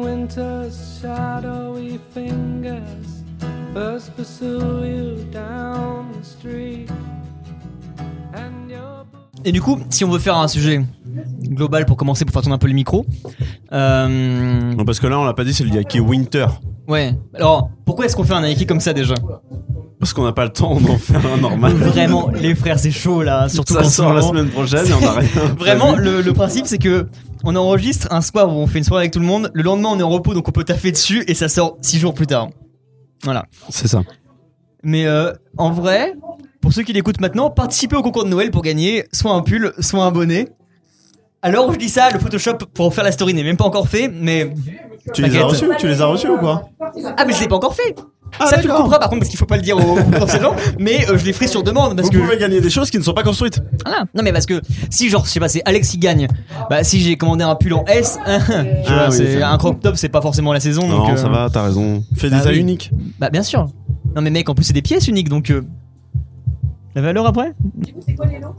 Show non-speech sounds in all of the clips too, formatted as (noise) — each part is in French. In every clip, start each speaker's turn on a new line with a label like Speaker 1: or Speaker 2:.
Speaker 1: winter's shadowy fingers first pursue you down the street. And your
Speaker 2: Et du coup, si on veut faire un sujet global pour commencer, pour faire tourner un peu le micro, euh,
Speaker 3: Non, parce que là, on l'a pas dit, c'est le Yaki Winter.
Speaker 2: ouais. Alors, pourquoi est-ce qu'on fait un Nike comme ça déjà
Speaker 3: Parce qu'on n'a pas le temps d'en faire un normal.
Speaker 2: Vraiment, les frères, c'est chaud là, surtout
Speaker 3: ça
Speaker 2: qu'en ce
Speaker 3: sort la
Speaker 2: moment-
Speaker 3: semaine prochaine et on a rien. prévu.
Speaker 2: Vraiment, le, le principe c'est que on enregistre un soir où on fait une soirée avec tout le monde, le lendemain on est en repos donc on peut taffer dessus et ça sort 6 jours plus tard. Voilà.
Speaker 3: C'est ça.
Speaker 2: Mais euh, en vrai, pour ceux qui l'écoutent maintenant, participez au concours de Noël pour gagner soit un pull, soit un bonnet. Alors où je dis ça, le Photoshop pour faire la story n'est même pas encore fait, mais.
Speaker 3: Tu les as
Speaker 2: T'inquiète.
Speaker 3: reçus Tu les as reçus ou quoi
Speaker 2: Ah, mais je l'ai pas encore fait
Speaker 3: Ah,
Speaker 2: Ça, tu le
Speaker 3: d'accord.
Speaker 2: couperas par contre parce qu'il faut pas le
Speaker 3: (laughs)
Speaker 2: dire aux, aux gens, mais euh, je les ferai sur demande parce
Speaker 3: Vous
Speaker 2: que.
Speaker 3: pouvez gagner des choses qui ne sont pas construites.
Speaker 2: Ah, non mais parce que si genre je sais pas c'est Alex qui gagne bah si j'ai commandé un pull en S hein, tu vois,
Speaker 3: Ah oui,
Speaker 2: c'est
Speaker 3: ça va.
Speaker 2: un crop top c'est pas forcément la saison
Speaker 3: Non,
Speaker 2: donc euh,
Speaker 3: ça va, t'as raison. Fais
Speaker 2: bah
Speaker 3: des
Speaker 2: oui.
Speaker 3: A uniques.
Speaker 2: bah bien sûr non mais mec en plus c'est des pièces uniques donc euh, la valeur après
Speaker 4: C'est quoi les noms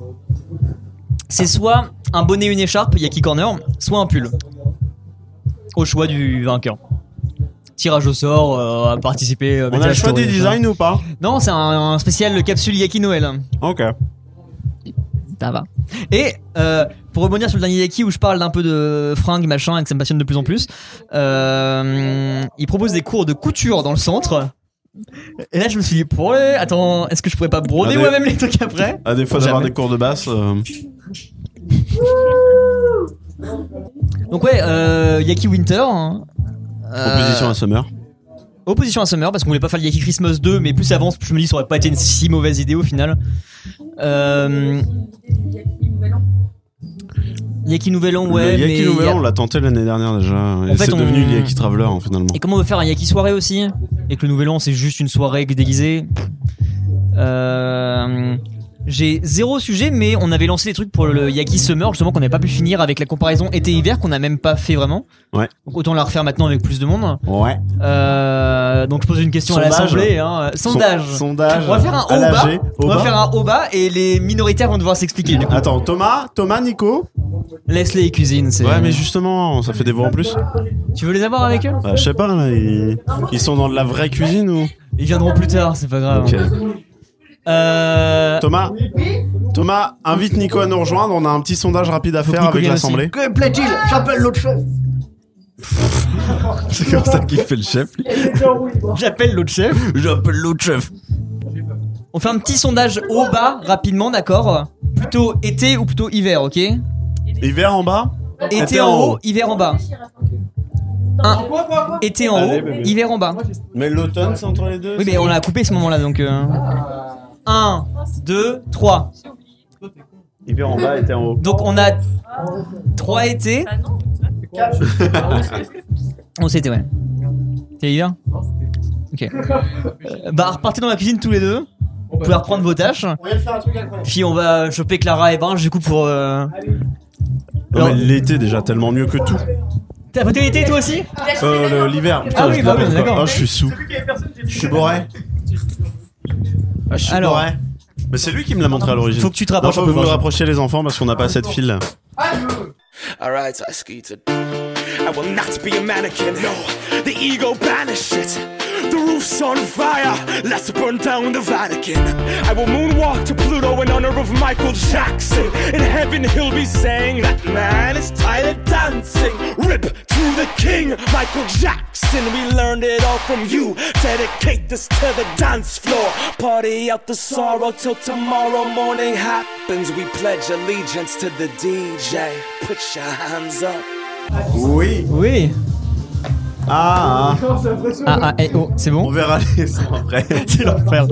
Speaker 2: c'est soit un bonnet une écharpe Yaki Corner soit un pull au choix du vainqueur tirage au sort euh, à participer euh,
Speaker 3: On
Speaker 2: mettez
Speaker 3: a le
Speaker 2: la
Speaker 3: choix
Speaker 2: story,
Speaker 3: des designs ou pas
Speaker 2: non c'est un, un spécial capsule Yaki Noël
Speaker 3: Ok.
Speaker 2: Ça va. Et euh, pour rebondir sur le dernier Yaki où je parle d'un peu de fringues, machin, et que ça me passionne de plus en plus, euh, il propose des cours de couture dans le centre. Et là, je me suis dit, pour les- attends, est-ce que je pourrais pas broder
Speaker 3: Allez.
Speaker 2: moi-même les trucs après
Speaker 3: À des fois
Speaker 2: Jamais.
Speaker 3: d'avoir des cours de basse. euh,
Speaker 2: Donc ouais, euh, Yaki Winter. hein. Euh,
Speaker 3: Opposition à Summer.
Speaker 2: opposition à Summer parce qu'on voulait pas faire le Yaki Christmas 2, mais plus ça avance, plus je me dis ça aurait pas été une si mauvaise idée au final. Euh, Yaki Nouvel An, ouais.
Speaker 3: le Yaki
Speaker 2: mais
Speaker 3: Nouvel
Speaker 2: y a-
Speaker 3: An, on l'a tenté l'année dernière déjà. Et
Speaker 2: fait,
Speaker 3: c'est
Speaker 2: on-
Speaker 3: devenu le Yaki Traveler hein, finalement.
Speaker 2: Et comment on veut faire un Yaki soirée aussi Et que le nouvel an c'est juste une soirée déguisée. Euh, J'ai zéro sujet, mais on avait lancé des trucs pour le Yaki Summer justement qu'on n'avait pas pu finir avec la comparaison été-hiver qu'on n'a même pas fait vraiment.
Speaker 3: Ouais.
Speaker 2: Donc autant la refaire maintenant avec plus de monde.
Speaker 3: Ouais.
Speaker 2: Euh, donc je pose une question à
Speaker 3: Sondage.
Speaker 2: l'assemblée. hein. Sondage.
Speaker 3: Son- Sondage.
Speaker 2: On va faire un
Speaker 3: à
Speaker 2: haut
Speaker 3: la
Speaker 2: bas.
Speaker 3: G,
Speaker 2: On
Speaker 3: au
Speaker 2: va
Speaker 3: bas.
Speaker 2: faire un haut bas et les minoritaires vont devoir s'expliquer. du coup.
Speaker 3: Attends, Thomas, Thomas, Nico.
Speaker 2: Laisse les cuisines. c'est-
Speaker 3: Ouais, mais justement, ça fait des voix en plus.
Speaker 2: Tu veux les avoir avec eux
Speaker 3: Bah, je sais pas, là, ils... ils sont dans de la vraie cuisine ou
Speaker 2: Ils viendront plus tard, c'est pas grave.
Speaker 3: Ok.
Speaker 2: Euh,
Speaker 3: Thomas, Thomas, invite Nico à nous rejoindre. On a un petit sondage rapide à faire
Speaker 2: Nico
Speaker 3: avec
Speaker 2: vient
Speaker 3: l'Assemblée.
Speaker 5: Que plaît-il J'appelle l'autre chef.
Speaker 3: (laughs) C'est comme ça qu'il fait le chef.
Speaker 2: J'appelle l'autre chef.
Speaker 3: J'appelle l'autre chef.
Speaker 2: On fait un petit sondage au bas rapidement, d'accord Plutôt été ou plutôt hiver, ok Été
Speaker 3: Hiver en bas
Speaker 2: en haut, hiver en bas. Un. Été en
Speaker 3: Allez,
Speaker 2: haut,
Speaker 3: bébé.
Speaker 2: hiver en bas.
Speaker 3: Mais l'automne, c'est entre les deux
Speaker 2: Oui, mais on l'a coupé ce moment-là, donc... euh, 1, 2, 3.
Speaker 3: Hiver en bas, été en haut.
Speaker 2: Donc on a 3 étés.
Speaker 4: Bah non,
Speaker 2: On s'était, ouais. C'est l'hiver Ok. Euh, Bah repartez dans la cuisine tous les deux. Vous pouvez reprendre vos tâches.
Speaker 5: On vient de faire un truc incroyable.
Speaker 2: Puis on va choper Clara et Binge du coup pour... euh,
Speaker 3: Non, mais
Speaker 2: Alors-
Speaker 3: l'été, déjà, tellement mieux que tout.
Speaker 2: T'as voté l'été toi aussi
Speaker 3: Euh, le- l'hiver. putain,
Speaker 2: Ah oui,
Speaker 3: je
Speaker 2: bah oui,
Speaker 3: l'aborde, quoi.
Speaker 2: d'accord.
Speaker 3: Ah, je suis sous. Je suis bourré. Ah, je suis
Speaker 2: Alors.
Speaker 3: bourré. Mais c'est lui qui me l'a montré à l'origine.
Speaker 2: Faut que tu te
Speaker 3: Non,
Speaker 2: rapproches
Speaker 3: faut
Speaker 2: un
Speaker 3: que
Speaker 2: peu.
Speaker 3: vous
Speaker 2: Binge.
Speaker 3: rapprochiez les enfants parce qu'on n'a pas assez de fil. là.
Speaker 6: Alright, I skeeted. I will not be a mannequin. No, the ego banish it. The roof's on fire. Let's burn down the Vatican. I will moonwalk to Pluto in honor of Michael Jackson. In heaven, he'll be saying that man is tired of dancing. Rip to the king, Michael Jackson. We learned it all from you. Dedicate this to the dance floor. Party out the sorrow till tomorrow morning happens. We pledge allegiance to the DJ. Put your hands up.
Speaker 3: Oui.
Speaker 2: Oui.
Speaker 3: Ah, ah.
Speaker 2: Ah, ah, eh, oh, c'est
Speaker 3: on
Speaker 2: bon
Speaker 3: verra les sons après.
Speaker 2: C'est l'enfer.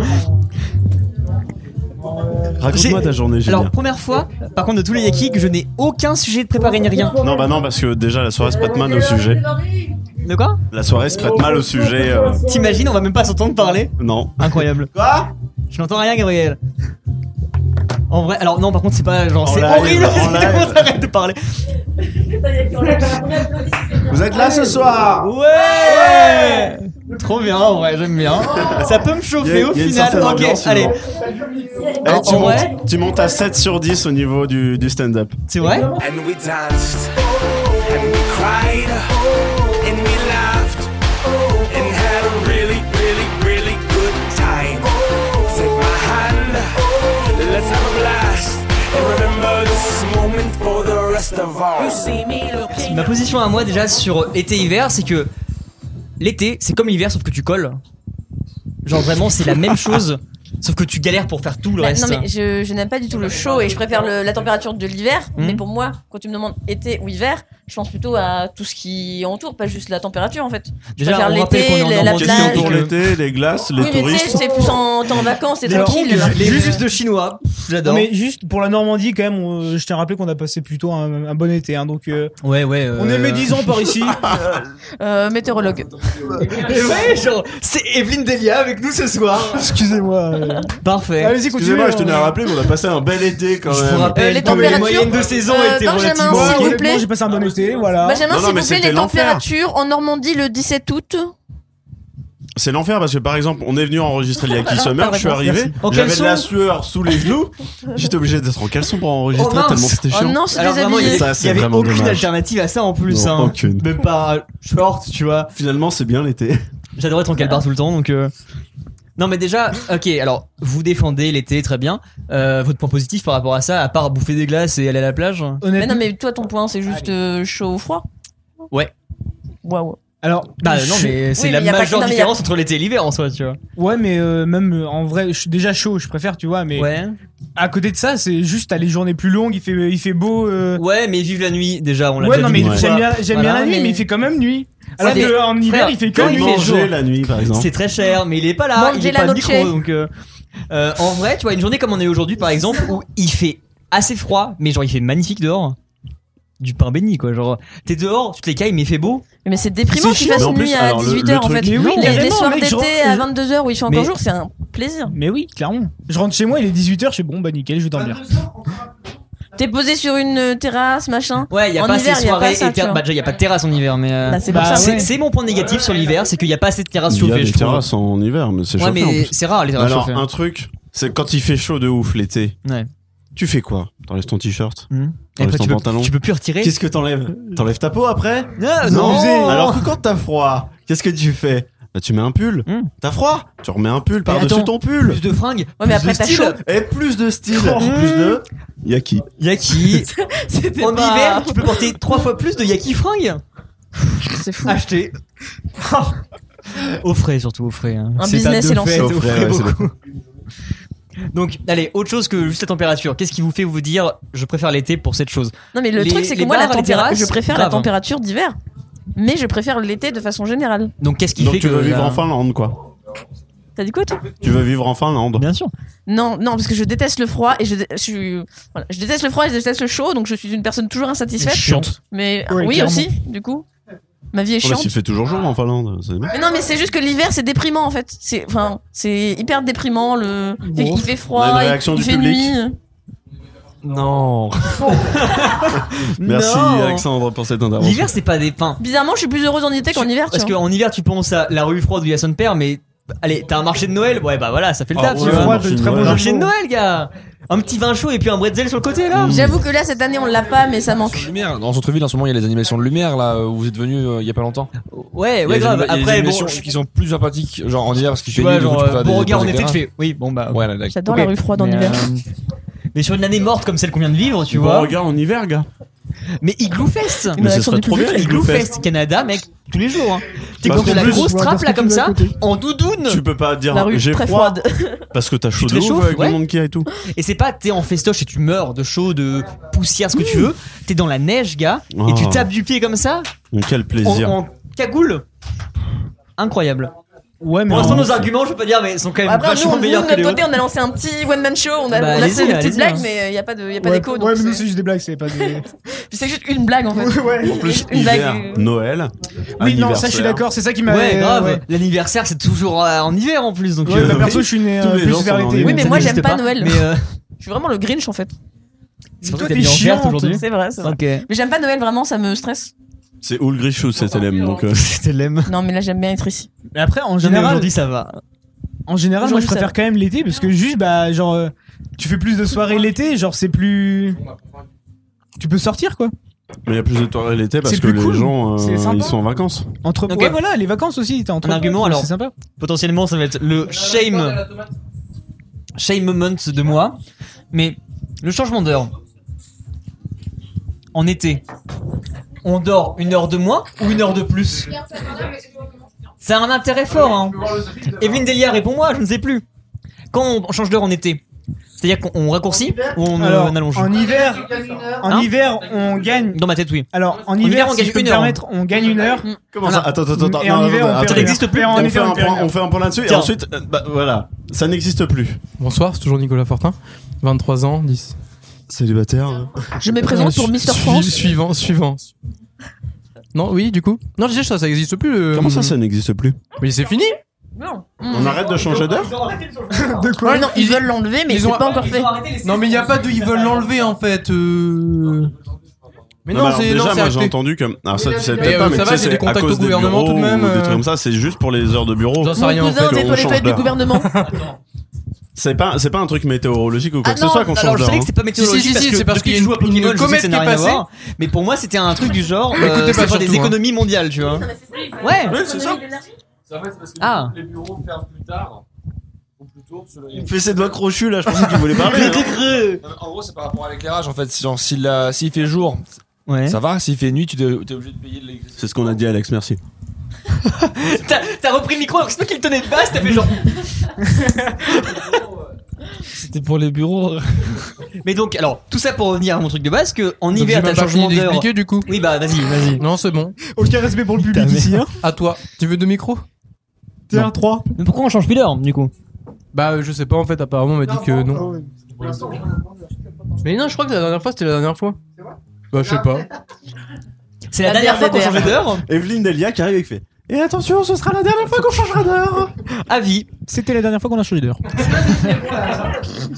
Speaker 3: Raconte-moi
Speaker 2: J'ai-
Speaker 3: ta journée, Julien.
Speaker 2: Alors, première fois, par contre, de tous les Yaki, que je n'ai aucun sujet de préparer ni rien.
Speaker 3: Non, bah non, parce que déjà, la soirée se prête mal au sujet.
Speaker 2: De quoi
Speaker 3: La soirée se prête mal au sujet. euh,
Speaker 2: T'imagines, on va même pas s'entendre parler
Speaker 3: Non.
Speaker 2: Incroyable.
Speaker 3: (laughs) Quoi
Speaker 2: Je n'entends rien, Gabriel. En vrai, alors non, par contre, c'est pas genre,
Speaker 3: En
Speaker 2: c'est
Speaker 3: live,
Speaker 2: horrible, (laughs)
Speaker 3: en live.
Speaker 2: arrête de parler.
Speaker 3: Vous êtes là ce soir
Speaker 2: Ouais Trop bien, en vrai, j'aime bien. Ça peut me
Speaker 3: Il
Speaker 2: chauffer
Speaker 3: y a-
Speaker 2: au
Speaker 3: il y a une
Speaker 2: final.
Speaker 3: certaine
Speaker 2: Ok,
Speaker 3: ambiance,
Speaker 2: allez,
Speaker 3: sinon. Eh,
Speaker 2: En-
Speaker 3: tu,
Speaker 2: en vrai
Speaker 3: montes, tu montes à 7 sur 10 au niveau du, du stand-up.
Speaker 2: c'est vrai
Speaker 6: And we danced. And we cried. And we laughed.
Speaker 2: Ma position à moi déjà sur été-hiver, c'est que l'été, c'est comme l'hiver, sauf que tu colles. Genre vraiment, c'est
Speaker 3: (laughs)
Speaker 2: la même chose, sauf que tu galères pour faire tout le
Speaker 4: Bah,
Speaker 2: reste.
Speaker 4: non mais je, je n'aime pas du tout le chaud et je préfère le- la température de l'hiver.
Speaker 2: Hmm.
Speaker 4: Mais pour moi, quand tu me demandes été ou hiver, je pense plutôt à tout ce qui entoure, pas juste la température en fait. Je
Speaker 2: Déjà,
Speaker 4: préfère
Speaker 2: on rappelle
Speaker 4: l'été,
Speaker 2: qu'on est
Speaker 4: la
Speaker 2: en Normandie,
Speaker 4: plage.
Speaker 2: donc,
Speaker 3: Pour
Speaker 2: euh,
Speaker 3: l'été, les glaces,
Speaker 4: oui
Speaker 3: les
Speaker 4: mais tu sais,
Speaker 3: touristes.
Speaker 4: c'est plus en, t'es en vacances, t'es
Speaker 2: les
Speaker 4: tranquille. Euh,
Speaker 2: trucs, les
Speaker 4: Mais-
Speaker 2: bus de chinois, j'adore.
Speaker 7: mais juste pour la Normandie, quand même, on- je tiens à rappeler qu'on a passé plutôt un, un bon été. Hein, donc, euh,
Speaker 2: Ouais, ouais.
Speaker 7: on aimait 10 ans par
Speaker 2: (laughs)
Speaker 7: ici.
Speaker 4: Euh, météorologue. (laughs)
Speaker 2: ouais, genre, c'est Evelyne Delia avec nous ce soir.
Speaker 7: Excusez-moi. euh,
Speaker 2: Eh, Parfait.
Speaker 7: Allez-y, continuez.
Speaker 3: Excusez-moi, je tenais à
Speaker 7: hein.
Speaker 3: rappeler qu'on a passé un bel été quand
Speaker 2: Je
Speaker 3: même.
Speaker 2: vous rappelle
Speaker 4: Euh, les
Speaker 2: que les
Speaker 4: températures,
Speaker 2: moyennes de saison
Speaker 4: euh,
Speaker 2: étaient
Speaker 4: Benjamin,
Speaker 2: relativement...
Speaker 7: Moi,
Speaker 4: S'il vous
Speaker 7: honnêtement,
Speaker 4: plaît.
Speaker 7: J'ai passé un
Speaker 2: Ah,
Speaker 7: bon été, voilà.
Speaker 4: Benjamin,
Speaker 3: Ah. Non, non,
Speaker 4: s'il
Speaker 3: mais
Speaker 4: vous plaît,
Speaker 3: c'était
Speaker 4: les
Speaker 3: l'enfer.
Speaker 4: températures en Normandie le 17 août.
Speaker 3: C'est l'enfer parce que par exemple, on est venu enregistrer il y a
Speaker 2: (laughs)
Speaker 3: quelques semaines, je suis
Speaker 4: Pardon.
Speaker 3: arrivé,
Speaker 2: Merci. En
Speaker 3: j'avais de
Speaker 2: caleçon
Speaker 3: la sueur sous les genoux, (laughs) j'étais obligé d'être en caleçon pour enregistrer
Speaker 2: Oh mince.
Speaker 3: tellement c'était
Speaker 4: Oh
Speaker 3: chiant.
Speaker 4: non, c'est
Speaker 2: Alors vraiment, il
Speaker 4: déshabillé.
Speaker 3: Ça,
Speaker 2: n'y
Speaker 3: c'est
Speaker 2: avait
Speaker 3: vraiment
Speaker 2: aucune
Speaker 3: dommage.
Speaker 2: alternative à ça en plus.
Speaker 3: Non,
Speaker 2: hein.
Speaker 3: aucune.
Speaker 2: Même pas short, tu vois.
Speaker 3: Finalement, c'est bien l'été.
Speaker 2: J'adorais ton calbar tout le temps, donc. euh, Non, mais déjà, ok, alors vous défendez l'été très bien. Euh, votre point positif par rapport à ça, à part bouffer des glaces et aller à la plage
Speaker 4: Mais
Speaker 7: Honnêtement,
Speaker 4: non, mais toi, ton point, c'est juste euh, chaud ou froid
Speaker 2: Ouais.
Speaker 4: Waouh.
Speaker 7: alors,
Speaker 2: Bah
Speaker 7: je
Speaker 2: non,
Speaker 7: suis-
Speaker 2: mais c'est
Speaker 4: Oui,
Speaker 2: la
Speaker 4: mais y a pas que-
Speaker 2: majeure
Speaker 4: non, mais y a-
Speaker 2: différence entre l'été et l'hiver en soi, tu vois.
Speaker 7: Ouais, mais euh, même euh, en vrai, je suis déjà chaud, je préfère, tu vois. Mais
Speaker 2: Ouais.
Speaker 7: à côté de ça, c'est juste t'as les journées plus longues, il fait, il fait beau. euh,
Speaker 2: Ouais, mais vive la nuit déjà, on l'a
Speaker 7: Ouais,
Speaker 2: déjà
Speaker 7: non, mais
Speaker 2: dit.
Speaker 3: ouais.
Speaker 7: j'aime bien, j'aime bien
Speaker 2: Voilà,
Speaker 7: la nuit,
Speaker 4: mais-
Speaker 7: mais il fait quand même nuit. Alors
Speaker 2: fait-
Speaker 7: qu'en hiver,
Speaker 2: frère,
Speaker 7: il fait que
Speaker 2: quand il
Speaker 7: nuit.
Speaker 2: fait jour.
Speaker 3: Manger la nuit, par exemple.
Speaker 2: C'est très cher, mais il est pas là, il
Speaker 4: Mangez
Speaker 2: est
Speaker 4: la
Speaker 2: pas de
Speaker 4: noche.
Speaker 2: micro, donc. euh, euh, en vrai, tu vois, une journée comme on est aujourd'hui, par exemple, où il fait assez froid, mais genre il fait magnifique dehors. Du pain béni, quoi. Genre, t'es dehors, tu te les cailles, mais il fait beau.
Speaker 4: Mais c'est déprimant
Speaker 2: C'est
Speaker 4: qu'il
Speaker 2: chiant.
Speaker 4: fasse
Speaker 3: Mais en plus,
Speaker 4: nuit à
Speaker 3: alors, le-
Speaker 4: 18h en
Speaker 3: le
Speaker 4: fait.
Speaker 3: truc-
Speaker 7: Mais oui,
Speaker 4: Les, les
Speaker 7: carrément,
Speaker 4: soirs
Speaker 7: mec, je
Speaker 4: d'été
Speaker 7: rentre-
Speaker 4: à 22h où il fait encore
Speaker 2: Mais-
Speaker 4: jour, c'est un plaisir.
Speaker 7: Mais oui, clairement. Je rentre chez moi, il est 18h, je suis bon, bah nickel, je vais dormir.
Speaker 4: T'es posé sur une euh, terrasse,
Speaker 2: (laughs)
Speaker 4: machin.
Speaker 2: Ouais, y a
Speaker 4: En
Speaker 2: pas
Speaker 4: hiver,
Speaker 2: ces
Speaker 4: y a pas
Speaker 2: soirées.
Speaker 4: ça,
Speaker 2: et ter-
Speaker 4: tu vois.
Speaker 2: bah, déjà, y a pas de terrasse en hiver, mais. euh,
Speaker 4: Bah, c'est
Speaker 7: Bah,
Speaker 4: pour ça.
Speaker 2: C'est
Speaker 7: ouais.
Speaker 2: c'est mon point négatif sur l'hiver, c'est qu'il n'y a pas assez de terrasses
Speaker 3: Il y a
Speaker 2: chauffées,
Speaker 3: des
Speaker 2: je trouve.
Speaker 3: terrasses en hiver, mais c'est
Speaker 2: Ouais,
Speaker 3: chauffé en
Speaker 2: mais
Speaker 3: plus. Bah,
Speaker 2: c'est rare les terrasses
Speaker 3: Alors,
Speaker 2: chauffées. hein.
Speaker 3: un truc, c'est quand il fait chaud de ouf l'été.
Speaker 2: Ouais.
Speaker 3: Tu fais quoi T'enlèves ton t-shirt
Speaker 2: Et après,
Speaker 3: reste en
Speaker 2: Hmm. Eh, bah, tu, peux,
Speaker 3: pantalon.
Speaker 2: tu peux plus retirer.
Speaker 3: Qu'est-ce que t'enlèves T'enlèves ta peau après
Speaker 2: Ah,
Speaker 3: Alors que quand t'as froid, qu'est-ce que tu fais bah, tu mets un pull,
Speaker 2: Hmm.
Speaker 3: t'as froid, tu remets un pull
Speaker 2: attends.
Speaker 3: par-dessus ton pull.
Speaker 2: plus de fringues.
Speaker 4: Ouais, mais
Speaker 3: Plus
Speaker 4: après
Speaker 3: de
Speaker 4: t'as
Speaker 3: style.
Speaker 4: chaud.
Speaker 3: Et plus de style. Hmm.
Speaker 2: Oh.
Speaker 3: Plus de. Yaki.
Speaker 4: (laughs)
Speaker 2: Yaki.
Speaker 4: C'était
Speaker 2: en
Speaker 4: pas-
Speaker 2: hiver, tu peux porter trois fois plus de yaki fringues.
Speaker 4: C'est fou.
Speaker 2: Acheté. (laughs) au frais, surtout au frais. hein.
Speaker 4: Un
Speaker 2: C'est pas
Speaker 4: business
Speaker 2: de
Speaker 4: est lancé.
Speaker 2: fait,
Speaker 3: Au
Speaker 2: Au
Speaker 3: frais,
Speaker 2: frais,
Speaker 3: ouais, c'est
Speaker 2: beaucoup. (laughs) Donc, allez, autre chose que juste la température. Qu'est-ce qui vous fait vous dire je préfère l'été pour cette chose
Speaker 4: Non mais le
Speaker 2: Les-
Speaker 4: truc c'est que
Speaker 2: les
Speaker 4: moi la
Speaker 2: bars, les
Speaker 4: température,
Speaker 2: terrasses,
Speaker 4: je préfère la
Speaker 2: grave.
Speaker 4: température d'hiver. Mais je préfère l'été de façon générale.
Speaker 2: Donc, qu'est-ce qui
Speaker 3: Donc
Speaker 2: fait
Speaker 3: tu
Speaker 2: que.
Speaker 3: veux vivre
Speaker 2: euh,
Speaker 3: en Finlande quoi.
Speaker 4: T'as dit quoi toi
Speaker 3: Tu veux vivre en Finlande. Oh,
Speaker 2: Bien sûr.
Speaker 4: Non, non, parce que je déteste le froid et je, dé- je suis, voilà, je déteste le froid et je déteste le chaud, donc je suis une personne toujours insatisfaite.
Speaker 2: Chiante.
Speaker 4: Mais
Speaker 7: Ouais,
Speaker 4: oui
Speaker 7: clairement.
Speaker 4: aussi, du coup, ma vie est
Speaker 3: Oh, bah,
Speaker 4: chiante.
Speaker 3: s'il fait toujours jour en Finlande, c'est bien.
Speaker 4: Mais non, mais c'est juste que l'hiver c'est déprimant en fait. C'est, enfin, c'est hyper déprimant. Le, c'est- il fait
Speaker 3: On a une
Speaker 4: froid, il,
Speaker 3: réaction
Speaker 4: il
Speaker 3: du
Speaker 4: fait
Speaker 3: public.
Speaker 4: nuit.
Speaker 2: Non.
Speaker 3: Merci
Speaker 2: Non.
Speaker 3: Alexandre pour cette intervention.
Speaker 2: L'hiver, c'est pas des pains.
Speaker 4: Bizarrement, je suis plus heureuse en été qu'en
Speaker 2: Tu-
Speaker 4: hiver. Tu
Speaker 2: Parce
Speaker 4: vois.
Speaker 2: qu'en hiver, tu penses à la rue froide où il y a son père, mais allez, t'as un marché de Noël, ouais, bah voilà, ça fait le
Speaker 3: Ah,
Speaker 2: taf.
Speaker 3: ouais,
Speaker 2: tu
Speaker 7: C'est
Speaker 2: vois.
Speaker 7: froid,
Speaker 3: marché de
Speaker 7: de très bon
Speaker 2: Un
Speaker 3: Noël.
Speaker 7: jeu
Speaker 2: marché
Speaker 7: de
Speaker 2: de
Speaker 7: mots.
Speaker 2: Noël, gars. Un petit vin chaud et puis un bretzel sur le côté là.
Speaker 4: J'avoue que là cette année on l'a pas, mais ça manque.
Speaker 8: Lumière. Dans centre-ville, en ce moment, il y a les animations de lumière, là, euh, où vous êtes venu il y a pas longtemps.
Speaker 2: Ouais,
Speaker 8: Il y a
Speaker 2: ouais,
Speaker 8: des
Speaker 2: grave.
Speaker 8: anima- il y a des
Speaker 2: Après, bon,
Speaker 8: animations qui sont plus sympathiques, genre en hiver, parce qu'il
Speaker 2: tu
Speaker 8: fait
Speaker 2: vois,
Speaker 8: nuit, du coup,
Speaker 2: genre, euh,
Speaker 8: tu peux faire
Speaker 2: bon
Speaker 8: des
Speaker 2: regard en
Speaker 8: pauses,
Speaker 2: été, tu
Speaker 8: etc.
Speaker 2: fais, oui, bon bah.
Speaker 8: Ouais, là, d'accord.
Speaker 4: J'adore
Speaker 2: Ok.
Speaker 4: la rue froide en
Speaker 2: Mais,
Speaker 4: hiver.
Speaker 2: euh, mais sur une année morte comme celle qu'on vient de vivre, tu
Speaker 3: Bon,
Speaker 2: vois.
Speaker 3: regarde en hiver, gars.
Speaker 2: Mais Igloo Fest
Speaker 3: Mais ce
Speaker 4: réaction
Speaker 3: serait
Speaker 4: du
Speaker 3: trop bien,
Speaker 2: Igloo
Speaker 3: Igloo Fest.
Speaker 2: Fest Canada, mec, tous les jours. Hein. T'es
Speaker 3: Parce
Speaker 2: contre
Speaker 3: qu'en
Speaker 2: la
Speaker 3: plus-
Speaker 2: grosse trappe là comme ça, en
Speaker 3: Tu
Speaker 2: doudoune.
Speaker 3: peux pas dire
Speaker 4: La rue
Speaker 3: j'ai
Speaker 4: très
Speaker 3: froid
Speaker 4: froide.
Speaker 3: (laughs) parce que t'as chaud
Speaker 2: te
Speaker 3: de ouf
Speaker 2: réchauffes,
Speaker 3: avec
Speaker 2: ouais.
Speaker 3: le monde qui a et tout.
Speaker 2: Et c'est pas t'es en festoche et tu meurs de chaud, de poussière, ce que tu veux. T'es dans la neige, gars, et tu
Speaker 3: Oh.
Speaker 2: tapes du pied comme ça,
Speaker 3: Donc, quel
Speaker 2: en,
Speaker 3: plaisir.
Speaker 2: en cagoule. Incroyable.
Speaker 7: Ouais, mais
Speaker 2: Pour
Speaker 7: en-
Speaker 2: l'instant, nos arguments, je peux pas dire, mais sont quand même
Speaker 4: Après, nous,
Speaker 2: vachement
Speaker 4: on, nous, de
Speaker 2: meilleurs que
Speaker 4: notre
Speaker 2: les
Speaker 4: côté,
Speaker 2: autres.
Speaker 4: on a lancé un petit one-man show, on a,
Speaker 2: Bah,
Speaker 4: on a
Speaker 2: allez-y,
Speaker 4: fait des petites
Speaker 2: allez-y,
Speaker 4: blagues,
Speaker 2: hein.
Speaker 4: mais il n'y a pas de- y a pas
Speaker 7: Ouais,
Speaker 4: d'écho. donc
Speaker 7: ouais, mais nous,
Speaker 4: c'est-
Speaker 7: c'est juste des blagues, c'est pas
Speaker 2: (laughs)
Speaker 7: des.
Speaker 4: Puis c'est juste une blague en fait.
Speaker 7: ouais.
Speaker 3: En plus,
Speaker 4: une blague,
Speaker 3: hiver,
Speaker 4: euh,
Speaker 3: Noël.
Speaker 7: Oui, non, ça,
Speaker 3: anniversaire.
Speaker 7: je suis d'accord, c'est ça qui m'a.
Speaker 2: Ouais, grave.
Speaker 7: Ouais,
Speaker 2: L'anniversaire, c'est toujours euh, en hiver en plus, donc.
Speaker 7: Ouais,
Speaker 2: euh,
Speaker 7: bah, perso, je suis né euh,
Speaker 3: Tous les gens
Speaker 7: plus
Speaker 3: sont
Speaker 7: vers
Speaker 3: dans
Speaker 7: l'été.
Speaker 3: les
Speaker 4: Oui, mais
Speaker 2: ça
Speaker 4: moi,
Speaker 2: n'existe
Speaker 4: j'aime pas
Speaker 2: pas.
Speaker 4: Noël.
Speaker 2: Mais euh,
Speaker 4: Je suis vraiment le Grinch en fait.
Speaker 2: c'est pour ça que t'as
Speaker 7: Toi, t'es
Speaker 2: mis en verte
Speaker 7: chiante.
Speaker 2: aujourd'hui.
Speaker 4: C'est vrai, c'est vrai.
Speaker 2: (laughs) Ok.
Speaker 4: Mais j'aime pas Noël vraiment, ça me stresse.
Speaker 3: C'est Oul Grichou, cet LM. Donc, euh,
Speaker 2: C'était l'aime.
Speaker 4: Non, mais là j'aime bien être ici.
Speaker 7: Mais après, en
Speaker 2: Non, mais
Speaker 7: général,
Speaker 2: aujourd'hui, ça va.
Speaker 7: en général, moi,
Speaker 4: Aujourd'hui,
Speaker 7: je préfère quand même l'été parce que juste, bah, genre, euh, tu fais plus de soirées l'été, genre, c'est plus. Tu peux sortir, quoi.
Speaker 3: mais il y a plus de toilettes l'été parce
Speaker 7: C'est
Speaker 3: que
Speaker 7: plus
Speaker 3: les
Speaker 7: cool.
Speaker 3: gens, euh,
Speaker 7: C'est sympa.
Speaker 3: ils sont en vacances.
Speaker 7: Entre.
Speaker 2: Ok.
Speaker 7: Ouais, voilà, les vacances aussi, t'es entre.
Speaker 2: Un argument, alors.
Speaker 7: C'est sympa.
Speaker 2: potentiellement ça va être le shame shame moment de moi mais le changement d'heure en été on dort une heure de moins ou une heure de plus Ça a un intérêt fort. Hein. Evelyne Delia, réponds-moi, je ne sais plus. Quand on change d'heure en été, c'est-à-dire qu'on on raccourcit ou on, euh,
Speaker 7: Alors,
Speaker 2: on allonge
Speaker 7: en hiver, en
Speaker 2: Hein
Speaker 7: hiver, on gagne.
Speaker 2: Dans ma tête, oui.
Speaker 7: Alors, en,
Speaker 2: hiver,
Speaker 7: hiver,
Speaker 2: on
Speaker 7: si
Speaker 2: gagne
Speaker 7: je peux
Speaker 2: une
Speaker 7: me
Speaker 2: heure.
Speaker 7: permettre, on gagne une heure.
Speaker 3: Comment
Speaker 2: Voilà.
Speaker 3: ça Attends, attends, attends.
Speaker 7: et
Speaker 3: Ah non,
Speaker 7: en
Speaker 3: attends,
Speaker 7: hiver, on perd
Speaker 3: attends.
Speaker 2: Ça
Speaker 7: une
Speaker 2: n'existe
Speaker 7: heure.
Speaker 2: plus.
Speaker 7: Et en
Speaker 3: on, fait
Speaker 7: hiver,
Speaker 3: un
Speaker 7: perd
Speaker 3: point,
Speaker 7: une
Speaker 3: on fait un point là-dessus et
Speaker 2: Tiens.
Speaker 3: ensuite, euh, bah, voilà, ça n'existe plus.
Speaker 9: Bonsoir, c'est toujours Nicolas Fortin. 23 ans, 10.
Speaker 3: Célibataire. hein.
Speaker 4: Je
Speaker 8: Euh,
Speaker 4: me présente pour
Speaker 9: Su-
Speaker 4: Mister
Speaker 9: su-
Speaker 4: France.
Speaker 9: Suivant, suivant. Non, oui, du coup. Non, je disais ça, ça existe plus. le-
Speaker 3: Comment ça, ça n'existe plus
Speaker 8: Mmh.
Speaker 9: Mais c'est fini.
Speaker 4: Non.
Speaker 3: On arrête de changer d'heure
Speaker 2: (laughs)
Speaker 7: heure. De
Speaker 4: Ouais,
Speaker 7: quoi
Speaker 4: Oh, non, ils veulent l'enlever, mais
Speaker 9: ils
Speaker 4: c'est
Speaker 9: ont-
Speaker 4: pas encore fait.
Speaker 9: Non, mais il y a pas de. Ils veulent l'enlever en fait. euh. Mais non, c'est
Speaker 3: Non, mais Bah, alors,
Speaker 9: non,
Speaker 3: déjà,
Speaker 9: c'est
Speaker 3: moi j'ai
Speaker 9: acheté.
Speaker 3: entendu comme. Alors ça, tu sais
Speaker 9: Mais,
Speaker 3: peut-être pas,
Speaker 9: euh,
Speaker 3: mais
Speaker 9: ça
Speaker 3: tu
Speaker 9: va,
Speaker 3: sais,
Speaker 9: j'ai des
Speaker 3: c'est à
Speaker 9: contacts au
Speaker 3: cause des
Speaker 9: gouvernement
Speaker 3: bureaux
Speaker 9: tout de même,
Speaker 3: ou des
Speaker 9: euh.
Speaker 3: trucs comme ça, c'est juste pour les heures de bureau.
Speaker 9: J'en sais
Speaker 4: Mon
Speaker 9: rien en
Speaker 4: cousin
Speaker 9: fait.
Speaker 4: n'est pas
Speaker 3: on
Speaker 4: le
Speaker 3: change
Speaker 4: fait du
Speaker 3: d'heure.
Speaker 4: gouvernement.
Speaker 3: C'est pas, c'est pas un truc météorologique ou quoi
Speaker 2: Ah
Speaker 3: que
Speaker 2: non,
Speaker 3: ce soit qu'on
Speaker 2: alors
Speaker 3: change
Speaker 2: je
Speaker 3: d'heure.
Speaker 2: savais
Speaker 3: hein.
Speaker 2: que c'est pas météorologique
Speaker 9: Si, si, si,
Speaker 2: parce que
Speaker 9: c'est parce
Speaker 2: depuis
Speaker 9: qu'il y
Speaker 2: que
Speaker 9: a
Speaker 2: je joue à
Speaker 9: une- une
Speaker 2: Pokémon, je sais
Speaker 9: comète
Speaker 2: que ça
Speaker 9: qui
Speaker 2: n'a
Speaker 9: est
Speaker 2: rien à
Speaker 9: passée.
Speaker 2: voir. Mais pour moi, c'était un truc du genre, euh,
Speaker 9: Écoutez pas
Speaker 2: c'est pas
Speaker 9: surtout,
Speaker 2: des
Speaker 9: hein.
Speaker 2: économies mondiales, tu vois. Ouais. Ah.
Speaker 5: Les bureaux ferment plus tard. Ou plus tôt. selon les-
Speaker 3: Il me fait ses doigts crochus là, je pensais qu'il voulait
Speaker 2: Ah,
Speaker 3: parler. hein.
Speaker 5: Non, mais En gros, c'est pas.
Speaker 8: Par rapport à l'éclairage, en fait, genre, s'il a- s'il fait jour,
Speaker 9: Hein
Speaker 2: Ouais.
Speaker 8: ça va. S'il fait nuit, tu t'es t'es obligé de payer de
Speaker 3: (laughs)
Speaker 8: l'électricité.
Speaker 3: C'est ce qu'on a dit, Alex, merci.
Speaker 2: T'as t'as repris le micro alors que c'est toi qui le tenais de base, t'as fait genre.
Speaker 9: C'était pour les bureaux.
Speaker 2: (laughs) Mais donc, alors, tout ça pour revenir à mon truc de base, que en
Speaker 9: Donc,
Speaker 2: hiver,
Speaker 9: j'ai
Speaker 2: t'as
Speaker 9: même
Speaker 2: le
Speaker 9: pas fini
Speaker 2: changement d'heure.
Speaker 9: d'expliquer du coup.
Speaker 2: Oui, bah vas-y, vas-y.
Speaker 9: Non, c'est bon.
Speaker 7: Aucun respect pour le public ici. Hein.
Speaker 9: À toi. Tu veux deux micros
Speaker 7: Tiens, 3.
Speaker 2: Mais pourquoi on change plus d'heure du coup
Speaker 9: Bah, euh, je sais pas en fait. Apparemment, on m'a dit que
Speaker 8: Ah
Speaker 9: non. Mais non, je crois que la dernière fois, c'était la dernière fois. Bah, je sais pas.
Speaker 2: C'est la,
Speaker 4: La
Speaker 2: dernière fois qu'on
Speaker 4: dernière
Speaker 2: changeait d'heure
Speaker 3: Evelyne Delia qui arrive et qui fait.
Speaker 7: Et attention, ce sera la dernière fois qu'on changera d'heure.
Speaker 2: à vie.
Speaker 7: C'était la dernière fois qu'on a changé d'heure.
Speaker 3: (laughs)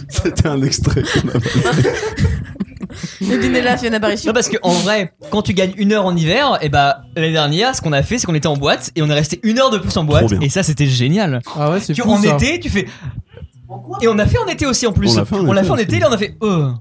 Speaker 3: C'était un extrait. qu'on a fait.
Speaker 4: Le dîner là fait une apparition.
Speaker 2: Non, parce que en vrai, quand tu gagnes une heure en hiver, et bah l'année dernière, ce qu'on a fait, c'est qu'on était en boîte et on est resté une heure de plus en boîte.
Speaker 3: bien.
Speaker 2: Et ça, c'était génial.
Speaker 9: Ah ouais, c'est
Speaker 2: Tu,
Speaker 9: fou.
Speaker 2: en
Speaker 9: ça.
Speaker 2: été, tu fais. Et on a fait en été aussi en plus.
Speaker 3: On l'a fait en été
Speaker 2: l'a fait en
Speaker 3: aussi.
Speaker 2: été, là on a fait. euh.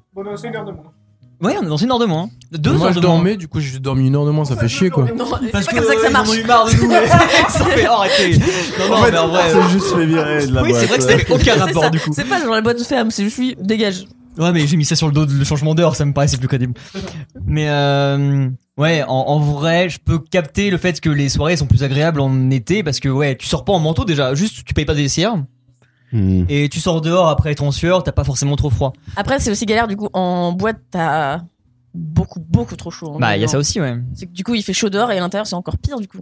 Speaker 2: Ouais, on est dans une heure de moins. Deux
Speaker 9: Moi,
Speaker 2: heures
Speaker 9: je
Speaker 2: de moins.
Speaker 9: dormais, du coup, j'ai dormi une heure de moins, ça fait chier quoi.
Speaker 4: Non, c'est pas
Speaker 2: Parce que
Speaker 4: comme ça que ça
Speaker 2: ils en
Speaker 4: marche.
Speaker 2: ont eu marre de
Speaker 4: (laughs)
Speaker 2: nous. ça fait arrêter. Non, non,
Speaker 3: En fait,
Speaker 2: mais en vrai.
Speaker 3: c'est juste fait virer de la
Speaker 2: Oui, c'est
Speaker 3: boîte.
Speaker 2: vrai que ça n'avait
Speaker 4: (laughs)
Speaker 2: aucun
Speaker 4: C'est ça,
Speaker 2: rapport du coup.
Speaker 4: C'est pas genre la boîte ferme, c'est je suis dégage.
Speaker 2: Ouais, mais j'ai mis ça sur le dos de le changement d'heure, ça me paraissait plus crédible. Mais euh, ouais, en, en vrai, je peux capter le fait que les soirées sont plus agréables en été parce que ouais, tu sors pas en manteau déjà, juste tu payes pas des cierges
Speaker 3: (laughs) Hmm.
Speaker 2: et tu sors dehors après ton sueur, t'as pas forcément trop froid.
Speaker 4: Après, c'est aussi galère du coup en boîte, t'as beaucoup beaucoup trop
Speaker 9: Oh,
Speaker 4: chaud. hein,
Speaker 2: Bah, il y a
Speaker 4: vraiment.
Speaker 2: ça aussi, ouais.
Speaker 4: C'est que du coup, il fait chaud dehors et à l'intérieur, c'est encore pire du coup.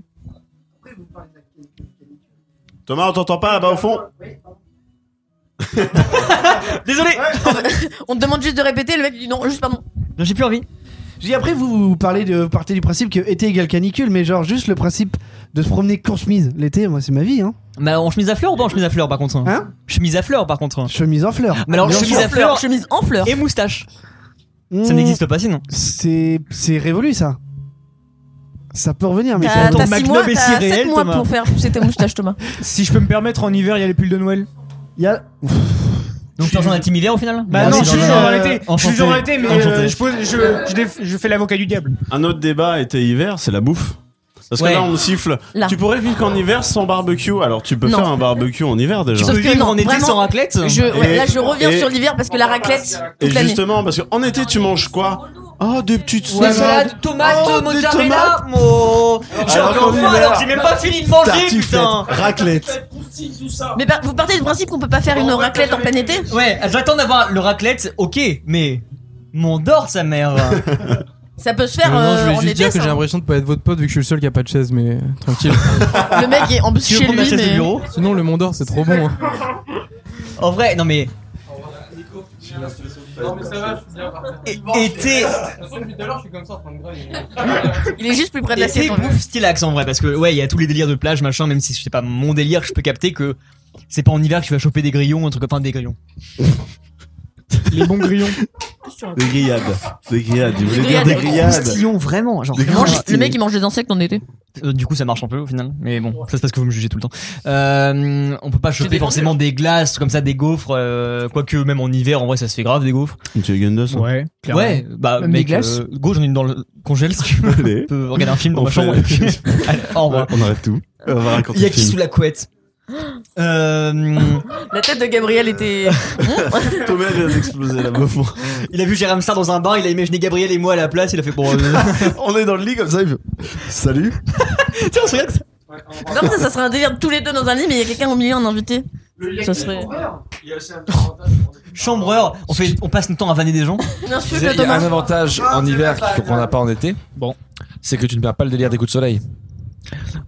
Speaker 3: Thomas, on t'entend pas là-bas au fond
Speaker 2: Désolé,
Speaker 4: On te demande juste de répéter, le mec il dit non, juste pardon.
Speaker 2: Non, j'ai plus envie.
Speaker 10: Je dis après, vous, vous parlez de, vous partez du principe que été égale canicule, mais genre juste le principe de se promener course mise l'été, moi c'est ma vie, hein.
Speaker 2: Bah, en chemise à fleurs ou pas en chemise à fleurs par contre
Speaker 10: Hein
Speaker 2: Chemise à fleurs par contre. hein.
Speaker 10: Chemise en fleurs.
Speaker 2: Mais alors,
Speaker 10: Bien
Speaker 2: chemise
Speaker 10: sûr.
Speaker 2: à fleurs
Speaker 4: chemise en fleurs.
Speaker 2: et moustache, ça
Speaker 10: Mmh,
Speaker 2: n'existe pas sinon.
Speaker 10: C'est, c'est révolu ça. Ça peut revenir, mais
Speaker 4: T'as
Speaker 10: ça-
Speaker 2: ton
Speaker 4: t'as six
Speaker 2: McNub
Speaker 4: mois,
Speaker 2: est si
Speaker 4: t'as
Speaker 2: réel,
Speaker 4: 7 mois
Speaker 2: Thomas.
Speaker 4: pour faire pousser ta moustache, Thomas.
Speaker 7: Si je peux me permettre, en hiver, il y a les pulls de Noël.
Speaker 10: il y a-
Speaker 2: Donc tu rejoins la team hiver au final
Speaker 7: Bah non, je suis
Speaker 10: dans
Speaker 7: toujours
Speaker 10: un-
Speaker 7: en été. Je suis
Speaker 2: enchanté.
Speaker 7: toujours en été, mais euh,
Speaker 2: Enchanté.
Speaker 7: je, pose- je, je, déf- je fais l'avocat du diable.
Speaker 3: Un autre débat été-hiver, c'est la bouffe. Parce
Speaker 2: Ouais.
Speaker 3: que là, on siffle.
Speaker 4: Là.
Speaker 3: Tu pourrais vivre qu'en hiver sans barbecue. Alors, tu peux
Speaker 4: Non.
Speaker 3: faire un barbecue en hiver déjà.
Speaker 4: Sauf
Speaker 2: Tu peux
Speaker 4: que
Speaker 2: vivre
Speaker 4: non,
Speaker 2: en été
Speaker 4: vraiment,
Speaker 2: sans raclette
Speaker 4: Je, ouais,
Speaker 3: Et-
Speaker 4: là, je reviens
Speaker 3: et-
Speaker 4: sur l'hiver parce que la raclette,
Speaker 3: Et
Speaker 4: toute l'année.
Speaker 3: justement, parce qu'en été, tu manges quoi Oh, des petites
Speaker 2: Des
Speaker 3: salades.
Speaker 2: salades, tomates,
Speaker 3: Oh, des
Speaker 2: mozzarella, mon... J'ai
Speaker 3: alors euh,
Speaker 2: encore
Speaker 3: qu'en
Speaker 2: faim
Speaker 3: hiver,
Speaker 2: alors que j'ai même pas fini de manger, putain
Speaker 3: raclette.
Speaker 4: Mais par- vous partez du principe qu'on peut pas faire une raclette en plein été
Speaker 2: Ouais, j'attends d'avoir le raclette, ok, mais... Mon dort, sa mère
Speaker 4: Ça peut se faire
Speaker 9: Non, non,
Speaker 4: euh,
Speaker 9: je voulais
Speaker 4: en
Speaker 9: juste
Speaker 4: été,
Speaker 9: dire que j'ai
Speaker 4: ça.
Speaker 9: l'impression de pas être votre pote vu que je suis le seul qui a pas de chaise, mais (laughs) euh, tranquille.
Speaker 4: Le mec est en plus
Speaker 2: Tu veux
Speaker 4: chez
Speaker 2: prendre
Speaker 4: lui,
Speaker 2: la chaise de
Speaker 4: mais...
Speaker 2: bureau
Speaker 9: Sinon, le Mont d'Or, c'est trop bon. hein.
Speaker 2: En vrai, non mais... É- Été,
Speaker 4: Il est juste plus près de
Speaker 2: été
Speaker 4: l'assiette. en fait.
Speaker 2: bouffe stylax en vrai, parce que ouais, il y a tous les délires de plage, machin, même si c'est pas mon délire, je peux capter que c'est pas en hiver que tu vas choper des grillons, un truc enfin des grillons.
Speaker 7: Les bons grillons.
Speaker 3: Des grillades. Des grillades. Il voulait
Speaker 4: Des
Speaker 3: dire des grillades.
Speaker 2: Croustillons, vraiment, genre
Speaker 3: Des
Speaker 4: Il
Speaker 2: vraiment,
Speaker 4: mange-
Speaker 3: grillades.
Speaker 4: Le mec, il mange des insectes en été.
Speaker 2: Euh, du coup, ça marche un peu au final. Mais bon, ça c'est parce que vous me jugez tout le temps. Euh, on peut pas choper
Speaker 4: défendu.
Speaker 2: forcément des glaces comme ça, des gaufres. euh, Quoique même en hiver, en vrai, ça se fait grave des gaufres.
Speaker 3: Tu es Gundos.
Speaker 2: Ouais, ouais. Bah,
Speaker 7: Même
Speaker 2: mec,
Speaker 7: des glaces.
Speaker 2: euh, go, j'en ai une dans le congèle. Si tu veux.
Speaker 3: Allez.
Speaker 2: on peut regarder un film dans
Speaker 3: On
Speaker 2: ma
Speaker 3: fait- (laughs)
Speaker 2: chambre. et puis- (laughs) Allez, au revoir.
Speaker 3: On arrête tout. On va raconter
Speaker 2: Il y a
Speaker 3: le
Speaker 2: qui
Speaker 3: film.
Speaker 2: (gasps) sous la couette Euh,
Speaker 4: La tête de Gabriel était.
Speaker 3: Thomas vient d'exploser la meuf.
Speaker 2: il a vu Jérém Star dans un bar, il a imaginé Gabriel et moi à la place, il a fait bon. euh,
Speaker 3: On est dans le lit comme ça, il fait Salut
Speaker 2: tu sais, on se regarde,
Speaker 4: (laughs) non, mais ça, ça serait un délire de tous les deux dans un lit, mais il y a quelqu'un au milieu en invité. Ça serait.
Speaker 5: Il y a aussi un petit avantage.
Speaker 2: chambreur, on, fait, on passe notre temps à vanner des gens.
Speaker 4: Non, je
Speaker 8: Tu sais,
Speaker 4: le
Speaker 8: Il y a
Speaker 4: Thomas.
Speaker 8: un avantage en hiver qu'il faut qu'on n'a pas en été.
Speaker 2: Bon.
Speaker 8: C'est que tu ne perds pas le délire des coups de soleil.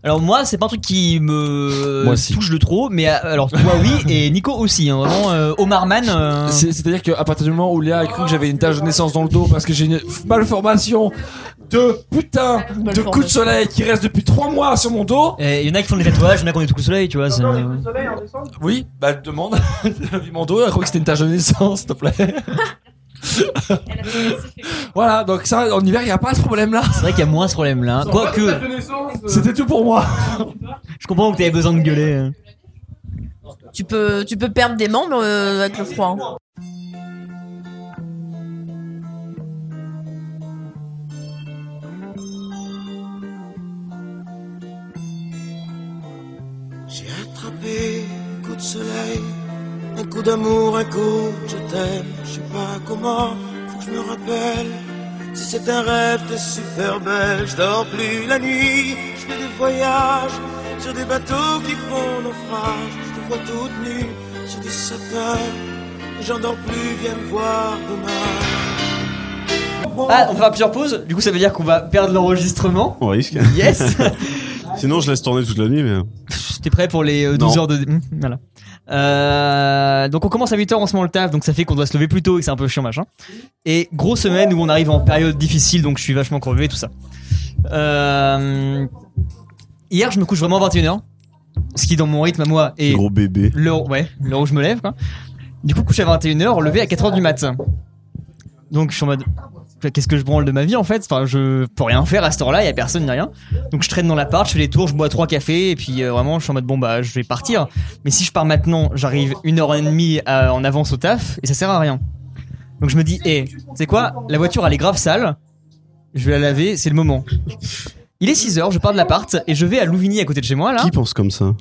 Speaker 2: Alors moi, c'est pas un truc qui me
Speaker 8: Moi aussi.
Speaker 2: touche le trop, mais euh, alors toi oui et Nico aussi, hein, vraiment euh, Omar Man. euh,
Speaker 8: C'est- C'est-à-dire qu'à partir du moment où Léa a cru que j'avais une tache de naissance dans le dos parce que j'ai une f- malformation de putain de
Speaker 4: Malformation.
Speaker 8: coups de soleil qui reste depuis 3 mois sur mon dos.
Speaker 2: Il y en a qui font des tatouages, il y en a qui ont des coups de soleil, tu vois. c'est- euh,
Speaker 8: Oui, bah je demande. (laughs) J'ai vu mon dos, elle croit que c'était une tache de naissance, s'il
Speaker 4: (laughs)
Speaker 8: te plaît. voilà, donc ça, en hiver, il n'y a pas ce problème-là.
Speaker 2: C'est vrai qu'il y a moins ce problème-là. hein. Quoique,
Speaker 8: C'était tout pour moi.
Speaker 2: je comprends que t'avais besoin de gueuler. hein.
Speaker 4: Tu peux, tu peux perdre des membres euh, avec le froid. hein.
Speaker 6: J'ai attrapé un coup de soleil, un coup d'amour, un coup je t'aime. Je sais pas comment, faut que je me rappelle. Si c'est un rêve, t'es super belle. Je dors plus la nuit, je fais des voyages sur des bateaux qui font naufrage. Je te vois toute nue sur des satins. J'en dors plus, viens me voir demain.
Speaker 2: Ah, on fera plusieurs pauses. Du coup, ça veut dire qu'on va perdre l'enregistrement.
Speaker 3: On risque.
Speaker 2: (laughs) Yes.
Speaker 3: Sinon, je laisse tourner toute la nuit, mais.
Speaker 2: Pff, T'es prêt pour les euh, 12
Speaker 3: Non.
Speaker 2: heures de. Hmm, Voilà. Euh, donc on commence à 8h, on se met le taf, donc ça fait qu'on doit se lever plus tôt et que c'est un peu chiant machin. Et grosse semaine où on arrive en période difficile, donc je suis vachement crevé, tout ça. Euh, hier, je me couche vraiment à 21h, ce qui dans mon rythme à moi est
Speaker 3: Gros bébé.
Speaker 2: l'heure ouais, l'heure où je me lève. Quoi. Du coup, couche à 21h, levé à 4h du matin. Donc je suis en mode qu'est-ce que je branle de ma vie en fait Enfin, je peux rien faire à cette heure-là, il y a personne, il a rien. Donc je traîne dans l'appart, je fais les tours, je bois trois cafés et puis euh, vraiment je suis en mode bon bah je vais partir. Mais si je pars maintenant, j'arrive une heure et demie euh, en avance au taf et ça sert à rien. Donc je me dis, hé, tu sais quoi La voiture elle est grave sale, je vais la laver, c'est le moment. Il est 6 heures, je pars de l'appart et je vais à Louvigny à côté de chez moi là.
Speaker 3: Qui pense comme ça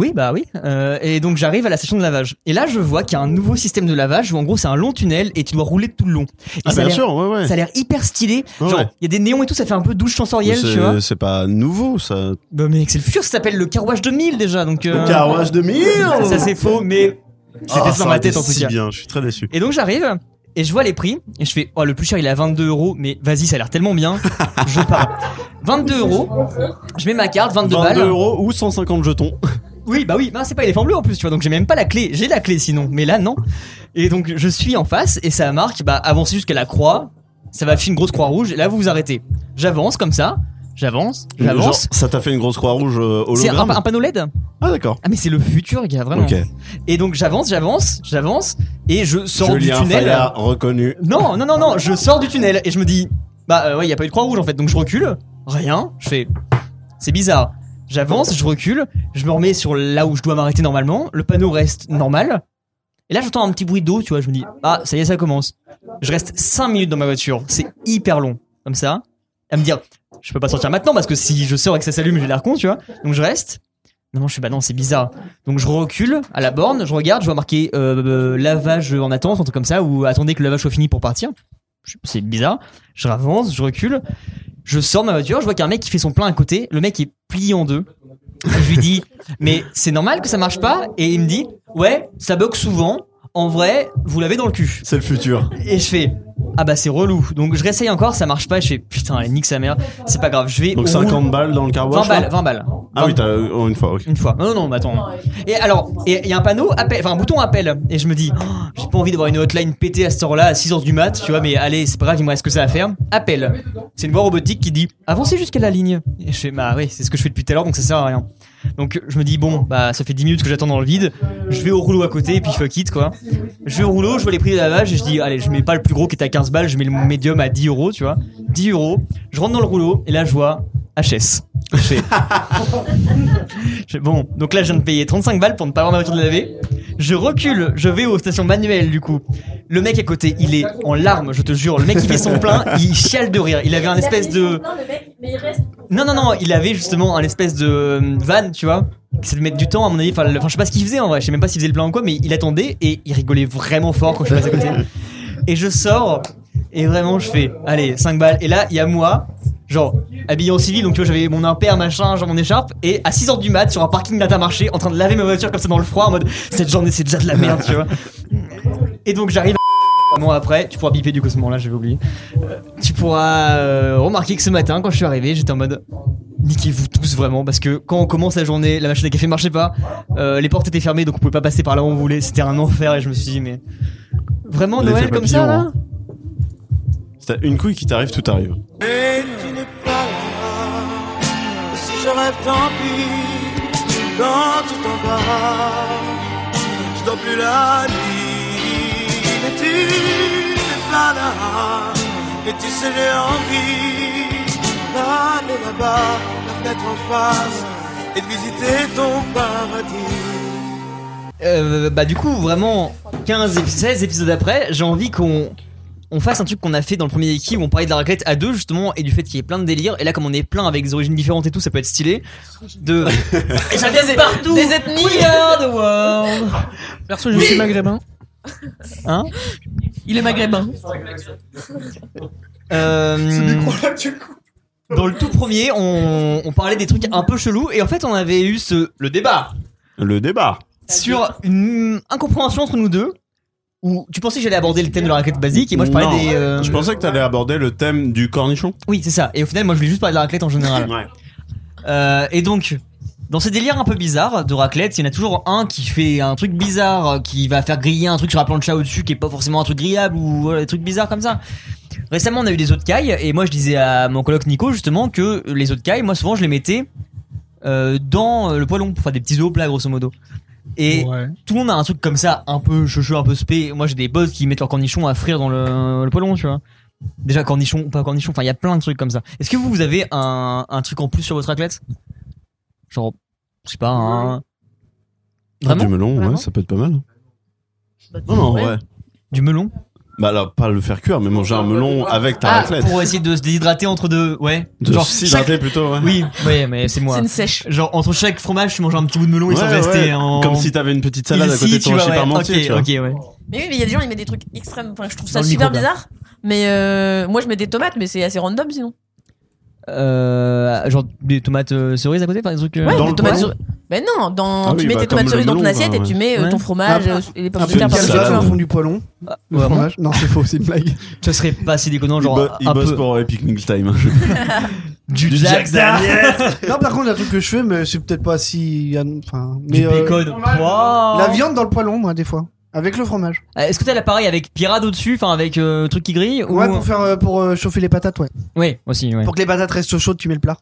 Speaker 2: Oui, bah oui. Euh, et donc j'arrive à la station de lavage. Et là, je vois qu'il y a un nouveau système de lavage où en gros c'est un long tunnel et tu dois rouler tout le long. Et
Speaker 3: Ah,
Speaker 2: ça a
Speaker 3: bien
Speaker 2: l'air-
Speaker 3: sûr, ouais, ouais.
Speaker 2: Ça a l'air hyper stylé.
Speaker 3: Ouais,
Speaker 2: Genre, il
Speaker 3: ouais.
Speaker 2: y a des néons et tout, ça fait un peu douche
Speaker 3: Mais
Speaker 2: sensorielle, tu vois.
Speaker 3: C'est c'est pas nouveau, ça.
Speaker 2: Bah, mais c'est le futur, ça s'appelle le carouage 2000 déjà, donc. euh,
Speaker 3: Le Carouage de mille
Speaker 2: Ça, ça, c'est faux, mais c'était
Speaker 3: Ah,
Speaker 2: dans
Speaker 3: ça
Speaker 2: ma tête
Speaker 3: aurait
Speaker 2: en
Speaker 3: été
Speaker 2: tout
Speaker 3: si
Speaker 2: cas.
Speaker 3: bien, je suis très déçu.
Speaker 2: Et donc j'arrive et je vois les prix et je fais oh le plus cher il est à 22 euros mais vas-y ça a l'air tellement bien je pars
Speaker 3: (laughs)
Speaker 2: 22 euros je mets ma carte 22,
Speaker 3: 22
Speaker 2: balles
Speaker 3: euros ou 150 jetons.
Speaker 2: oui bah oui bah, c'est pas éléphant bleu en plus tu vois donc j'ai même pas la clé j'ai la clé sinon mais là non et donc je suis en face et ça marque bah avancez jusqu'à la croix ça va afficher une grosse croix rouge et là vous vous arrêtez j'avance comme ça j'avance
Speaker 3: Genre,
Speaker 2: (laughs) j'avance
Speaker 3: ça t'a fait une grosse croix rouge euh,
Speaker 2: c'est un,
Speaker 3: hologramme
Speaker 2: un panneau LED
Speaker 3: Ah, d'accord.
Speaker 2: ah mais c'est le futur gars vraiment
Speaker 3: Ok.
Speaker 2: et donc j'avance j'avance j'avance et je sors du
Speaker 3: Julien
Speaker 2: tunnel
Speaker 3: Fayard, reconnu.
Speaker 2: Non, non, non, non, je sors du tunnel et je me dis, bah euh, ouais, il y a pas eu de croix rouge en fait, donc je recule, rien, je fais, c'est bizarre. J'avance, je recule, je me remets sur là où je dois m'arrêter normalement, le panneau reste normal, et là j'entends un petit bruit d'eau, tu vois, je me dis, ah, ça y est, ça commence. Je reste 5 minutes dans ma voiture, c'est hyper long, comme ça, à me dire, je peux pas sortir maintenant parce que si je sors et que ça s'allume, j'ai l'air con, tu vois, donc je reste. Non, non, je suis bah non, c'est bizarre. Donc je recule à la borne, je regarde, je vois marqué euh, euh, lavage en attente, un truc comme ça, ou attendez que le lavage soit fini pour partir. Je- C'est bizarre. Je avance, je recule, je sors ma voiture, je vois qu'un mec qui fait son plein à côté, le mec est plié en deux. Je lui dis, mais c'est normal que ça marche pas Et il me dit, ouais, ça bug souvent. En vrai, vous l'avez dans le cul.
Speaker 3: C'est le futur.
Speaker 2: Et je fais, ah bah c'est relou. Donc je réessaye encore, ça marche pas. Je fais, putain, elle nique sa mère. C'est pas grave, je vais.
Speaker 3: Donc
Speaker 2: on roule.
Speaker 3: 50 balles dans le car
Speaker 2: 20
Speaker 3: wash, là
Speaker 2: balles, 20 balles.
Speaker 3: Ah oui, t'as euh, oh, une fois, ok.
Speaker 2: Une fois. Non, non, non, mais attends. Et alors, et il y a un panneau, appel, enfin un bouton appel. Et je me dis, oh, j'ai pas envie d'avoir une hotline pétée à cette heure-là, à 6h du mat, tu vois, mais allez, c'est pas grave, il me reste que ça à faire. Appel. C'est une voix robotique qui dit, avancez jusqu'à la ligne. Et je fais, bah oui, c'est ce que je fais depuis tout à l'heure, donc ça sert à rien. Donc je me dis, bon, bah ça fait 10 minutes que j'attends dans le vide, je vais au rouleau à côté, et puis fuck it, quoi. Je vais au rouleau, je vois les prix de lavage, et je dis, allez, je mets pas le plus gros qui est à 15 balles, je mets le médium à 10 euros, tu vois. 10 euros, je rentre dans le rouleau, et là je vois HS. Je (laughs) fais, je- Bon, donc là, je viens de payer 35 balles pour ne pas avoir ma voiture de laver. Je recule, je vais aux stations manuelles du coup. Le mec à côté, il est en larmes, je te jure. Le mec il fait son (laughs) plein, il chiale de rire. Il avait un espèce de
Speaker 11: mais il reste.
Speaker 2: non, non, non, il avait justement un espèce de euh, van, tu vois. C'est de mettre du temps, à mon avis. Enfin, le- enfin, je sais pas ce qu'il faisait en vrai. Je sais même pas s'il faisait le plan ou quoi, mais il attendait et il rigolait vraiment fort quand je suis passé à côté. (laughs) Et je sors et vraiment, je fais, allez, 5 balles. Et là, il y a moi, genre, habillé en civil, donc tu vois, j'avais mon impair, machin, genre mon écharpe. Et à 6h du mat, sur un parking d'intermarché, en train de laver ma voiture comme ça dans le froid, en mode, cette journée, c'est déjà de la merde, tu vois. Et donc j'arrive à- un mois après, tu pourras biper du coup ce moment-là, j'avais oublié. Euh, tu pourras euh, remarquer que ce matin, quand je suis arrivé, j'étais en mode niquez-vous tous vraiment, parce que quand on commence la journée, la machine à café marchait pas, euh, les portes étaient fermées, donc on pouvait pas passer par là où on voulait. C'était un enfer et je me suis dit mais vraiment
Speaker 3: L'effet
Speaker 2: Noël comme ça
Speaker 3: papillon,
Speaker 2: là
Speaker 3: Si t'as une couille qui t'arrive, tout arrive.
Speaker 12: Mais tu n'es pas là. Si je rêve, tant pis. Quand tu t'en vas, je dors plus la nuit. Mais tu n'es pas là. Et tu sais, j'ai envie d'aller là-bas, la fenêtre en face, et de visiter ton paradis.
Speaker 2: Euh, bah du coup vraiment 15 ép- 16 épisodes après j'ai envie qu'on on fasse un truc qu'on a fait dans le premier équipe où on parlait de la raclette à deux justement et du fait qu'il y ait plein de délires et là comme on est plein avec des origines différentes et tout ça peut être stylé de et ça vient de partout
Speaker 4: Des ethnies.
Speaker 2: We are the world.
Speaker 7: Perso, je suis maghrébin.
Speaker 2: hein
Speaker 4: Il est maghrébin.
Speaker 2: Euh, dans le tout premier on, on parlait des trucs un peu chelous et en fait on avait eu ce le débat
Speaker 3: Le débat.
Speaker 2: sur une incompréhension entre nous deux où tu pensais que j'allais aborder le thème de la raclette basique et moi je parlais
Speaker 3: Non.
Speaker 2: des euh,
Speaker 3: Je pensais que t'allais aborder le thème du cornichon. Ah,
Speaker 2: Oui, c'est ça. Et au final, moi, je voulais juste parler de la raclette en général. Euh, et donc, dans ces délires un peu bizarres de raclette, il y en a toujours un qui fait un truc bizarre, euh, qui va faire griller un truc sur la plancha au-dessus, qui est pas forcément un truc grillable ou voilà, des trucs bizarres comme ça. Récemment, on a eu des œufs de caille, et moi, je disais à mon coloc Nico justement que les œufs de caille, moi, souvent, je les mettais euh, dans euh, le poêlon pour faire des petits œufs plats, grosso modo. Et tout le monde a un truc comme ça, un peu chouchou, un peu spé. Moi, j'ai des boss qui mettent leur cornichon à frire dans le, le poêlon, tu vois. Déjà, cornichon ou pas cornichon, enfin, il y a plein de trucs comme ça. Est-ce que vous, vous avez un, un truc en plus sur votre raclette Genre, je sais pas, un. Vraiment
Speaker 3: Du melon, ouais,
Speaker 2: Vraiment Bah,
Speaker 3: ça peut être pas mal. Non, non, ouais.
Speaker 2: Du melon
Speaker 3: Bah là, pas le faire cuire, mais manger un melon avec ta
Speaker 2: Ah,
Speaker 3: raclette.
Speaker 2: pour essayer de se déshydrater entre deux, ouais.
Speaker 3: De
Speaker 2: Genre,
Speaker 3: s'hydrater plutôt, ouais.
Speaker 2: Oui, ouais, mais c'est moi.
Speaker 3: C'est une
Speaker 4: sèche.
Speaker 2: Genre, entre chaque fromage, tu manges un petit bout de melon,
Speaker 3: Ouais,
Speaker 2: ils sont restés
Speaker 3: ouais.
Speaker 2: en.
Speaker 3: Comme si t'avais une petite salade à
Speaker 2: Ici,
Speaker 3: côté de
Speaker 2: tu
Speaker 3: ton
Speaker 2: vois,
Speaker 3: chip
Speaker 2: ouais.
Speaker 3: parmentier,
Speaker 2: Ok,
Speaker 3: tu vois.
Speaker 2: ok, ouais.
Speaker 4: Mais oui, mais il y a des gens, ils mettent des trucs extrêmes. Enfin, je trouve ça
Speaker 2: Dans le
Speaker 4: super
Speaker 2: micro-ondes.
Speaker 4: bizarre. Mais euh, moi, je mets des tomates, mais c'est assez random sinon.
Speaker 2: Euh, genre des tomates euh, cerises à côté, enfin des trucs. euh,
Speaker 4: Ouais, des tomates cerises. Ben non, dans,
Speaker 2: Ah
Speaker 4: tu
Speaker 2: oui,
Speaker 4: mets
Speaker 2: bah,
Speaker 4: tes
Speaker 2: comme
Speaker 4: tomates
Speaker 2: le
Speaker 4: cerises dans ton
Speaker 2: melon,
Speaker 4: assiette
Speaker 2: quoi,
Speaker 4: et tu
Speaker 2: ouais.
Speaker 4: mets euh,
Speaker 2: Ouais. Ah,
Speaker 4: ton fromage
Speaker 10: Un-
Speaker 4: euh, et les pommes
Speaker 10: un
Speaker 4: de
Speaker 10: peu
Speaker 4: terre
Speaker 10: de
Speaker 4: par-dessus,
Speaker 10: salade
Speaker 4: tu
Speaker 10: au
Speaker 4: vois.
Speaker 10: fond du poêlon. Le
Speaker 2: vraiment
Speaker 10: fromage. Non, c'est faux, c'est une blague.
Speaker 2: Ce serait pas si déconnant,
Speaker 3: Il,
Speaker 2: genre.
Speaker 3: bo- il
Speaker 2: un
Speaker 3: bosse
Speaker 2: peu.
Speaker 3: pour Epic Meal Time.
Speaker 2: du,
Speaker 3: Jack Daniels.
Speaker 10: non, par contre, un truc que je fais, mais c'est peut-être pas si. ah, Enfin,
Speaker 2: Du
Speaker 10: mais, euh,
Speaker 2: bacon. Wow.
Speaker 10: La viande dans le poêlon, moi, des fois. Avec le fromage.
Speaker 2: Euh, Est-ce que t'as l'appareil avec pirade au-dessus, enfin avec euh, truc qui grille ou...
Speaker 10: Ouais, pour faire euh, pour euh, chauffer les patates, ouais.
Speaker 2: Oui, aussi, ouais.
Speaker 10: Pour que les patates restent chaudes, tu mets le plat.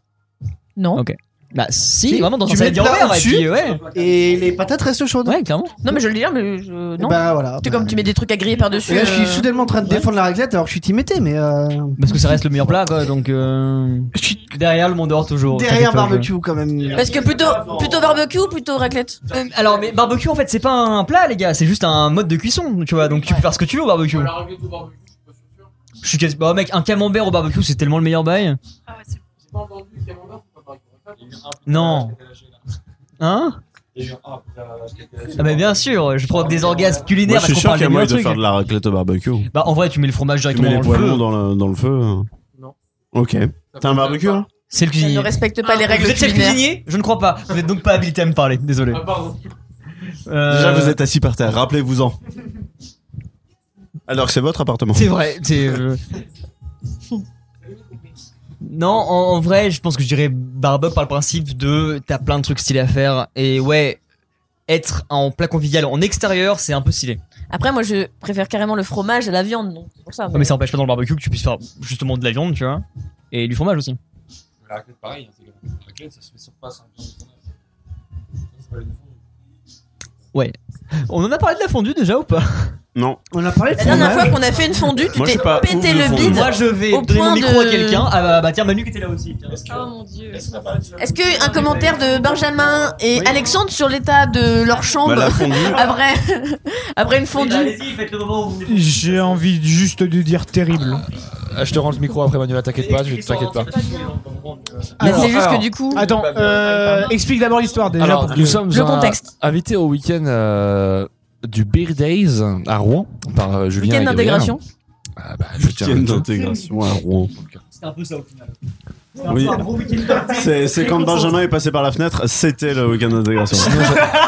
Speaker 4: Non.
Speaker 2: Ok. Bah si, vraiment dans
Speaker 10: tu
Speaker 2: un
Speaker 10: mets
Speaker 2: salade
Speaker 10: le plat
Speaker 2: d'envers et
Speaker 10: au-dessus
Speaker 2: puis ouais.
Speaker 10: et les patates restent chaudes.
Speaker 2: Ouais, clairement.
Speaker 4: Non, mais je le dis, hein, mais je.
Speaker 7: Eh ben,
Speaker 4: Non.
Speaker 10: Bah, voilà.
Speaker 4: Tu comme tu mets des trucs à griller par-dessus.
Speaker 10: Et là, je suis
Speaker 4: euh,
Speaker 10: soudainement en train de défendre la raclette alors que je suis timété, mais. euh,
Speaker 2: Parce que ça reste le meilleur plat quoi, donc. euh, Derrière le Mondor toujours. t'inquiète
Speaker 10: Derrière
Speaker 2: pas, je-
Speaker 10: barbecue, quand même.
Speaker 4: Parce que plutôt, plutôt barbecue ou plutôt raclette
Speaker 2: Euh, alors, mais barbecue en fait, c'est pas un plat, les gars, c'est juste un mode de cuisson, tu vois. Donc tu peux faire ce que tu veux au barbecue. Je suis quasi. Bah, mec, un camembert au barbecue, c'est tellement le meilleur bail.
Speaker 4: Ah
Speaker 2: Non. Hein Ah, mais bien sûr, je provoque des orgasmes
Speaker 3: Moi,
Speaker 2: culinaires
Speaker 3: je suis sûr
Speaker 2: parce qu'on parle
Speaker 3: qu'il y a
Speaker 2: des
Speaker 3: moyen
Speaker 2: meilleurs
Speaker 3: de
Speaker 2: trucs.
Speaker 3: faire de la raclette au barbecue.
Speaker 2: Bah, en vrai, tu mets le fromage
Speaker 3: Tu mets
Speaker 2: directement
Speaker 3: les
Speaker 2: dans
Speaker 3: poêlons
Speaker 2: le feu.
Speaker 3: dans le, dans le feu. Non. Ok. T'as un barbecue hein là
Speaker 2: C'est le
Speaker 4: ne
Speaker 2: cuisinier.
Speaker 4: respecte pas les règles
Speaker 2: Ah, Vous êtes chef
Speaker 4: culinaires.
Speaker 2: cuisinier Je ne crois pas. Vous n'êtes donc pas habilité à me parler, désolé. Euh,
Speaker 3: Déjà, vous êtes assis par terre, rappelez-vous-en. Alors que c'est votre appartement.
Speaker 2: C'est vrai, c'est. euh, Non, en, en vrai, je pense que je dirais barbecue par le principe de t'as plein de trucs stylés à faire et ouais, être en plat convivial en extérieur, c'est un peu stylé.
Speaker 4: Après, moi, je préfère carrément le fromage à la viande, donc c'est pour ça.
Speaker 7: Ah,
Speaker 2: Ouais, Mais ça empêche pas dans le barbecue que tu puisses faire justement de la viande, tu vois, et du fromage aussi.
Speaker 8: La raclette, pareil, hein, c'est la la raclette, ça se fait sur place hein. en faisant des tournages. Ça, c'est pas la même chose.
Speaker 2: Ouais. On en a parlé de la fondue déjà ou pas
Speaker 3: Non.
Speaker 10: On a parlé
Speaker 4: La dernière fois qu'on a fait une fondue, tu
Speaker 3: Moi, je
Speaker 4: t'es
Speaker 3: sais pas où
Speaker 4: pété
Speaker 3: je
Speaker 4: le
Speaker 3: fonde.
Speaker 4: bide.
Speaker 2: Moi, je vais
Speaker 4: au
Speaker 2: donner mon
Speaker 4: point
Speaker 2: micro
Speaker 4: de-
Speaker 2: à quelqu'un. Ah bah, bah, tiens, Manu qui était là aussi. tiens.
Speaker 4: Est-ce que un commentaire de Benjamin et Alexandre sur l'état de leur chambre
Speaker 2: Bah, la (laughs) fondue.
Speaker 4: (laughs) après après une fondue
Speaker 7: J'ai envie juste de dire terrible.
Speaker 8: Ah, je te rends le micro après Manuela, t'inquiète pas, je- t'inquiète pas.
Speaker 7: Alors,
Speaker 8: c'est juste
Speaker 7: alors, Ah,
Speaker 8: que du coup-
Speaker 7: Attends,
Speaker 4: Bah,
Speaker 7: euh, explique d'abord l'histoire déjà.
Speaker 8: Alors,
Speaker 7: pour
Speaker 8: nous
Speaker 7: que-
Speaker 8: sommes
Speaker 7: le
Speaker 8: un-
Speaker 7: contexte.
Speaker 8: invités au week-end euh, du Beer Days à Rouen par euh, Julien
Speaker 4: Week-end
Speaker 8: et Gabriel.
Speaker 4: d'intégration.
Speaker 8: Ah bah, je tiens à
Speaker 3: Week-end
Speaker 8: le dire.
Speaker 3: d'intégration à Rouen.
Speaker 2: C'était un peu ça au final. C'était un
Speaker 3: Oui.
Speaker 2: peu un gros week-end party.
Speaker 3: C'est c'est quand Benjamin est passé par la fenêtre, c'était le week-end d'intégration.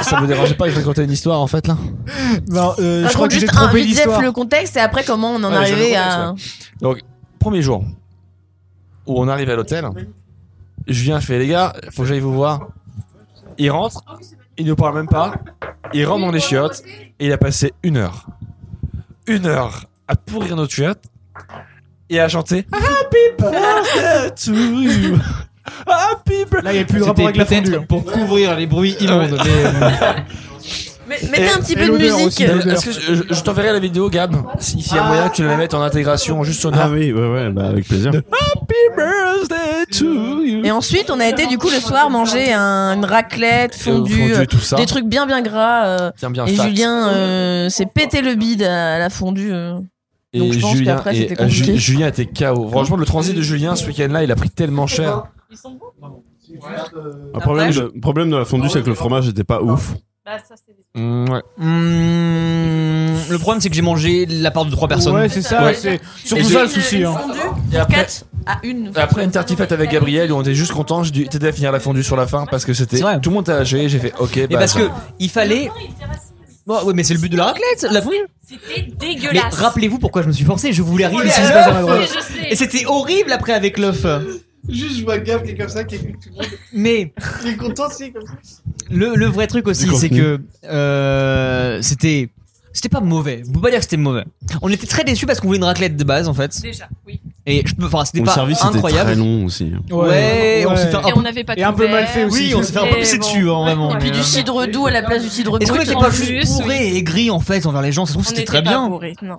Speaker 8: ça me dérangeait pas que je racontais une histoire en fait là.
Speaker 7: Non, euh,
Speaker 4: Raconte
Speaker 7: je crois que j'ai
Speaker 4: juste un
Speaker 7: trompé
Speaker 4: vite fait
Speaker 7: l'histoire.
Speaker 4: le contexte et après comment on en est
Speaker 8: Ouais, je
Speaker 4: arrivé
Speaker 8: le
Speaker 4: à
Speaker 8: Donc, premier jour où on arrive à l'hôtel, Julien fait les gars, faut que j'aille vous voir. Il rentre, il nous parle même pas, il rentre dans les chiottes et il a passé une heure. Une heure à pourrir nos chiottes et à chanter Ah, Happy birthday to you. Happy birthday.
Speaker 7: Là, il n'y a plus
Speaker 2: C'était
Speaker 7: de rapport avec la
Speaker 2: peut-être
Speaker 7: fondue.
Speaker 2: pour couvrir les bruits immondes. mais, euh,
Speaker 4: Mais- mettez
Speaker 7: Eh,
Speaker 4: un petit peu de musique
Speaker 8: Est-ce que je, je- je t'enverrai la vidéo, Gab S'il y a moyen que tu la mettes en intégration juste sonore.
Speaker 3: Ah oui, ouais, ouais, bah avec plaisir.
Speaker 4: et ensuite on a été du coup le soir manger un- une raclette fondue, euh,
Speaker 8: fondue, tout ça.
Speaker 4: des trucs bien bien gras euh,
Speaker 8: Bien, bien
Speaker 4: et
Speaker 8: fat.
Speaker 4: Julien euh, s'est pété le bide à la fondue euh.
Speaker 8: Et
Speaker 4: Donc, je pense
Speaker 8: Julien,
Speaker 4: qu'après,
Speaker 8: et- euh,
Speaker 4: c'était compliqué.
Speaker 8: Ju- Julien était KO. Franchement, le transit de Julien ce week-end-là, il a pris tellement cher.
Speaker 3: Le problème de, le problème de la fondue, c'est que le fromage était pas ouf.
Speaker 4: Bah,
Speaker 2: (laughs) Mmh, le problème, c'est que j'ai mangé la part de trois personnes.
Speaker 7: Ouais, c'est ça, Ouais. c'est surtout
Speaker 8: Et
Speaker 7: ça,
Speaker 8: j'ai-
Speaker 7: le souci, hein.
Speaker 8: Et après,
Speaker 4: à une
Speaker 8: après une tartiflette avec Gabriel, où on était juste content. J'ai dû t'aider à finir la fondue sur la fin parce que c'était tout le monde a lâché. J'ai fait OK. bah,
Speaker 2: Mais parce que il fallait. Bon, ouais, mais c'est le but de la raclette, la fondue.
Speaker 11: C'était
Speaker 2: Mais
Speaker 11: dégueulasse.
Speaker 2: rappelez-vous pourquoi je me suis forcé. Je voulais arriver
Speaker 11: voulais
Speaker 2: sur ce
Speaker 11: à
Speaker 2: bazar.
Speaker 11: l'œuf, je sais.
Speaker 2: Et c'était horrible après avec l'œuf.
Speaker 1: Juste, je vois Gab qui est comme ça, qui écoute tout le monde.
Speaker 2: Mais
Speaker 1: Il est content, c'est comme ça.
Speaker 2: le, le vrai truc aussi,
Speaker 1: Du
Speaker 2: c'est
Speaker 1: contenu.
Speaker 2: que euh, c'était c'était pas mauvais. On peut pas dire que c'était mauvais. On était très déçus parce qu'on voulait une raclette de base en fait.
Speaker 11: Déjà, oui.
Speaker 2: Et je peux, enfin, c'était
Speaker 3: Mon
Speaker 2: pas
Speaker 3: service était
Speaker 2: incroyable.
Speaker 3: très long aussi.
Speaker 2: Ouais, on s'est fait
Speaker 11: Et on n'avait pas
Speaker 2: et un
Speaker 11: de
Speaker 2: peu mal
Speaker 11: verre.
Speaker 2: fait aussi. Oui, on s'est fait un peu pisser dessus, hein, vraiment.
Speaker 4: Et puis
Speaker 2: Mais,
Speaker 4: du
Speaker 2: euh,
Speaker 4: cidre doux à la place du cidre
Speaker 2: Est-ce qu'on
Speaker 4: brut.
Speaker 2: était pas
Speaker 4: Plus,
Speaker 2: juste bourré
Speaker 4: oui.
Speaker 2: et aigri en fait envers les gens Ça se trouve
Speaker 4: On
Speaker 2: c'était
Speaker 4: était
Speaker 2: très
Speaker 4: pas
Speaker 2: bien.
Speaker 4: bourrés, non.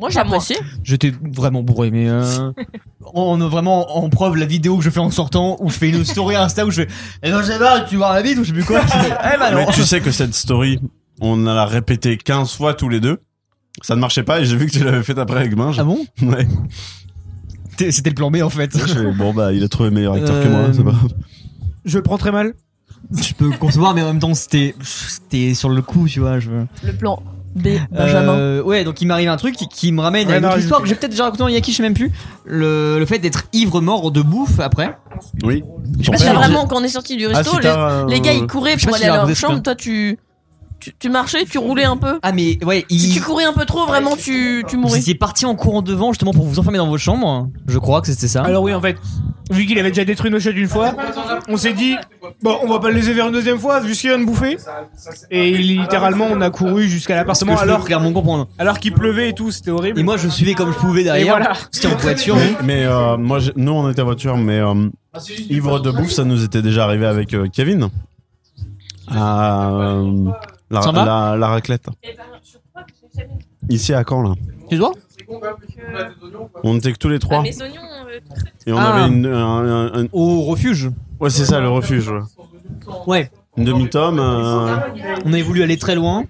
Speaker 4: Moi j'ai apprécié.
Speaker 2: J'étais vraiment bourré, mais euh, (laughs) on a vraiment en preuve la vidéo que je fais en sortant où je fais une story Insta où je fais Eh ben j'ai marre, tu vois la bite ou je sais plus quoi. eh ben non.
Speaker 3: Mais tu sais que cette story, on l'a répétée 15 fois tous les deux. Ça ne marchait pas et j'ai vu que tu l'avais faite après avec Binge. Ah
Speaker 2: bon
Speaker 3: (laughs) Ouais.
Speaker 2: C'était le plan B en fait.
Speaker 3: bon bah il a trouvé meilleur acteur que moi,
Speaker 2: Euh,
Speaker 3: c'est pas grave.
Speaker 2: Je le prends très mal. Je peux concevoir, mais en même temps c'était c'était sur le coup, tu vois. Je...
Speaker 4: Le plan B Benjamin.
Speaker 2: Euh, ouais, donc il m'arrive un truc qui, qui me ramène
Speaker 4: Ouais,
Speaker 2: à une
Speaker 4: non,
Speaker 2: autre
Speaker 4: je-
Speaker 2: histoire que j'ai peut-être déjà racontée en Yaki, je sais même plus. Le, le fait d'être ivre mort de bouffe après.
Speaker 3: Oui.
Speaker 4: Je sais pas si vraiment quand on est sorti du
Speaker 2: Ah,
Speaker 4: resto,
Speaker 2: si
Speaker 4: les,
Speaker 2: t'as, euh,
Speaker 4: les gars ils couraient
Speaker 2: je sais
Speaker 4: pour
Speaker 2: pas si
Speaker 4: aller à
Speaker 2: j'ai
Speaker 4: leur
Speaker 2: raconté ce
Speaker 4: chambre,
Speaker 2: plan.
Speaker 4: toi tu, tu tu marchais, tu roulais un peu.
Speaker 2: Ah mais ouais,
Speaker 4: si tu courais un peu trop vraiment tu tu
Speaker 2: Vous
Speaker 4: mourais.
Speaker 2: étiez parti en courant devant justement pour vous enfermer dans vos chambres. Je crois que c'était ça.
Speaker 7: Alors oui, en fait, vu qu'il avait déjà détruit nos chiottes une fois, on s'est dit bon, on va pas le laisser vers une deuxième fois vu qu'il vient de bouffer. Et littéralement, on a couru jusqu'à l'appartement
Speaker 2: Parce que je peux
Speaker 7: alors
Speaker 2: clairement comprendre.
Speaker 7: Alors qu'il pleuvait et tout, c'était horrible.
Speaker 2: Et moi, je suivais comme je pouvais derrière.
Speaker 7: Et voilà.
Speaker 2: C'était
Speaker 3: (laughs)
Speaker 2: en voiture.
Speaker 3: Mais, mais, euh, moi, j'ai- nous on était en voiture, mais euh, ivre de bouffe, ça nous était déjà arrivé avec euh, Kevin. À, euh, la,
Speaker 2: Samba
Speaker 3: la- la raclette. Ici à Caen là.
Speaker 2: Tu vois
Speaker 3: On était que tous les trois.
Speaker 11: Les oignons. euh,
Speaker 3: Et on
Speaker 2: Ah.
Speaker 3: avait une, un- un- un-
Speaker 2: Au refuge.
Speaker 3: Ouais, c'est ça, le refuge. ouais.
Speaker 2: Ouais.
Speaker 3: Une demi-tome. euh,
Speaker 2: On avait voulu aller très loin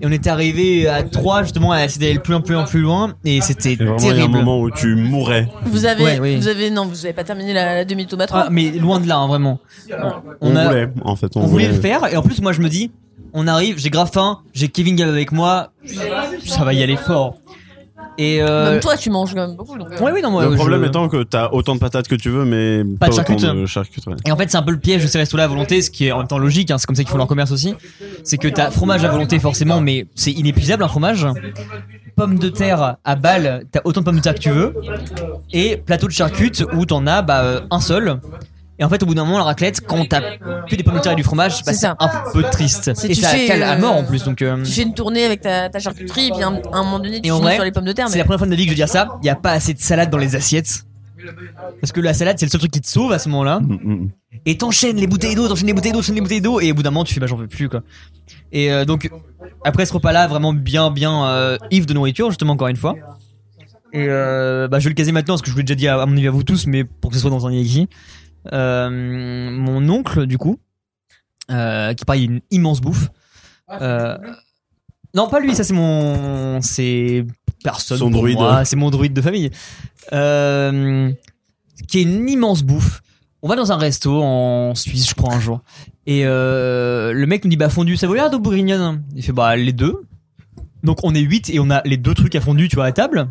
Speaker 2: et on était arrivé à 3 justement à essayer d'aller le plus loin, plus loin, plus loin et c'était
Speaker 3: et vraiment, il y a un
Speaker 2: terrible.
Speaker 3: moment où tu mourais.
Speaker 4: Vous avez
Speaker 2: Ouais, oui.
Speaker 4: vous avez non vous avez pas terminé la, la demi tomate.
Speaker 2: Ah, mais loin de là, hein, vraiment.
Speaker 3: On,
Speaker 2: a-
Speaker 3: voulait, en fait. On,
Speaker 2: on voulait le faire et en plus moi je me dis, on arrive, j'ai grave faim, j'ai Kevin Gall avec moi, ça va y aller fort. Et euh,
Speaker 4: Même toi tu manges quand même beaucoup. donc, euh,
Speaker 2: Ouais, oui, non, moi,
Speaker 3: Le
Speaker 2: je-
Speaker 3: problème étant que t'as autant de patates que tu veux, mais pas,
Speaker 2: Pas de
Speaker 3: autant
Speaker 2: charcutes.
Speaker 3: de charcuterie.
Speaker 2: Et en fait, c'est un peu le piège de ces restos-là à volonté, ce qui est en même temps logique, hein, c'est comme ça qu'ils font leur commerce aussi. C'est que t'as fromage à volonté, forcément, mais c'est inépuisable un fromage. Pommes de terre à balles, t'as autant de pommes de terre que tu veux. Et plateau de charcutes où t'en as bah, euh, un seul. Et en fait, au bout d'un moment, la raclette, quand t'as que des pommes de terre et du fromage, bah,
Speaker 4: C'est
Speaker 2: c'est
Speaker 4: ça.
Speaker 2: un peu triste.
Speaker 4: C'est-
Speaker 2: Et
Speaker 4: tu
Speaker 2: ça
Speaker 4: fais,
Speaker 2: cale à
Speaker 4: euh,
Speaker 2: mort en plus, donc. euh,
Speaker 4: Tu fais une tournée avec ta, ta charcuterie et puis à un, à un moment donné tu
Speaker 2: et en
Speaker 4: finis
Speaker 2: vrai,
Speaker 4: sur les pommes de terre.
Speaker 2: c'est
Speaker 4: mais-
Speaker 2: la première fois de ma vie que je dis ça. Il y a pas assez de salade dans les assiettes. Parce que la salade, c'est le seul truc qui te sauve à ce moment-là.
Speaker 3: Mm,
Speaker 2: Et t'enchaînes les bouteilles d'eau, t'enchaînes les bouteilles d'eau, t'enchaînes les bouteilles d'eau. Et au bout d'un moment, tu fais, bah, j'en veux plus, quoi. Et euh, donc, après ce repas-là, vraiment bien, bien euh, ivre de nourriture, justement, encore une fois. Et euh, bah, je vais le caser maintenant, parce que je vous l'ai déjà dit à, à mon avis à vous tous, mais pour que ce soit dans un yaki. Euh, mon oncle, du coup, euh, qui pareil, une immense bouffe. Euh, non, pas lui, ça c'est mon. C'est personne.
Speaker 3: Son
Speaker 2: pour
Speaker 3: druide.
Speaker 2: moi, C'est mon druide de famille. Euh, qui est une immense bouffe. On va dans un resto en Suisse, je crois, un jour. Et euh, le mec nous dit Bah, fondu, ça vous l'air d'eau bourguignonne Il fait Bah, les deux. Donc on est 8 et on a les deux trucs à fondu, tu vois, à table.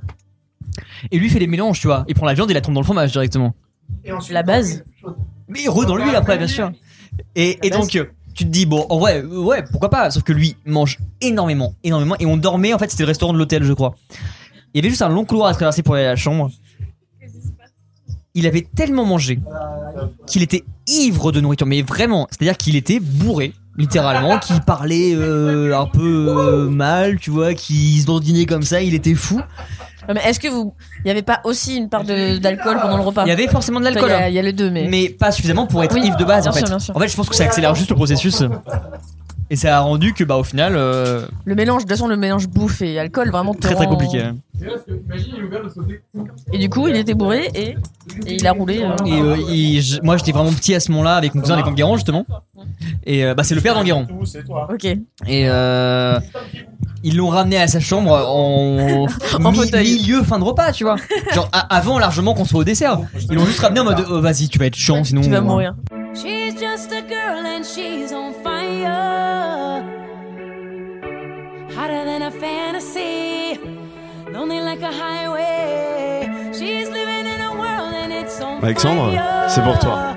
Speaker 2: Et lui fait les mélanges, tu vois. Il prend la viande et la tombe dans le fromage directement.
Speaker 4: la base.
Speaker 2: Mais re dans l'huile après, bien sûr. Et, et donc, euh, tu te dis, bon, en vrai, euh, ouais, pourquoi pas Sauf que lui mange énormément, énormément. Et on dormait, en fait, c'était le restaurant de l'hôtel, je crois. Il y avait juste un long couloir à traverser pour aller à la chambre. Il avait tellement mangé qu'il était ivre de nourriture, mais vraiment, c'est-à-dire qu'il était bourré, littéralement, qu'il parlait euh, un peu euh, mal, tu vois, qu'il se dandinait comme ça, il était fou.
Speaker 4: Ouais, mais est-ce que vous, il y avait pas aussi une part de- d'alcool pendant le repas
Speaker 2: Il y avait forcément de l'alcool,
Speaker 4: Il y a-
Speaker 2: hein.
Speaker 4: il y, a les deux, mais.
Speaker 2: mais pas suffisamment pour être
Speaker 4: Oui,
Speaker 2: ivre de base
Speaker 4: bien
Speaker 2: en fait.
Speaker 4: sûr, bien sûr.
Speaker 2: En fait, je pense que ça accélère juste le processus et ça a rendu que bah au final euh,
Speaker 4: Le mélange, de toute façon, le mélange bouffe et alcool, vraiment te
Speaker 2: très très
Speaker 4: rend-
Speaker 2: compliqué. hein.
Speaker 4: Et du coup, il était bourré et, et il a roulé. euh,
Speaker 2: Et euh, il- je- moi j'étais vraiment petit à ce moment-là avec mon cousin avec Enguerrand justement. Et euh, bah c'est le père d'Enguerrand.
Speaker 4: Ok.
Speaker 2: Et euh, ils l'ont ramené à sa chambre
Speaker 4: (laughs)
Speaker 2: en, mi- milieu fin de repas, tu vois. Genre a- avant largement qu'on soit au dessert. Ils l'ont juste ramené en mode oh, vas-y tu vas être chiant sinon.
Speaker 4: Tu vas
Speaker 2: on-
Speaker 4: mourir.
Speaker 11: She's just a girl and she's on fire. Hotter than a fantasy, lonely like a highway. She's living in a world and it's on
Speaker 3: Alexandre,
Speaker 11: fire.
Speaker 3: c'est pour toi.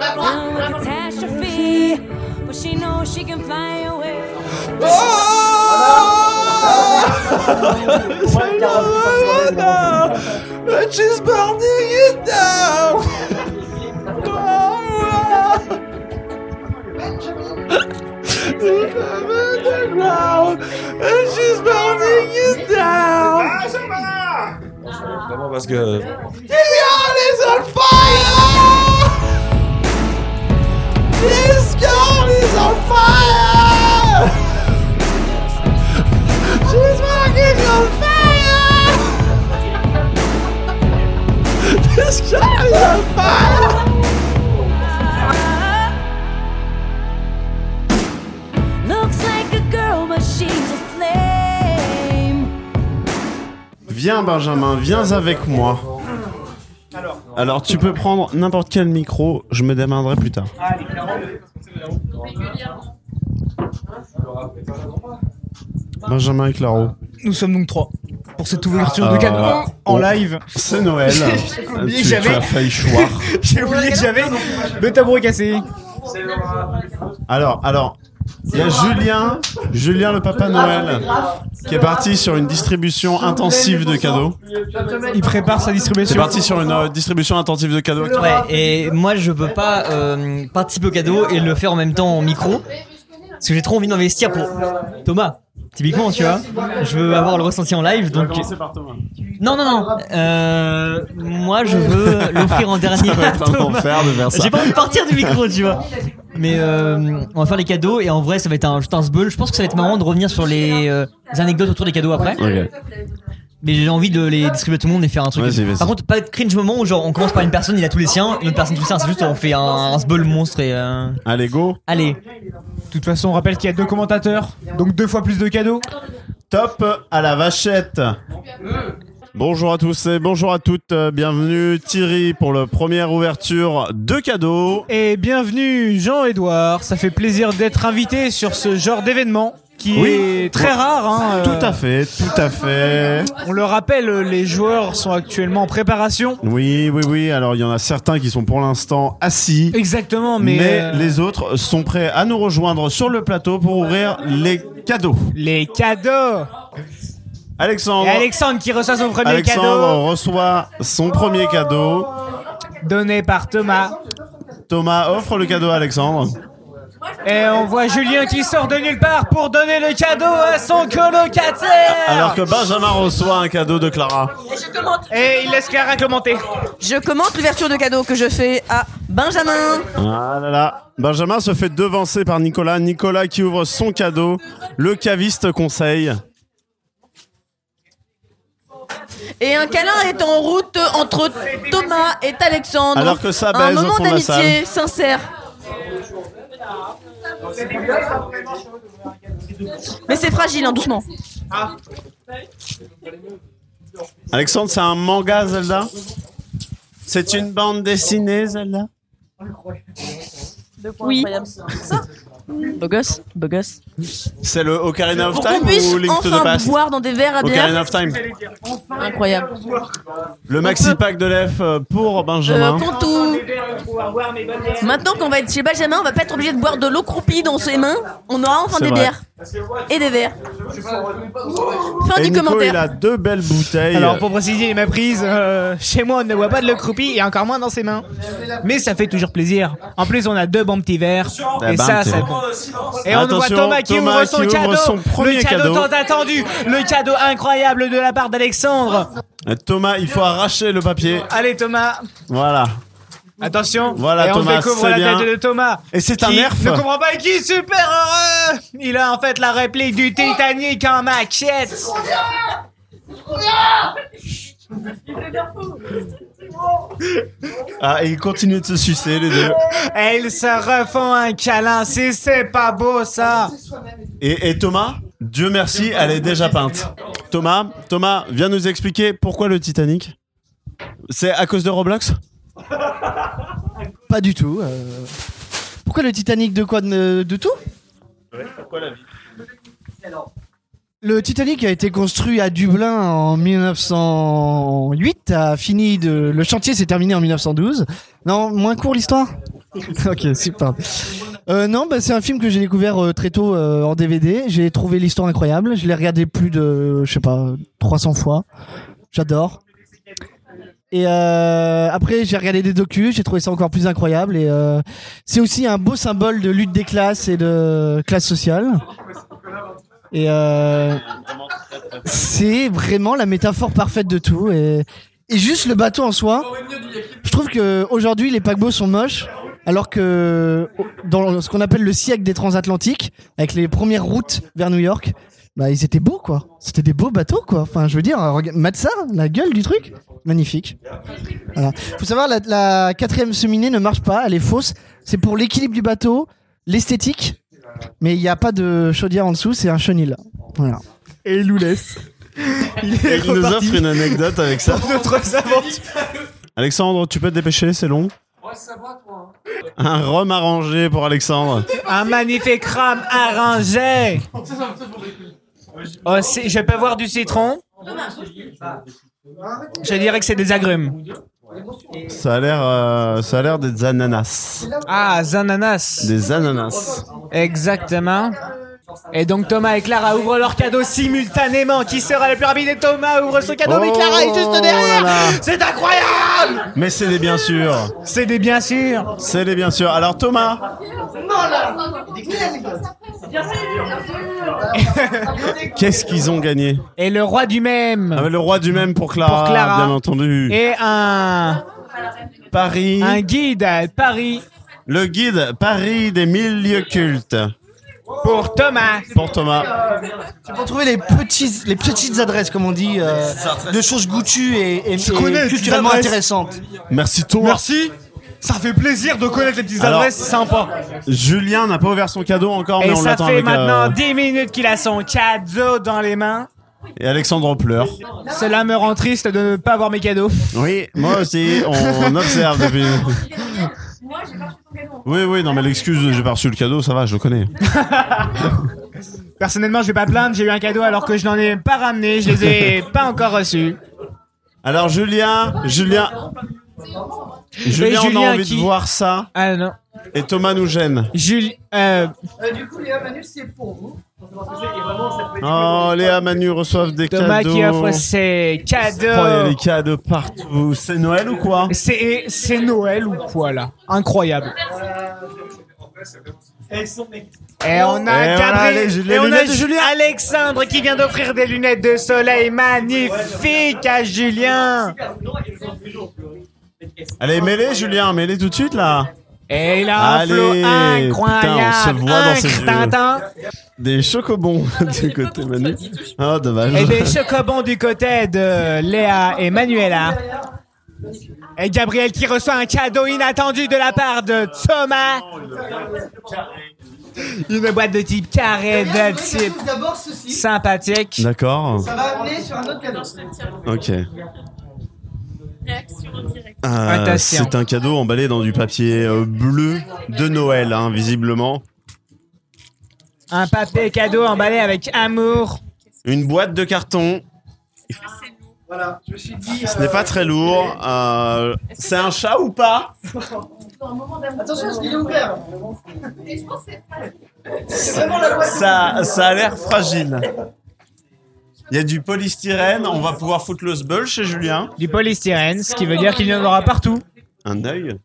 Speaker 11: Down with catastrophe, but she knows she can fly away.
Speaker 3: Ah,
Speaker 12: She's burning it down. She's burning it down.
Speaker 8: Vraiment parce que.
Speaker 12: Leon is on fire. This girl is on fire. She's fucking on fire. This girl is on fire.
Speaker 11: Looks like a girl, but she's a flame.
Speaker 3: Viens Benjamin, viens avec moi. Alors tu peux prendre n'importe quel micro, je me démarrerai plus tard. Benjamin et Claro.
Speaker 7: Nous sommes donc trois pour cette ouverture
Speaker 2: Ah.
Speaker 7: de
Speaker 3: Euh,
Speaker 7: cadeau en
Speaker 2: Oh.
Speaker 3: on-
Speaker 7: live. (laughs)
Speaker 3: C'est Noël. Euh,
Speaker 7: J'ai oublié
Speaker 3: Tu-
Speaker 7: que j'avais.
Speaker 3: tu as failli choir.
Speaker 7: J'ai oublié que j'avais le tabouret cassé.
Speaker 3: Alors, alors, il y a Julien, Julien le Papa Noël, qui est parti sur une distribution intensive de cadeaux.
Speaker 7: Il prépare sa distribution.
Speaker 3: C'est parti sur une euh, distribution intensive de cadeaux.
Speaker 2: Ouais,
Speaker 3: (laughs)
Speaker 2: et moi je peux pas euh, participer au cadeau et le faire en même temps en micro. Parce que j'ai trop envie d'investir pour Thomas, typiquement, tu vois. Je veux avoir le ressenti en live, donc. Non, non, non. Euh, moi je veux l'offrir en
Speaker 3: (laughs)
Speaker 2: dernier.
Speaker 3: Ça va
Speaker 7: (laughs)
Speaker 3: être un
Speaker 2: à Thomas.
Speaker 3: enfer de faire ça.
Speaker 2: J'ai pas envie de partir du micro, tu vois. Mais euh, on va faire les cadeaux et en vrai ça va être un, juste un sbeul. Je pense que ça va être marrant de revenir sur les, euh, les anecdotes autour des cadeaux après.
Speaker 3: Ok.
Speaker 2: Mais j'ai envie de les distribuer à tout le monde et faire un truc.
Speaker 3: Vas-y, vas-y.
Speaker 2: Par contre, pas de cringe moment où genre on commence par une personne, il a tous les siens, une autre personne tous les siens. C'est juste on fait un, un sbeul monstre et. euh,
Speaker 3: Allez, go.
Speaker 2: Allez.
Speaker 7: De toute façon, on rappelle qu'il y a deux commentateurs, donc deux fois plus de cadeaux.
Speaker 3: Top à la vachette. Bonjour à tous et bonjour à toutes. euh, Bienvenue Thierry pour la première ouverture de cadeaux.
Speaker 7: Et bienvenue Jean-Edouard, ça fait plaisir d'être invité sur ce genre d'événement qui est très rare. hein, euh,
Speaker 3: Tout à fait, tout à fait.
Speaker 7: On le rappelle, les joueurs sont actuellement en préparation.
Speaker 3: Oui, oui, oui. Alors, il y en a certains qui sont pour l'instant assis.
Speaker 7: Exactement, mais,
Speaker 3: Mais,
Speaker 7: euh,
Speaker 3: les autres sont prêts à nous rejoindre sur le plateau pour ouvrir les cadeaux.
Speaker 7: Les cadeaux
Speaker 3: Alexandre,
Speaker 7: Et Alexandre qui reçoit son premier
Speaker 3: Alexandre reçoit son premier cadeau.
Speaker 7: cadeau donné par Thomas.
Speaker 3: Thomas offre le cadeau à Alexandre.
Speaker 7: Et on voit Julien qui sort de nulle part pour donner le cadeau à son colocataire.
Speaker 3: Alors que Benjamin reçoit un cadeau de Clara.
Speaker 7: Et il laisse Clara commenter.
Speaker 4: Je commente l'ouverture de cadeau que je fais à Benjamin.
Speaker 3: Ah là là. Benjamin se fait devancer par Nicolas. Nicolas qui ouvre son cadeau. Le caviste conseille.
Speaker 4: Et un câlin est en route entre Thomas et Alexandre.
Speaker 3: Alors que ça
Speaker 4: Un
Speaker 3: baise au
Speaker 4: moment
Speaker 3: fond de la
Speaker 4: d'amitié sincère. Mais c'est fragile, hein, doucement.
Speaker 3: Alexandre, c'est un manga Zelda C'est une bande dessinée Zelda
Speaker 4: Oui. Ça Beau gosse, beau gosse.
Speaker 3: C'est le Ocarina of
Speaker 4: Pour qu'on
Speaker 3: Time
Speaker 4: puisse
Speaker 3: ou Link to the
Speaker 4: enfin
Speaker 3: Past
Speaker 4: boire dans des verres à bière.
Speaker 3: Ocarina of Time.
Speaker 4: Incroyable.
Speaker 3: Le maxi pack de l'EF euh, pour
Speaker 4: Euh,
Speaker 3: Benjamin.
Speaker 4: Pontou. Maintenant qu'on va être chez Benjamin, on va pas être obligé de boire de l'eau croupie dans ses mains. On aura enfin
Speaker 3: C'est
Speaker 4: des
Speaker 3: vrai.
Speaker 4: bières. Et des verres. Fin
Speaker 3: Et
Speaker 4: du
Speaker 3: Nico,
Speaker 4: commentaire.
Speaker 3: il a deux belles bouteilles.
Speaker 7: Alors pour préciser ma prise, euh, chez moi on ne voit pas de le croupi et encore moins dans ses mains. Mais ça fait toujours plaisir. En plus on a deux bons petits verres.
Speaker 3: Ah, ben,
Speaker 7: Et ça
Speaker 3: t'es-
Speaker 7: c'est bon. Et on voit
Speaker 3: Attention,
Speaker 7: Thomas qui
Speaker 3: Thomas
Speaker 7: ouvre son
Speaker 3: qui ouvre
Speaker 7: cadeau.
Speaker 3: son premier
Speaker 7: le
Speaker 3: cadeau.
Speaker 7: cadeau, tant attendu. Le cadeau incroyable de la part d'Alexandre.
Speaker 3: Euh, Thomas, il faut arracher le papier.
Speaker 7: Allez Thomas.
Speaker 3: Voilà.
Speaker 7: Attention.
Speaker 3: Voilà,
Speaker 7: et on
Speaker 3: Thomas,
Speaker 7: découvre
Speaker 3: c'est
Speaker 7: la
Speaker 3: bien.
Speaker 7: tête de Thomas.
Speaker 3: Et c'est un
Speaker 7: qui
Speaker 3: nerf.
Speaker 7: Ne comprend pas et qui est super heureux. Il a en fait la réplique du Titanic en maquette.
Speaker 3: Ah, et il continue de se sucer les deux.
Speaker 7: Et ils se refont un câlin. Si c'est pas beau ça.
Speaker 3: Et, et Thomas, Dieu merci, elle est déjà peinte. Thomas, Thomas, viens nous expliquer pourquoi le Titanic C'est à cause de Roblox
Speaker 10: Pas du tout. euh. Pourquoi le Titanic de quoi de, de tout
Speaker 3: Pourquoi la vie
Speaker 10: Le Titanic a été construit à Dublin en 1908, a fini de le chantier s'est terminé en 1912. Non, moins court l'histoire. (laughs) ok, super. Euh, non, bah, c'est un film que j'ai découvert euh, très tôt euh, en DVD. J'ai trouvé l'histoire incroyable. Je l'ai regardé plus de, je sais pas, 300 fois. J'adore. Et euh, après, j'ai regardé des docus, j'ai trouvé ça encore plus incroyable. Et euh, c'est aussi un beau symbole de lutte des classes et de classe sociale. Et euh, c'est vraiment la métaphore parfaite de tout. Et, et juste le bateau en soi, je trouve que aujourd'hui les paquebots sont moches, alors que au- dans ce qu'on appelle le siècle des transatlantiques, avec les premières routes vers New York, bah ils étaient beaux quoi. C'était des beaux bateaux quoi. Enfin, je veux dire, euh, regarde, mate ça, la gueule du truc, magnifique. Voilà. Faut savoir la, la quatrième cheminée ne marche pas, elle est fausse. C'est pour l'équilibre du bateau, l'esthétique, mais il n'y a pas de chaudière en dessous, c'est un chenil. Voilà.
Speaker 7: Et il
Speaker 10: (laughs)
Speaker 7: nous laisse. Il
Speaker 3: Et il nous offre une anecdote avec ça.
Speaker 7: Notre aventures.
Speaker 3: Alexandre, tu peux te dépêcher, c'est long. Un rhum arrangé pour Alexandre.
Speaker 7: Un magnifique rame arrangé. Oh, c'est- je peux voir du citron. Je dirais que c'est des agrumes.
Speaker 3: Ça a l'air, euh, ça a l'air des ananas.
Speaker 7: Ah, zananas.
Speaker 3: Des ananas.
Speaker 7: Exactement. Et donc Thomas et Clara ouvrent leur cadeau simultanément. Qui sera le plus rapide Et Thomas ouvre son cadeau, mais
Speaker 3: Oh
Speaker 7: Clara est juste derrière.
Speaker 3: là là.
Speaker 7: C'est incroyable.
Speaker 3: Mais c'est des bien sûr.
Speaker 7: C'est des bien sûr.
Speaker 3: C'est des bien sûr. Alors Thomas,
Speaker 7: (laughs)
Speaker 3: qu'est-ce qu'ils ont gagné
Speaker 7: Et le roi du même.
Speaker 3: Ah, mais Le roi du même pour Clara,
Speaker 7: Pour Clara.
Speaker 3: bien entendu.
Speaker 7: Et un
Speaker 3: Paris.
Speaker 7: un guide à Paris
Speaker 3: Le guide Paris des mille lieux cultes.
Speaker 7: pour Thomas.
Speaker 3: Pour Thomas.
Speaker 10: C'est pour trouver les, petits, les petites adresses, comme on dit, euh, de choses goûtues et, et- et culturellement intéressantes.
Speaker 3: Merci Thomas.
Speaker 7: Merci. Ça fait plaisir de connaître les petites
Speaker 3: Alors-
Speaker 7: adresses, c'est sympa.
Speaker 3: Julien n'a pas ouvert son cadeau encore, mais
Speaker 7: Et
Speaker 3: on
Speaker 7: ça
Speaker 3: l'attend
Speaker 7: fait
Speaker 3: avec.
Speaker 7: maintenant
Speaker 3: euh,
Speaker 7: 10 minutes qu'il a son cadeau dans les mains.
Speaker 3: Et Alexandre pleure.
Speaker 7: Cela me rend triste de ne pas avoir mes cadeaux.
Speaker 3: Oui, moi aussi, on observe depuis. Oui, oui, non, mais l'excuse, de j'ai pas reçu le cadeau, ça va, je le connais.
Speaker 7: Personnellement, je vais pas plaindre, j'ai eu un cadeau alors que je n'en ai pas ramené, je les ai pas encore reçus.
Speaker 3: Alors, Julien, Julien, Julien, on a
Speaker 7: Julien
Speaker 3: envie
Speaker 7: qui-
Speaker 3: de voir ça.
Speaker 7: Ah non.
Speaker 3: Et Thomas nous gêne.
Speaker 7: Julie, euh,
Speaker 1: du coup, Léa Manu, c'est pour vous.
Speaker 3: Oh, Léa, Manu reçoivent des
Speaker 7: Thomas
Speaker 3: cadeaux.
Speaker 7: qui offre
Speaker 3: Oh,
Speaker 7: ses
Speaker 3: il y a des
Speaker 7: cadeaux.
Speaker 3: cadeaux partout. C'est Noël ou quoi
Speaker 7: C'est c'est Noël ou quoi là Incroyable.
Speaker 13: Elles sont magnifiques.
Speaker 7: Et
Speaker 13: Et
Speaker 7: on a,
Speaker 13: on a
Speaker 7: Gabriel-
Speaker 13: les- les
Speaker 7: et on a
Speaker 13: lunettes de
Speaker 7: Ju-
Speaker 13: Julien.
Speaker 7: Alexandre qui vient d'offrir des lunettes de soleil magnifiques à Julien.
Speaker 3: Allez, mêlez, Julien, mêlez tout de suite là.
Speaker 7: Et il a un flow incroyable,
Speaker 3: Putain, on se voit dans ses yeux.
Speaker 7: Tintin.
Speaker 3: Des chocobons (laughs) du côté Manu. Ah, dommage.
Speaker 7: Et des chocobons Eh du côté de Léa et Manuela. Et Gabriel qui reçoit un cadeau inattendu de la part de Thomas. Une boîte de type carré, de type
Speaker 6: D'abord ceci.
Speaker 7: sympathique.
Speaker 3: D'accord.
Speaker 6: Ça va amener sur un autre cadeau.
Speaker 3: Ok.
Speaker 14: Réaction en direct.
Speaker 3: Euh,
Speaker 7: Attention.
Speaker 3: c'est un cadeau emballé dans du papier euh, bleu de Noël, hein, visiblement.
Speaker 7: Un papier cadeau emballé avec amour.
Speaker 3: Une boîte de carton.
Speaker 6: Voilà, je me suis dit.
Speaker 3: Ce n'est pas très lourd. euh, c'est un chat ou pas
Speaker 6: Attention, parce qu'il est ouvert.
Speaker 14: Et je pense que c'est pas-
Speaker 6: C'est vraiment la boîte.
Speaker 3: ça, ça a l'air fragile. Il y a du polystyrène. On va pouvoir foutre le sbeul chez Julien.
Speaker 7: Du polystyrène, ce qui veut dire qu'il y en aura partout.
Speaker 3: Un œil.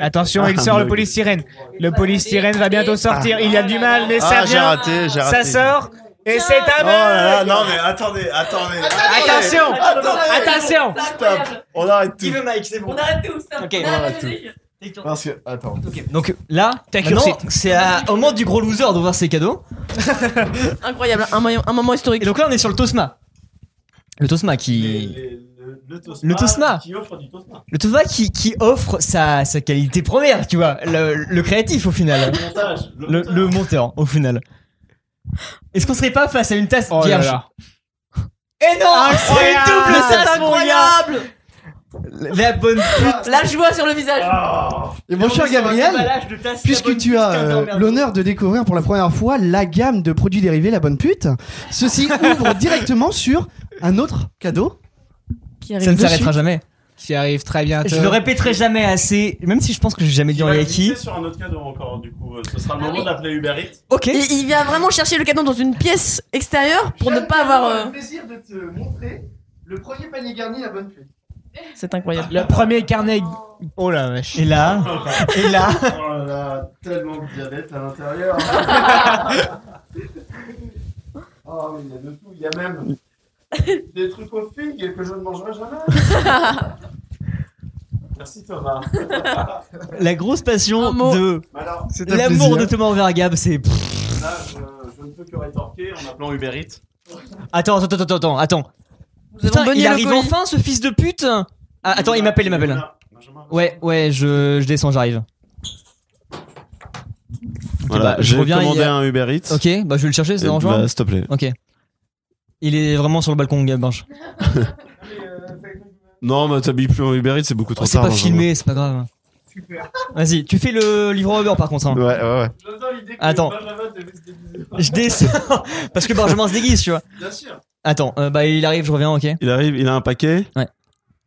Speaker 7: Attention, il
Speaker 3: Ah,
Speaker 7: sort le
Speaker 3: mug.
Speaker 7: polystyrène. Le polystyrène va bientôt sortir. Il y a du mal, mais ça
Speaker 3: Ah, j'ai
Speaker 7: vient.
Speaker 3: raté, j'ai raté.
Speaker 7: Ça sort. Et c'est
Speaker 3: Oh
Speaker 7: un
Speaker 3: là là,
Speaker 7: mug.
Speaker 3: non mais attendez, attendez.
Speaker 7: Attention,
Speaker 3: Attendez.
Speaker 7: attention.
Speaker 3: Stop. On arrête tout.
Speaker 2: c'est bon.
Speaker 14: On arrête tout ça.
Speaker 2: Ok.
Speaker 14: On arrête tout.
Speaker 3: Parce que attends.
Speaker 2: Donc là, maintenant,
Speaker 3: cursite.
Speaker 2: c'est à- au moment du gros loser d'ouvrir ses cadeaux.
Speaker 4: Incroyable, un, mo- un moment historique.
Speaker 2: Et donc là, on est sur le Tosma. Le Tosma qui. Le Tosma.
Speaker 13: Qui offre du Tosma.
Speaker 2: Le Tosma qui, qui offre sa, sa qualité première, tu vois. Le, le créatif au final.
Speaker 13: Le montage, le
Speaker 2: Le, le monteur au final. Est-ce qu'on serait pas face à une tasse
Speaker 7: là
Speaker 2: vierge
Speaker 7: là.
Speaker 2: Et non C'est une double
Speaker 7: Incroyable.
Speaker 2: tasse, Ah, mon gars
Speaker 4: Incroyable.
Speaker 2: La bonne pute
Speaker 4: La joie sur le visage.
Speaker 10: Et mon cher Gabriel, puisque tu as euh, l'honneur de découvrir pour la première fois la gamme de produits dérivés La Bonne Pute,
Speaker 6: (laughs)
Speaker 10: ceci ouvre directement sur un autre cadeau.
Speaker 4: Qui
Speaker 2: Ça ne s'arrêtera jamais.
Speaker 7: Qui arrive très bientôt.
Speaker 2: Je le répéterai jamais assez, même si je pense que j'ai jamais dit en Yaki.
Speaker 3: sur un autre cadeau encore du coup. Ce sera le
Speaker 4: moment oui.
Speaker 3: d'appeler Uber Eats.
Speaker 2: Ok.
Speaker 4: Il, il vient vraiment chercher le canon dans une pièce extérieure pour ne pas avoir. euh,
Speaker 6: le plaisir de te montrer le premier panier garni la bonne fête.
Speaker 4: C'est incroyable.
Speaker 7: Le premier carnet. Oh la vache.
Speaker 6: (laughs)
Speaker 2: Et là. Et là.
Speaker 6: Oh là là, tellement de diabète à
Speaker 2: (laughs)
Speaker 6: l'intérieur. oh, mais il y a de tout. Il y a même des trucs aux figues que je ne mangerai
Speaker 2: (laughs)
Speaker 6: jamais. Merci Thomas.
Speaker 2: La grosse passion de
Speaker 6: Alors, c'est un
Speaker 2: l'amour
Speaker 6: plaisir.
Speaker 2: de Thomas envers Gab, c'est.
Speaker 13: Là, je, je ne peux que rétorquer en appelant Uber Eats.
Speaker 2: Attends, attends, attends, attends, attends.
Speaker 13: avons
Speaker 2: Putain,
Speaker 13: bonné
Speaker 2: il
Speaker 13: le
Speaker 2: arrive
Speaker 13: colis.
Speaker 2: enfin ce fils de pute Ah, Attends, il m'appelle, il m'appelle. Ouais, ouais, je, je descends, j'arrive.
Speaker 3: Voilà,
Speaker 2: bah, je
Speaker 3: j'ai
Speaker 2: reviens,
Speaker 3: commandé
Speaker 2: il y a-
Speaker 3: un Uber Eats.
Speaker 2: Ok, bah je vais le chercher, c'est
Speaker 3: Euh,
Speaker 2: dangereux.
Speaker 3: bah, s'il te plaît.
Speaker 2: Ok. Il est vraiment sur le balcon, Gab. hein.
Speaker 3: Non, mais t'habilles plus en Uber Eats, c'est beaucoup trop
Speaker 2: Oh, c'est
Speaker 3: tard.
Speaker 2: pas
Speaker 3: hein,
Speaker 2: filmé, c'est pas grave. Vas-y, tu fais le livre Uber par contre. hein.
Speaker 3: Ouais, ouais, ouais.
Speaker 2: Attends, je descends. (laughs) Parce que Benjamin se déguise, tu vois.
Speaker 13: Bien sûr.
Speaker 2: Attends, euh, bah il arrive, je reviens, ok.
Speaker 3: Il arrive, il a un paquet.
Speaker 2: Ouais.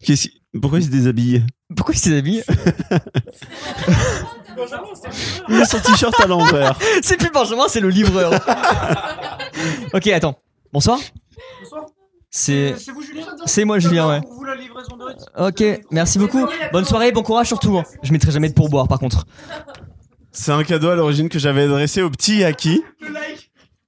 Speaker 3: Qu'est-ce... Pourquoi il se déshabille
Speaker 2: Pourquoi il se déshabille
Speaker 3: Il a son t-shirt à l'envers.
Speaker 2: (laughs) C'est plus Benjamin, c'est le livreur. ok, attends. Bonsoir. C'est.
Speaker 13: C'est vous, Julien
Speaker 2: C'est moi, Julien, ouais.
Speaker 13: Pour vous, la livraison de Eats.
Speaker 2: Ok, merci beaucoup. Bonne soirée, bon courage surtout. hein. Je mettrai jamais de pourboire par contre.
Speaker 3: C'est un cadeau à l'origine que j'avais adressé au petit Yaki.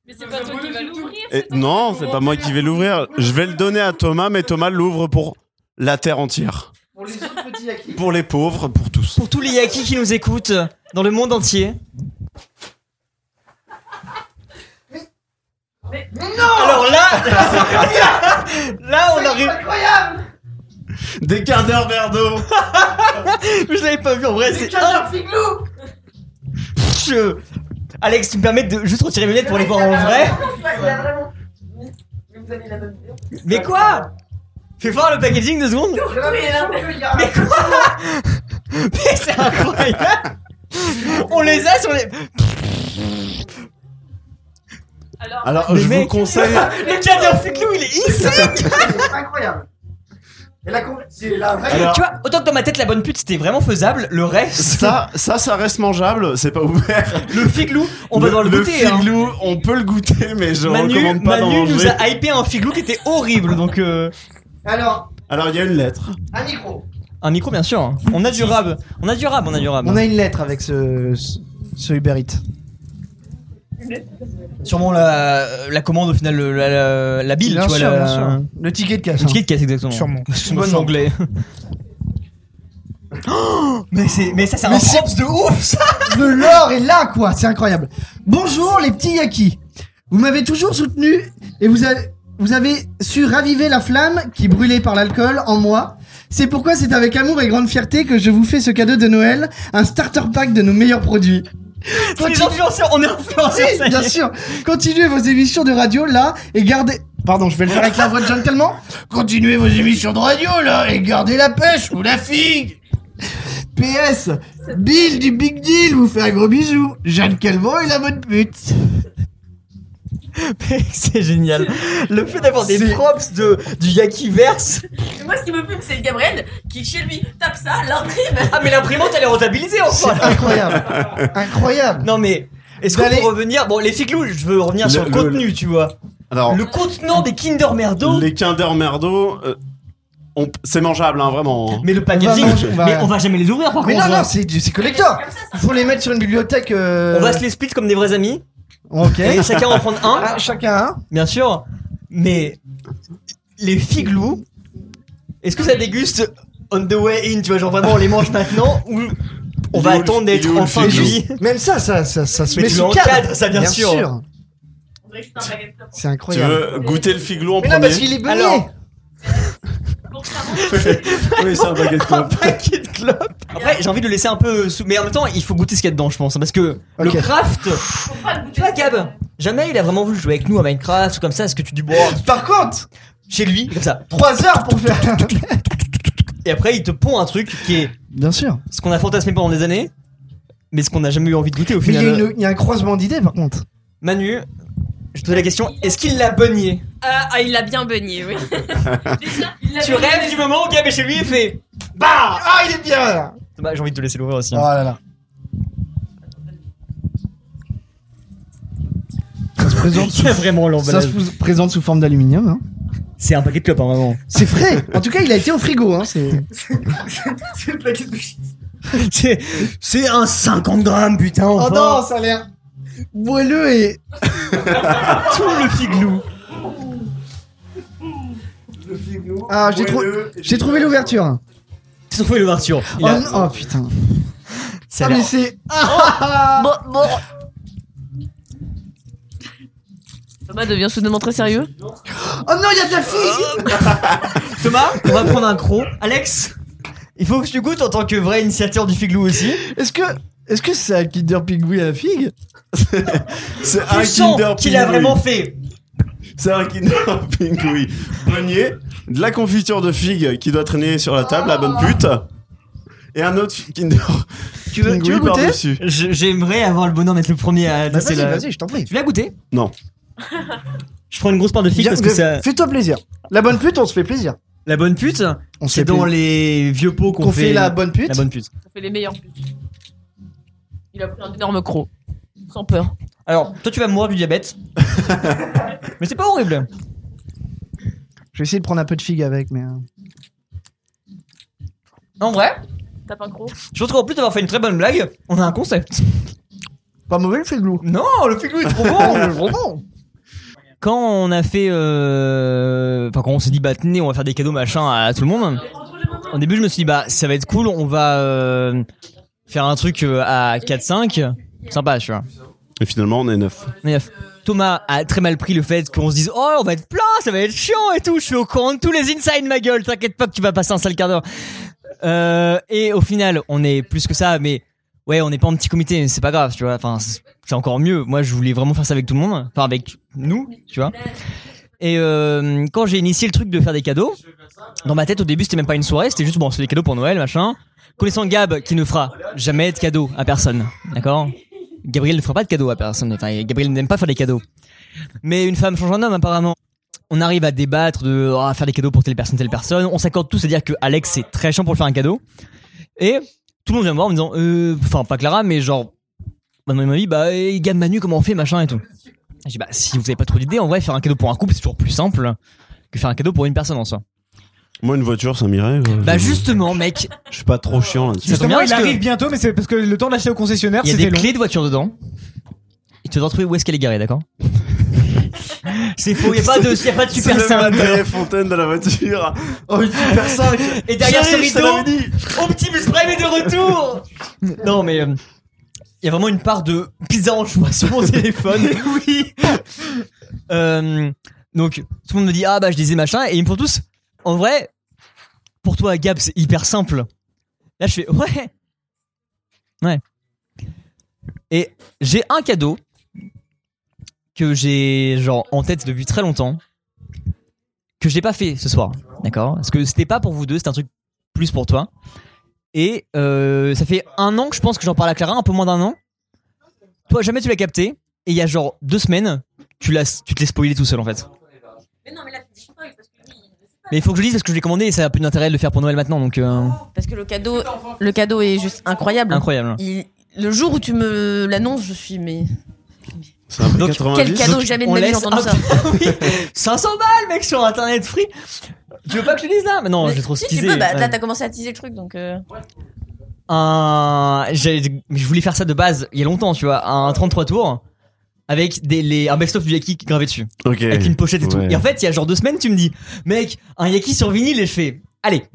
Speaker 14: Mais c'est pas toi qui vas l'ouvrir.
Speaker 3: Et non, c'est pas moi qui vais l'ouvrir. Je vais le donner à Thomas, mais Thomas l'ouvre pour la terre entière.
Speaker 6: Pour les autres petits acquis.
Speaker 3: Pour les pauvres, pour tous.
Speaker 2: Pour tous les Yakis qui nous écoutent euh, dans le monde entier.
Speaker 6: Non
Speaker 2: Alors là (laughs) Là on arrive.
Speaker 6: Incroyable
Speaker 3: Des quarts d'heure verre d'eau.
Speaker 2: Je l'avais pas vu en vrai,
Speaker 6: Les
Speaker 2: c'est
Speaker 6: cadres figlou
Speaker 2: Je- Alex, tu me permets de juste retirer mes lunettes pour les voir en vrai
Speaker 6: Il a vraiment... Mais vous avez la bonne idée.
Speaker 2: Mais quoi Fais voir le packaging deux secondes
Speaker 6: J'ai l'impression qu'il y a un-
Speaker 2: Mais quoi Mais c'est incroyable On les a sur les...
Speaker 3: Alors,
Speaker 2: Mais
Speaker 3: Ah, je vous
Speaker 2: mec,
Speaker 3: conseille.
Speaker 2: Le cadre Figlou, il est ici
Speaker 6: C'est incroyable. Et la con- c'est la vraie.
Speaker 3: Alors-
Speaker 2: Tu vois, autant que dans ma tête, la bonne pute, c'était vraiment faisable, le reste...
Speaker 3: Ça, ça, ça reste mangeable. C'est pas ouvert.
Speaker 2: Le Figlou, on va
Speaker 3: Le-
Speaker 2: devoir le
Speaker 3: le
Speaker 2: goûter hein.
Speaker 3: figlou, on peut le goûter, mais je
Speaker 2: Manu,
Speaker 3: recommande pas d'en
Speaker 2: Manu nous
Speaker 3: manger.
Speaker 2: a hypé un Figlou qui était horrible, donc... euh,
Speaker 6: Alors,
Speaker 3: Alors, il y a une lettre.
Speaker 6: un micro.
Speaker 2: hein. Un micro, bien sûr. On a du rab. On a du rab, on a du rab.
Speaker 10: On a une lettre avec ce, ce- sur Uber Eats.
Speaker 2: Sûrement la, la commande au final, le- la, la, la bille,
Speaker 10: Bien
Speaker 2: tu vois.
Speaker 10: sûr,
Speaker 2: la-
Speaker 10: bien sûr. Le ticket de caisse.
Speaker 2: Le ticket de caisse, exactement. (laughs)
Speaker 10: Sûrement.
Speaker 2: Moi, je suis anglais. (gasps) mais, c'est, mais ça,
Speaker 10: hein.
Speaker 2: c'est un props de ouf, ça
Speaker 10: Le lore est là, quoi. C'est incroyable. Bonjour, les petits Yaki. Vous m'avez toujours soutenu et vous avez, vous avez su raviver la flamme qui brûlait par l'alcool en moi. C'est pourquoi c'est avec amour et grande fierté que je vous fais ce cadeau de Noël, un starter pack de nos meilleurs produits.
Speaker 2: C'est les influenceurs, on est
Speaker 10: (laughs)
Speaker 2: influenceurs,
Speaker 10: Oui,
Speaker 2: ça y est.
Speaker 10: bien sûr. Continuez vos émissions de radio là et gardez. Pardon, je vais le faire avec la voix de gentleman. Continuez vos émissions de radio là et gardez la pêche ou la figue. PS, Bill du Big Deal vous fait un gros bisou. Jeanne Calvant est la bonne pute.
Speaker 2: (laughs) c'est génial. Le fait d'avoir des props de, du Yakiverse.
Speaker 11: Moi, ce qui me fume, c'est Gabriel qui, chez lui, tape ça, l'imprime.
Speaker 2: Ah, mais l'imprimante, elle est rentabilisée enfin
Speaker 10: C'est incroyable
Speaker 2: (laughs)
Speaker 10: Incroyable
Speaker 2: Non, mais est-ce qu'on peut revenir Bon, les figlous, je veux revenir sur le,
Speaker 3: Le- le-
Speaker 2: contenu, tu vois.
Speaker 10: Oh.
Speaker 3: Alors,
Speaker 2: Le contenant des Kinder Merdo.
Speaker 3: les Kinder Merdo, euh, on- c'est mangeable, hein, vraiment. hein.
Speaker 2: Mais le packaging,
Speaker 10: On va manger- on va-
Speaker 2: mais on va jamais les ouvrir par
Speaker 10: Mais
Speaker 2: contre.
Speaker 10: non,
Speaker 2: hein.
Speaker 10: non, c'est du- c'est collector. Il faut les mettre sur une bibliothèque. euh,
Speaker 2: On va se les split comme des vrais amis.
Speaker 10: Ok.
Speaker 2: Et chacun en prendre un.
Speaker 10: (laughs) Ah, chacun un.
Speaker 2: Bien sûr. Mais les figlous, est-ce que ça déguste on the way in Tu vois, genre vraiment on les mange
Speaker 10: (laughs)
Speaker 2: maintenant ou on va attendre d'être en fin de vie
Speaker 10: Même ça, ça, ça, ça se
Speaker 2: Mais
Speaker 10: met
Speaker 2: tu
Speaker 10: sous
Speaker 2: l'encadres,
Speaker 10: cadre.
Speaker 2: ça, bien sûr.
Speaker 10: C'est
Speaker 3: Tu
Speaker 10: incroyable.
Speaker 3: veux goûter le figlou en
Speaker 10: Mais non,
Speaker 3: premier
Speaker 10: parce qu'il est beignet.
Speaker 3: Alors- (laughs) Oui, c'est un baguette clope.
Speaker 2: paquet de clopes. Après, j'ai envie de le laisser un peu sous. Mais en même temps, il faut goûter ce qu'il y a dedans, je pense. hein, Parce que le craft. Tu vois, Gab, jamais il a vraiment voulu jouer avec nous à Minecraft ou comme ça. Est-ce que tu
Speaker 10: (laughs)
Speaker 2: dis, bon.
Speaker 10: Par contre,
Speaker 2: chez lui, comme ça.
Speaker 10: 3 heures pour faire.
Speaker 2: Et après, il te pond un truc qui est
Speaker 10: (laughs) Bien sûr.
Speaker 2: ce qu'on a fantasmé pendant des années, mais ce qu'on n'a jamais eu envie de goûter au
Speaker 10: Mais il y,
Speaker 2: final.
Speaker 10: a une- il y a un croisement d'idées par contre.
Speaker 2: Manu, je te pose la question est-ce qu'il l'a beugné
Speaker 11: Ah, ah, il l'a bien beugné,
Speaker 4: (laughs)
Speaker 11: oui.
Speaker 2: Tu rêves du moment où Gab est chez lui et fait BAH
Speaker 10: Ah, il est bien là
Speaker 2: Bah, j'ai envie de te laisser l'ouvrir aussi.
Speaker 10: Oh là là. Ça se (laughs) présente sous,
Speaker 2: (laughs) C'est vraiment
Speaker 10: ça
Speaker 2: l'emballage.
Speaker 10: se pous- présente sous forme d'aluminium. hein.
Speaker 2: C'est un paquet de clopes, hein,
Speaker 10: (laughs)
Speaker 2: vraiment.
Speaker 10: C'est frais. En tout cas, il a été au frigo. Hein. C'est
Speaker 15: C'est le paquet de shit.
Speaker 2: C'est- C'est un 50 grammes, putain.
Speaker 10: Oh
Speaker 2: enfin.
Speaker 10: non, ça a l'air moelleux et.
Speaker 2: Tout le figlou.
Speaker 10: Ah, j'ai trou- j'ai trouvé l'ouverture.
Speaker 2: J'ai trouvé l'ouverture.
Speaker 10: Oh,
Speaker 2: Il a-
Speaker 10: non, oh, putain.
Speaker 2: Ça a
Speaker 10: ah, mais
Speaker 2: l'air-
Speaker 10: c'est.
Speaker 4: Bon, bon. Thomas devient soudainement très sérieux.
Speaker 10: (laughs) Oh non, il y a de la
Speaker 3: Ah.
Speaker 10: figue
Speaker 2: Thomas, on va prendre un croc. Alex, il faut que tu goûtes en tant que vrai initiateur du figlou aussi.
Speaker 10: Est-ce que. Est-ce que c'est un Kinder Pingouin à la figue
Speaker 3: C'est
Speaker 10: Ah,
Speaker 2: Tu
Speaker 3: un
Speaker 2: sens
Speaker 3: Kinder
Speaker 2: qu'il a
Speaker 3: Pingouin.
Speaker 2: vraiment fait.
Speaker 3: C'est un Kinder (laughs) Pingouin. Beignet, de la confiture de figue qui doit traîner sur la table, la bonne
Speaker 2: Ah.
Speaker 3: pute. Et un autre fi- Kinder
Speaker 10: tu veux,
Speaker 3: Pingouin par-dessus.
Speaker 2: (laughs) Je- J'aimerais avoir le bonheur d'être le premier à
Speaker 10: Bah,
Speaker 2: tester
Speaker 10: Vas-y,
Speaker 2: la-
Speaker 10: vas-y, je t'en prie.
Speaker 2: Tu l'as goûté
Speaker 3: Non.
Speaker 2: (laughs) Je prends une grosse part de figue
Speaker 10: Viens,
Speaker 2: parce que
Speaker 10: viens,
Speaker 2: ça.
Speaker 10: Fais-toi plaisir. La bonne pute, on se fait plaisir.
Speaker 2: La bonne pute,
Speaker 10: On
Speaker 2: c'est
Speaker 10: s'est
Speaker 2: dans
Speaker 10: plaisir.
Speaker 2: les vieux pots qu'on
Speaker 10: Qu'on fait la bonne pute
Speaker 2: La bonne pute.
Speaker 4: On fait les meilleurs buts. Il a pris un énorme croc. Sans peur.
Speaker 2: Alors, toi, tu vas mourir du
Speaker 10: (laughs)
Speaker 2: diabète. mais c'est pas horrible.
Speaker 10: Je vais essayer de prendre un peu de figue avec, mais. euh,
Speaker 2: En vrai,
Speaker 4: Tape un croc.
Speaker 2: je trouve qu'en plus d'avoir fait une très bonne blague, on a un concept.
Speaker 10: Pas mauvais le figlou.
Speaker 2: Non, le figlou est trop (laughs) bon, il est trop bon. Quand on a fait, euh, enfin quand on s'est dit bah tenez on va faire des cadeaux machin à tout le monde. Au début je me suis dit bah ça va être cool, on va euh, faire un truc euh, à 4-5, sympa tu vois.
Speaker 3: Et finalement, on est neuf.
Speaker 2: Mais, euh, Thomas a très mal pris le fait qu'on se dise oh on va être plein, ça va être chiant et tout. Je suis au courant de tous les inside ma gueule, t'inquiète pas que tu vas passer un sale quart d'heure. Euh, et au final on est plus que ça, mais ouais on n'est pas en petit comité, mais c'est pas grave tu vois. Enfin c'est c'est encore mieux. Moi je voulais vraiment faire ça avec tout le monde, enfin avec nous tu vois. Et euh, quand j'ai initié le truc de faire des cadeaux, dans ma tête au début c'était même pas une soirée, c'était juste bon c'est des cadeaux pour Noël machin. Connaissant Gab qui ne fera jamais de cadeaux à personne, d'accord Gabriel ne fera pas de cadeaux à personne. Enfin, Gabriel n'aime pas faire des cadeaux. Mais une femme change un homme, apparemment. On arrive à débattre de Ah, faire des cadeaux pour telle personne, telle personne. On s'accorde tous à dire que Alex, c'est très chiant pour faire un cadeau. Et tout le monde vient me voir en me disant, Euh, enfin, pas Clara, mais genre, bah, dans ma vie, bah, et Gab Manu, comment on fait, machin et tout. J'ai dit, bah, si vous avez pas trop d'idées, en vrai, faire un cadeau pour un couple, c'est toujours plus simple que faire un cadeau pour une personne en soi.
Speaker 3: Moi, une voiture, ça m'irait. quoi.
Speaker 2: Bah justement, mec.
Speaker 3: Je suis pas trop chiant là-dessus.
Speaker 7: Justement,
Speaker 2: parce
Speaker 7: il
Speaker 2: que-
Speaker 7: arrive bientôt, mais c'est parce que le temps d'acheter au concessionnaire,
Speaker 2: Il y a des
Speaker 7: c'était long.
Speaker 2: clés de voiture dedans. Et tu dois trouver où est-ce qu'elle est garée, d'accord C'est faux, il n'y a pas de, y a pas de super
Speaker 3: C'est
Speaker 2: saint
Speaker 3: même la fontaine de la voiture. Oh, une super 5.
Speaker 2: Et derrière ce
Speaker 3: Chérie, je te
Speaker 2: rideau,
Speaker 3: l'avais dit.
Speaker 2: Optimus Prime est de retour Non mais... euh, Il y a vraiment une part de pizza en choix sur mon téléphone. oui Euh, Donc, tout le monde me dit « Ah bah je disais machin » et ils me font tous « En vrai, pour toi Gab, c'est hyper simple. » Là je fais « Ouais !» Ouais. Et j'ai un cadeau que j'ai genre en tête depuis très longtemps que j'ai pas fait ce soir, d'accord Parce que c'était pas pour vous deux, c'était un truc plus pour toi. Et euh, ça fait un an que je pense que j'en parle à Clara, un peu moins d'un an. Toi, jamais tu l'as capté. Et il y a genre deux semaines, tu, l'as, tu te l'es spoilé tout seul en fait.
Speaker 11: Mais non, mais là, tu dis spoil parce que lui,
Speaker 2: Mais il faut que je le dise parce que je l'ai commandé et ça a plus d'intérêt de le faire pour Noël maintenant. Donc, euh,
Speaker 4: Parce que le cadeau, le cadeau est juste incroyable.
Speaker 2: Incroyable.
Speaker 4: Il- le jour où tu me l'annonces, je suis mais
Speaker 3: C'est un peu
Speaker 2: Donc,
Speaker 3: 90.
Speaker 4: quel cadeau jamais de
Speaker 2: on
Speaker 4: ma vie
Speaker 2: laisse
Speaker 4: j'ai entendu
Speaker 2: (laughs) un- Ah
Speaker 4: ça.
Speaker 2: Oui, 500 balles, mec, sur internet free. Tu veux pas que je le dise là Mais non,
Speaker 4: Mais
Speaker 2: je l'ai trop
Speaker 4: si,
Speaker 2: skisé.
Speaker 4: tu peux, bah, là
Speaker 2: Ouais.
Speaker 4: t'as commencé à teaser le truc donc. euh,
Speaker 2: un. j'ai- Je voulais faire ça de base il y a longtemps, tu vois, un 33 tours avec des, les, un best-of du Yaki gravé dessus.
Speaker 3: Ok.
Speaker 2: Avec une pochette et tout.
Speaker 3: Ouais.
Speaker 2: Et en fait, il y a genre deux semaines, tu me dis, mec, un Yaki sur vinyle et je fais,
Speaker 3: (laughs)
Speaker 2: allez.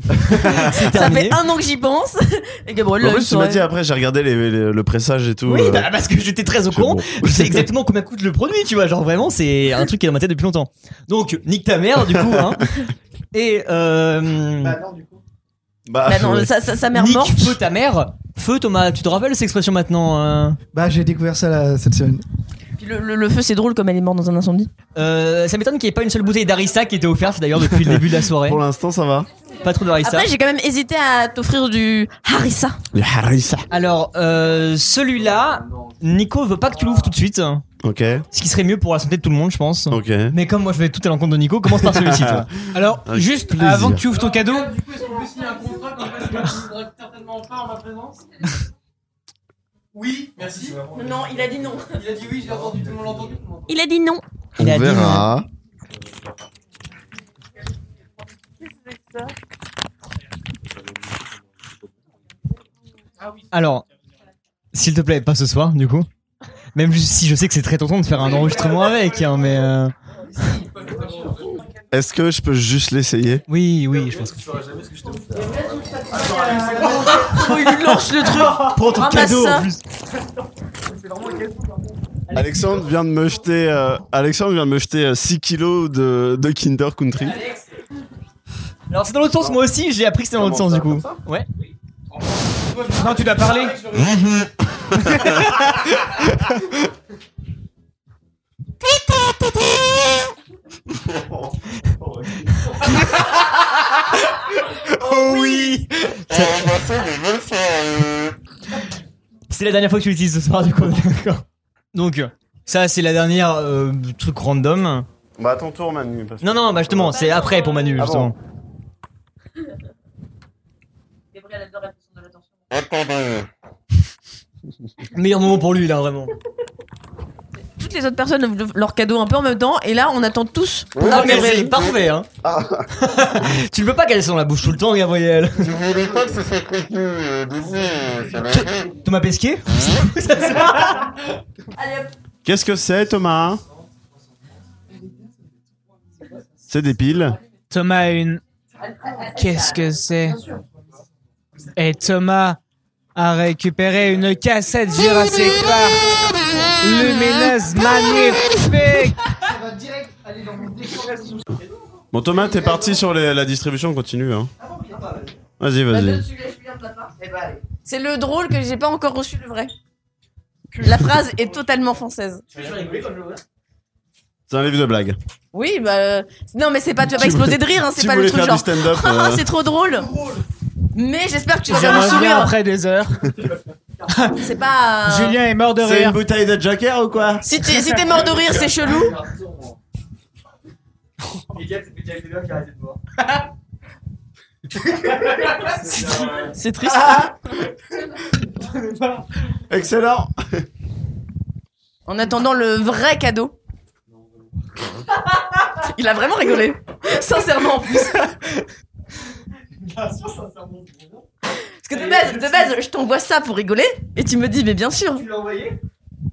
Speaker 2: C'est
Speaker 4: Ça
Speaker 2: terminé.
Speaker 4: fait un an que j'y pense. (laughs) Et Gabriel
Speaker 3: En
Speaker 4: l'a eu
Speaker 3: plus, tu
Speaker 4: sur-
Speaker 3: m'as dit après, j'ai regardé les- les- le pressage et tout.
Speaker 2: Oui,
Speaker 3: euh,
Speaker 2: bah, parce que j'étais très au courant. Je sais
Speaker 3: (laughs)
Speaker 2: exactement combien coûte le produit, tu vois. Genre vraiment, c'est un truc qui est dans ma tête depuis longtemps. Donc, nique ta mère, du
Speaker 3: (laughs)
Speaker 2: coup, hein. Et, euh... Bah non, du coup.
Speaker 4: Bah non, ouais. sa- sa- sa mère morte.
Speaker 2: Feu ta mère. Feu Thomas, tu te rappelles cette expression maintenant euh
Speaker 10: Bah, j'ai découvert ça là, cette semaine.
Speaker 4: Puis le, le- le feu c'est drôle comme elle est morte dans un incendie.
Speaker 2: Euh, ça m'étonne qu'il n'y ait pas une seule bouteille d'Arissa qui était offerte d'ailleurs depuis le début de
Speaker 3: (laughs)
Speaker 2: la soirée. Pour
Speaker 3: l'instant, ça va.
Speaker 2: Pas trop d'Arissa.
Speaker 4: Après j'ai quand même hésité à t'offrir du harissa.
Speaker 3: Le harissa.
Speaker 2: Alors, euh, celui-là, Nico veut pas que tu l'ouvres tout de suite.
Speaker 3: Ok.
Speaker 2: Ce qui serait mieux pour la santé de tout le monde, je pense.
Speaker 3: Ok.
Speaker 2: Mais comme moi je vais tout à l'encontre de Nico, commence par celui-ci, toi.
Speaker 7: Alors,
Speaker 2: Avec
Speaker 7: juste
Speaker 2: plaisir.
Speaker 7: avant que tu ouvres ton cadeau.
Speaker 5: Du coup, est-ce qu'on peut signer un contrat comme ça, tu ne certainement pas en ma présence Oui, merci.
Speaker 4: Non, il a dit non.
Speaker 5: Il a dit oui, j'ai entendu, tout le monde l'a entendu.
Speaker 4: Il a dit non.
Speaker 3: On verra.
Speaker 2: Alors, s'il te plaît, pas ce soir, du coup. Même juste si je sais que c'est très tentant de faire un enregistrement avec, hein, mais. euh,
Speaker 3: Est-ce que je peux juste l'essayer
Speaker 2: Oui, oui, je pense que.
Speaker 4: Oh, il lui lance le truc.
Speaker 2: Prends ton
Speaker 4: Ramasse
Speaker 2: cadeau, en
Speaker 4: ça.
Speaker 2: plus.
Speaker 3: Alexandre vient de me jeter, euh, Alexandre vient de me jeter euh, 6 kilos de, de Kinder Country.
Speaker 2: Alors, c'est dans l'autre sens, moi aussi, j'ai appris que c'était dans l'autre sens, du coup. Ouais.
Speaker 7: Non, tu dois parler.
Speaker 2: (laughs) Oh oui (laughs) C'est la dernière fois que tu l'utilises ce soir, du coup. D'accord. Donc, ça, c'est la dernière euh, truc random.
Speaker 3: Bah, à ton tour, Manu. parce que-
Speaker 2: Non, non, bah justement, c'est après pour Manu,
Speaker 3: Ah
Speaker 2: justement. Meilleur moment pour lui, là, vraiment.
Speaker 4: Toutes les autres personnes ouvrent leur cadeau un peu en même temps et là on attend tous. pour
Speaker 2: Ah,
Speaker 4: voir
Speaker 2: mais
Speaker 4: Gabriel.
Speaker 2: c'est parfait, hein. (laughs) tu ne peux pas qu'elle soit dans la bouche tout le temps, Gabriel. Je voulais pas que ce soit contenu, euh, Thomas Pesquet (laughs)
Speaker 3: Qu'est-ce que c'est, Thomas C'est des piles.
Speaker 7: (laughs) Thomas a une. Qu'est-ce que c'est Et Thomas a récupéré une cassette Jurassic Park lumineuse magnifique.
Speaker 3: Bon, Thomas, t'es parti sur les- la distribution, continue. Hein. Vas-y,
Speaker 4: Bah,
Speaker 3: vas-y.
Speaker 4: C'est le drôle que j'ai pas encore reçu le vrai. La phrase est totalement française.
Speaker 3: C'est un livre de blagues.
Speaker 4: Oui, bah. euh, Non, mais c'est pas. Tu vas pas
Speaker 3: Tu
Speaker 4: exploser de
Speaker 3: voulais-
Speaker 4: rire, hein, c'est
Speaker 3: tu
Speaker 4: pas le
Speaker 3: voulais
Speaker 4: truc
Speaker 3: faire
Speaker 4: genre.
Speaker 3: du
Speaker 4: (laughs)
Speaker 3: stand-up,
Speaker 4: Ah,
Speaker 3: euh.
Speaker 4: c'est trop drôle! Mais j'espère que tu vas
Speaker 7: Je
Speaker 4: avoir le
Speaker 7: reviens
Speaker 4: sourire.
Speaker 7: après des heures.
Speaker 4: C'est pas. euh,
Speaker 7: Julien est mort de rire.
Speaker 3: bouteille de Joker ou quoi
Speaker 4: Si t'es si t'es mort de rire, c'est chelou.
Speaker 5: Et Gab, c'était Jack Taylor qui a arrêté de boire.
Speaker 4: C'est triste.
Speaker 3: Excellent.
Speaker 4: En attendant le vrai cadeau. Il a vraiment rigolé. Sincèrement en plus. Parce que de base, de base, je t'envoie ça pour rigoler et tu me dis, mais bien sûr.
Speaker 1: Tu l'as envoyé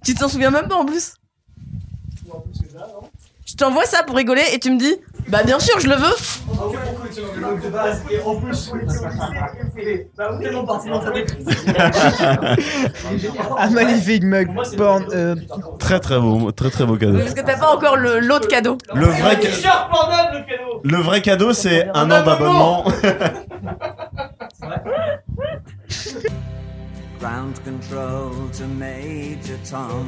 Speaker 4: Tu t'en souviens même pas en plus. Je t'envoie ça pour rigoler et tu me dis, bah bien sûr, je le veux.
Speaker 1: Ah ouais, pourquoi tu l'as envoyé de base Et en plus, sur les c'est tellement parti dans ta
Speaker 15: Ah, magnifique mug porn. euh,
Speaker 3: Très très beau, très très beau cadeau.
Speaker 4: Parce que t'as pas encore le- l'autre cadeau.
Speaker 3: Le vrai ca- Le vrai cadeau, c'est un an d'abonnement.
Speaker 16: Ground control to Major Tom.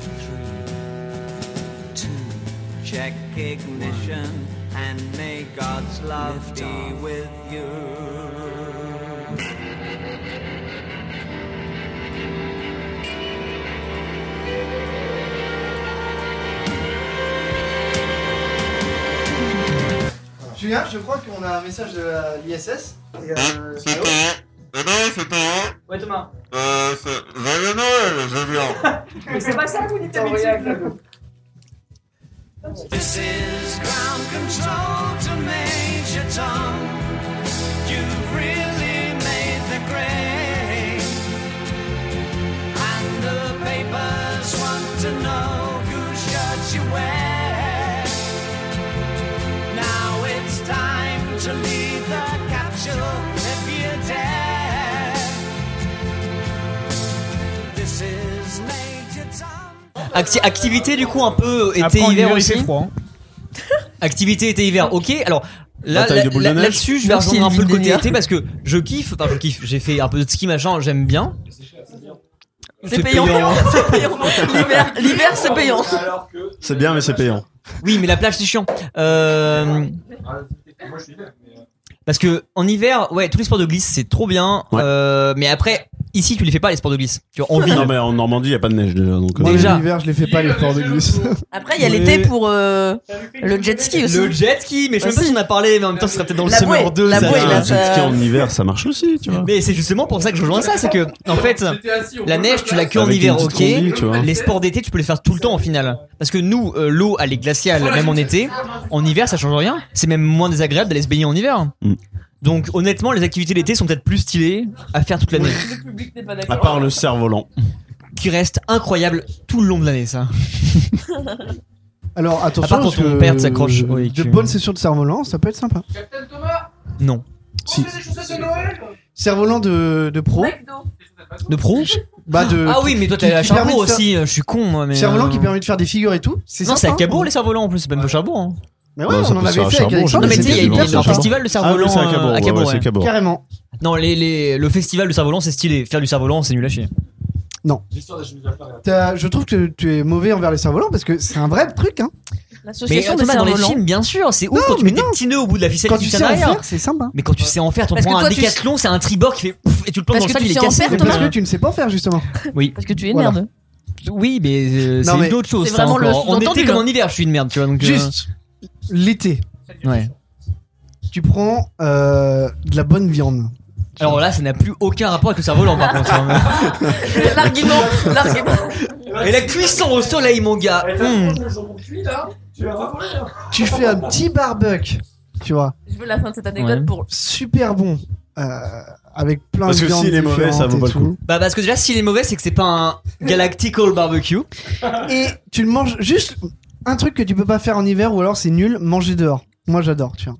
Speaker 16: Three, two, check ignition and may God's love be with you.
Speaker 17: Julien, je crois qu'on a un message de l'ISS.
Speaker 10: euh,
Speaker 1: Ouais, Thomas.
Speaker 14: Euh, Joyeux Noël, j'ai bien.
Speaker 1: (laughs) Mais c'est pas ça, vous dites d'habitude.
Speaker 16: This is ground control to Major Tom. You've really made the grade. And the papers want to know whose shirt you wear. Now it's time to leave the capsule if you dare. This is Major Tom.
Speaker 2: Acti- activité du coup un peu
Speaker 7: Après, en
Speaker 2: été-hiver
Speaker 7: hiver, il
Speaker 2: aussi.
Speaker 7: fait froid,
Speaker 2: Activité été-hiver.
Speaker 4: Ah.
Speaker 2: Ok. Alors là,
Speaker 7: Bataille
Speaker 2: là-
Speaker 7: de boules de
Speaker 2: là-
Speaker 7: neige.
Speaker 2: là-dessus, je vais
Speaker 7: Merci,
Speaker 2: rejoindre un peu le
Speaker 7: Elvin
Speaker 2: côté
Speaker 7: Delia.
Speaker 2: été parce que je kiffe. Enfin, je kiffe. J'ai fait un peu de ski machin. J'aime bien.
Speaker 4: C'est payant. (laughs) C'est payant. L'hiver, l'hiver, c'est payant.
Speaker 3: (laughs) C'est bien, mais c'est payant.
Speaker 2: Oui, mais la plage c'est chiant. Euh,
Speaker 1: Moi, je suis là, mais.
Speaker 2: Parce que en hiver, ouais, tous les sports de glisse c'est trop bien. Euh, mais après, ici, tu les fais pas les sports de glisse. Tu vois, en ville.
Speaker 3: Non, mais en Normandie, il n'y a pas de neige déjà. Donc, euh,
Speaker 2: Moi, Déjà. l'hiver,
Speaker 10: je les fais pas les sports de glisse.
Speaker 4: Après, il y a l'été pour euh, le jet ski aussi.
Speaker 2: Le jet ski, mais je sais même pas si on a parlé, mais en même temps, ce serait peut-être dans
Speaker 4: La
Speaker 2: le
Speaker 4: bouée,
Speaker 2: summer 2.
Speaker 4: la
Speaker 2: ça.
Speaker 4: bouée, la-
Speaker 3: Un jet ski en hiver, ça marche aussi, tu vois.
Speaker 2: Mais c'est justement pour ça que je rejoins ça, c'est que en fait, la neige tu l'as que en
Speaker 3: Avec une
Speaker 2: hiver,
Speaker 3: petite
Speaker 2: ok.
Speaker 3: combine, tu vois.
Speaker 2: Les sports d'été tu peux les faire tout le temps en final. Parce que nous, euh, l'eau elle est glaciale même en été. En hiver ça change rien. C'est même moins désagréable d'aller se baigner en hiver.
Speaker 10: Mm.
Speaker 2: Donc honnêtement, les activités d'été sont peut-être plus stylées à faire toute l'année.
Speaker 3: À part le cerf-volant.
Speaker 2: Qui reste incroyable tout le long de l'année, ça.
Speaker 10: Alors attention,
Speaker 2: À part quand
Speaker 10: parce
Speaker 2: ton
Speaker 10: que
Speaker 2: père s'accroche au
Speaker 10: De
Speaker 2: véhicule.
Speaker 10: bonnes sessions de cerf-volant, ça peut être sympa.
Speaker 2: Non.
Speaker 1: Oh,
Speaker 10: Si.
Speaker 5: C'est Noël
Speaker 10: Cerf-volant de, de pro.
Speaker 2: De pro
Speaker 10: Bah de.
Speaker 2: Ah oui, mais toi
Speaker 10: qui-
Speaker 2: t'es à
Speaker 10: qui permet
Speaker 2: Charbourg
Speaker 10: de faire-
Speaker 2: aussi. euh, Je suis con, moi. Mais
Speaker 10: Cerf-volant qui
Speaker 2: euh,
Speaker 10: permet de faire des figures et tout. C'est
Speaker 2: Non, c'est à
Speaker 10: sympa. hein.
Speaker 2: Cabourg les cerfs-volants en plus, c'est même pas Charbourg. hein.
Speaker 10: Mais ouais, on en avait fait avec
Speaker 2: Non, mais tu sais, il y a eu
Speaker 10: Alexandre.
Speaker 2: un festival de cerf-volant
Speaker 10: Ah oui, c'est à Cabourg,
Speaker 2: euh,
Speaker 10: ouais,
Speaker 2: à Cabourg.
Speaker 10: ouais, c'est à Cabourg. Carrément.
Speaker 2: Non, les, les, le festival du cerf-volant, c'est stylé. Faire du cerf-volant, c'est nul à chier.
Speaker 10: Non. T'as- Je trouve que tu es mauvais envers les cerfs-volants parce que c'est un vrai truc. Hein.
Speaker 2: Mais
Speaker 4: L'association des
Speaker 2: Thomas, dans les
Speaker 4: cerfs-volants.
Speaker 2: films, bien sûr, c'est ouf
Speaker 10: Non,
Speaker 2: quand tu
Speaker 10: mais
Speaker 2: mets des petits nœuds au bout de la ficelle
Speaker 10: Quand
Speaker 2: qui
Speaker 10: tu
Speaker 2: tient
Speaker 10: sais en
Speaker 2: derrière.
Speaker 10: faire, c'est sympa.
Speaker 2: Mais quand tu sais en faire, t'en
Speaker 10: Parce
Speaker 2: prends
Speaker 10: que
Speaker 2: un
Speaker 10: toi, tu
Speaker 2: décathlon, c'est un tribord qui fait ouf et tu le plonges
Speaker 10: Parce
Speaker 2: dans le
Speaker 10: que
Speaker 2: sable, il
Speaker 10: tu
Speaker 2: est
Speaker 10: sais en
Speaker 2: cassé.
Speaker 10: faire, Thomas. Parce que tu ne sais pas en faire justement.
Speaker 2: Oui. Parce que tu es une merde. Oui, mais euh,
Speaker 10: Non,
Speaker 2: c'est
Speaker 10: mais
Speaker 2: une autre chose.
Speaker 10: c'est
Speaker 2: ça,
Speaker 10: vraiment le
Speaker 2: encore. En
Speaker 10: sous-entendu,
Speaker 2: été comme
Speaker 10: là.
Speaker 2: en hiver, je suis une merde, tu vois. Donc, euh,
Speaker 10: Juste l'été.
Speaker 2: Ouais.
Speaker 10: Tu prends euh, de la bonne viande.
Speaker 2: Alors là, ça n'a plus aucun rapport avec le cerf-volant
Speaker 10: (laughs)
Speaker 2: par contre. hein.
Speaker 4: (laughs) L'argument, l'argument.
Speaker 2: Et la cuisson au soleil, mon gars. Hum.
Speaker 1: Tu vas (laughs) voir.
Speaker 10: Tu fais un petit barbecue, tu vois.
Speaker 4: Je veux la fin de cette anecdote
Speaker 10: Ouais.
Speaker 4: pour.
Speaker 10: Super bon. euh, avec plein
Speaker 3: Parce
Speaker 10: de
Speaker 3: que
Speaker 10: viandes
Speaker 3: s'il est mauvais, ça
Speaker 10: différentes
Speaker 3: vaut
Speaker 10: et
Speaker 3: pas le
Speaker 10: tout.
Speaker 3: coup.
Speaker 2: Bah parce que déjà, s'il est mauvais, c'est que c'est pas un galactical barbecue.
Speaker 10: Et tu le manges juste un truc que tu peux pas faire en hiver ou alors c'est nul, manger dehors. Moi j'adore, tu vois.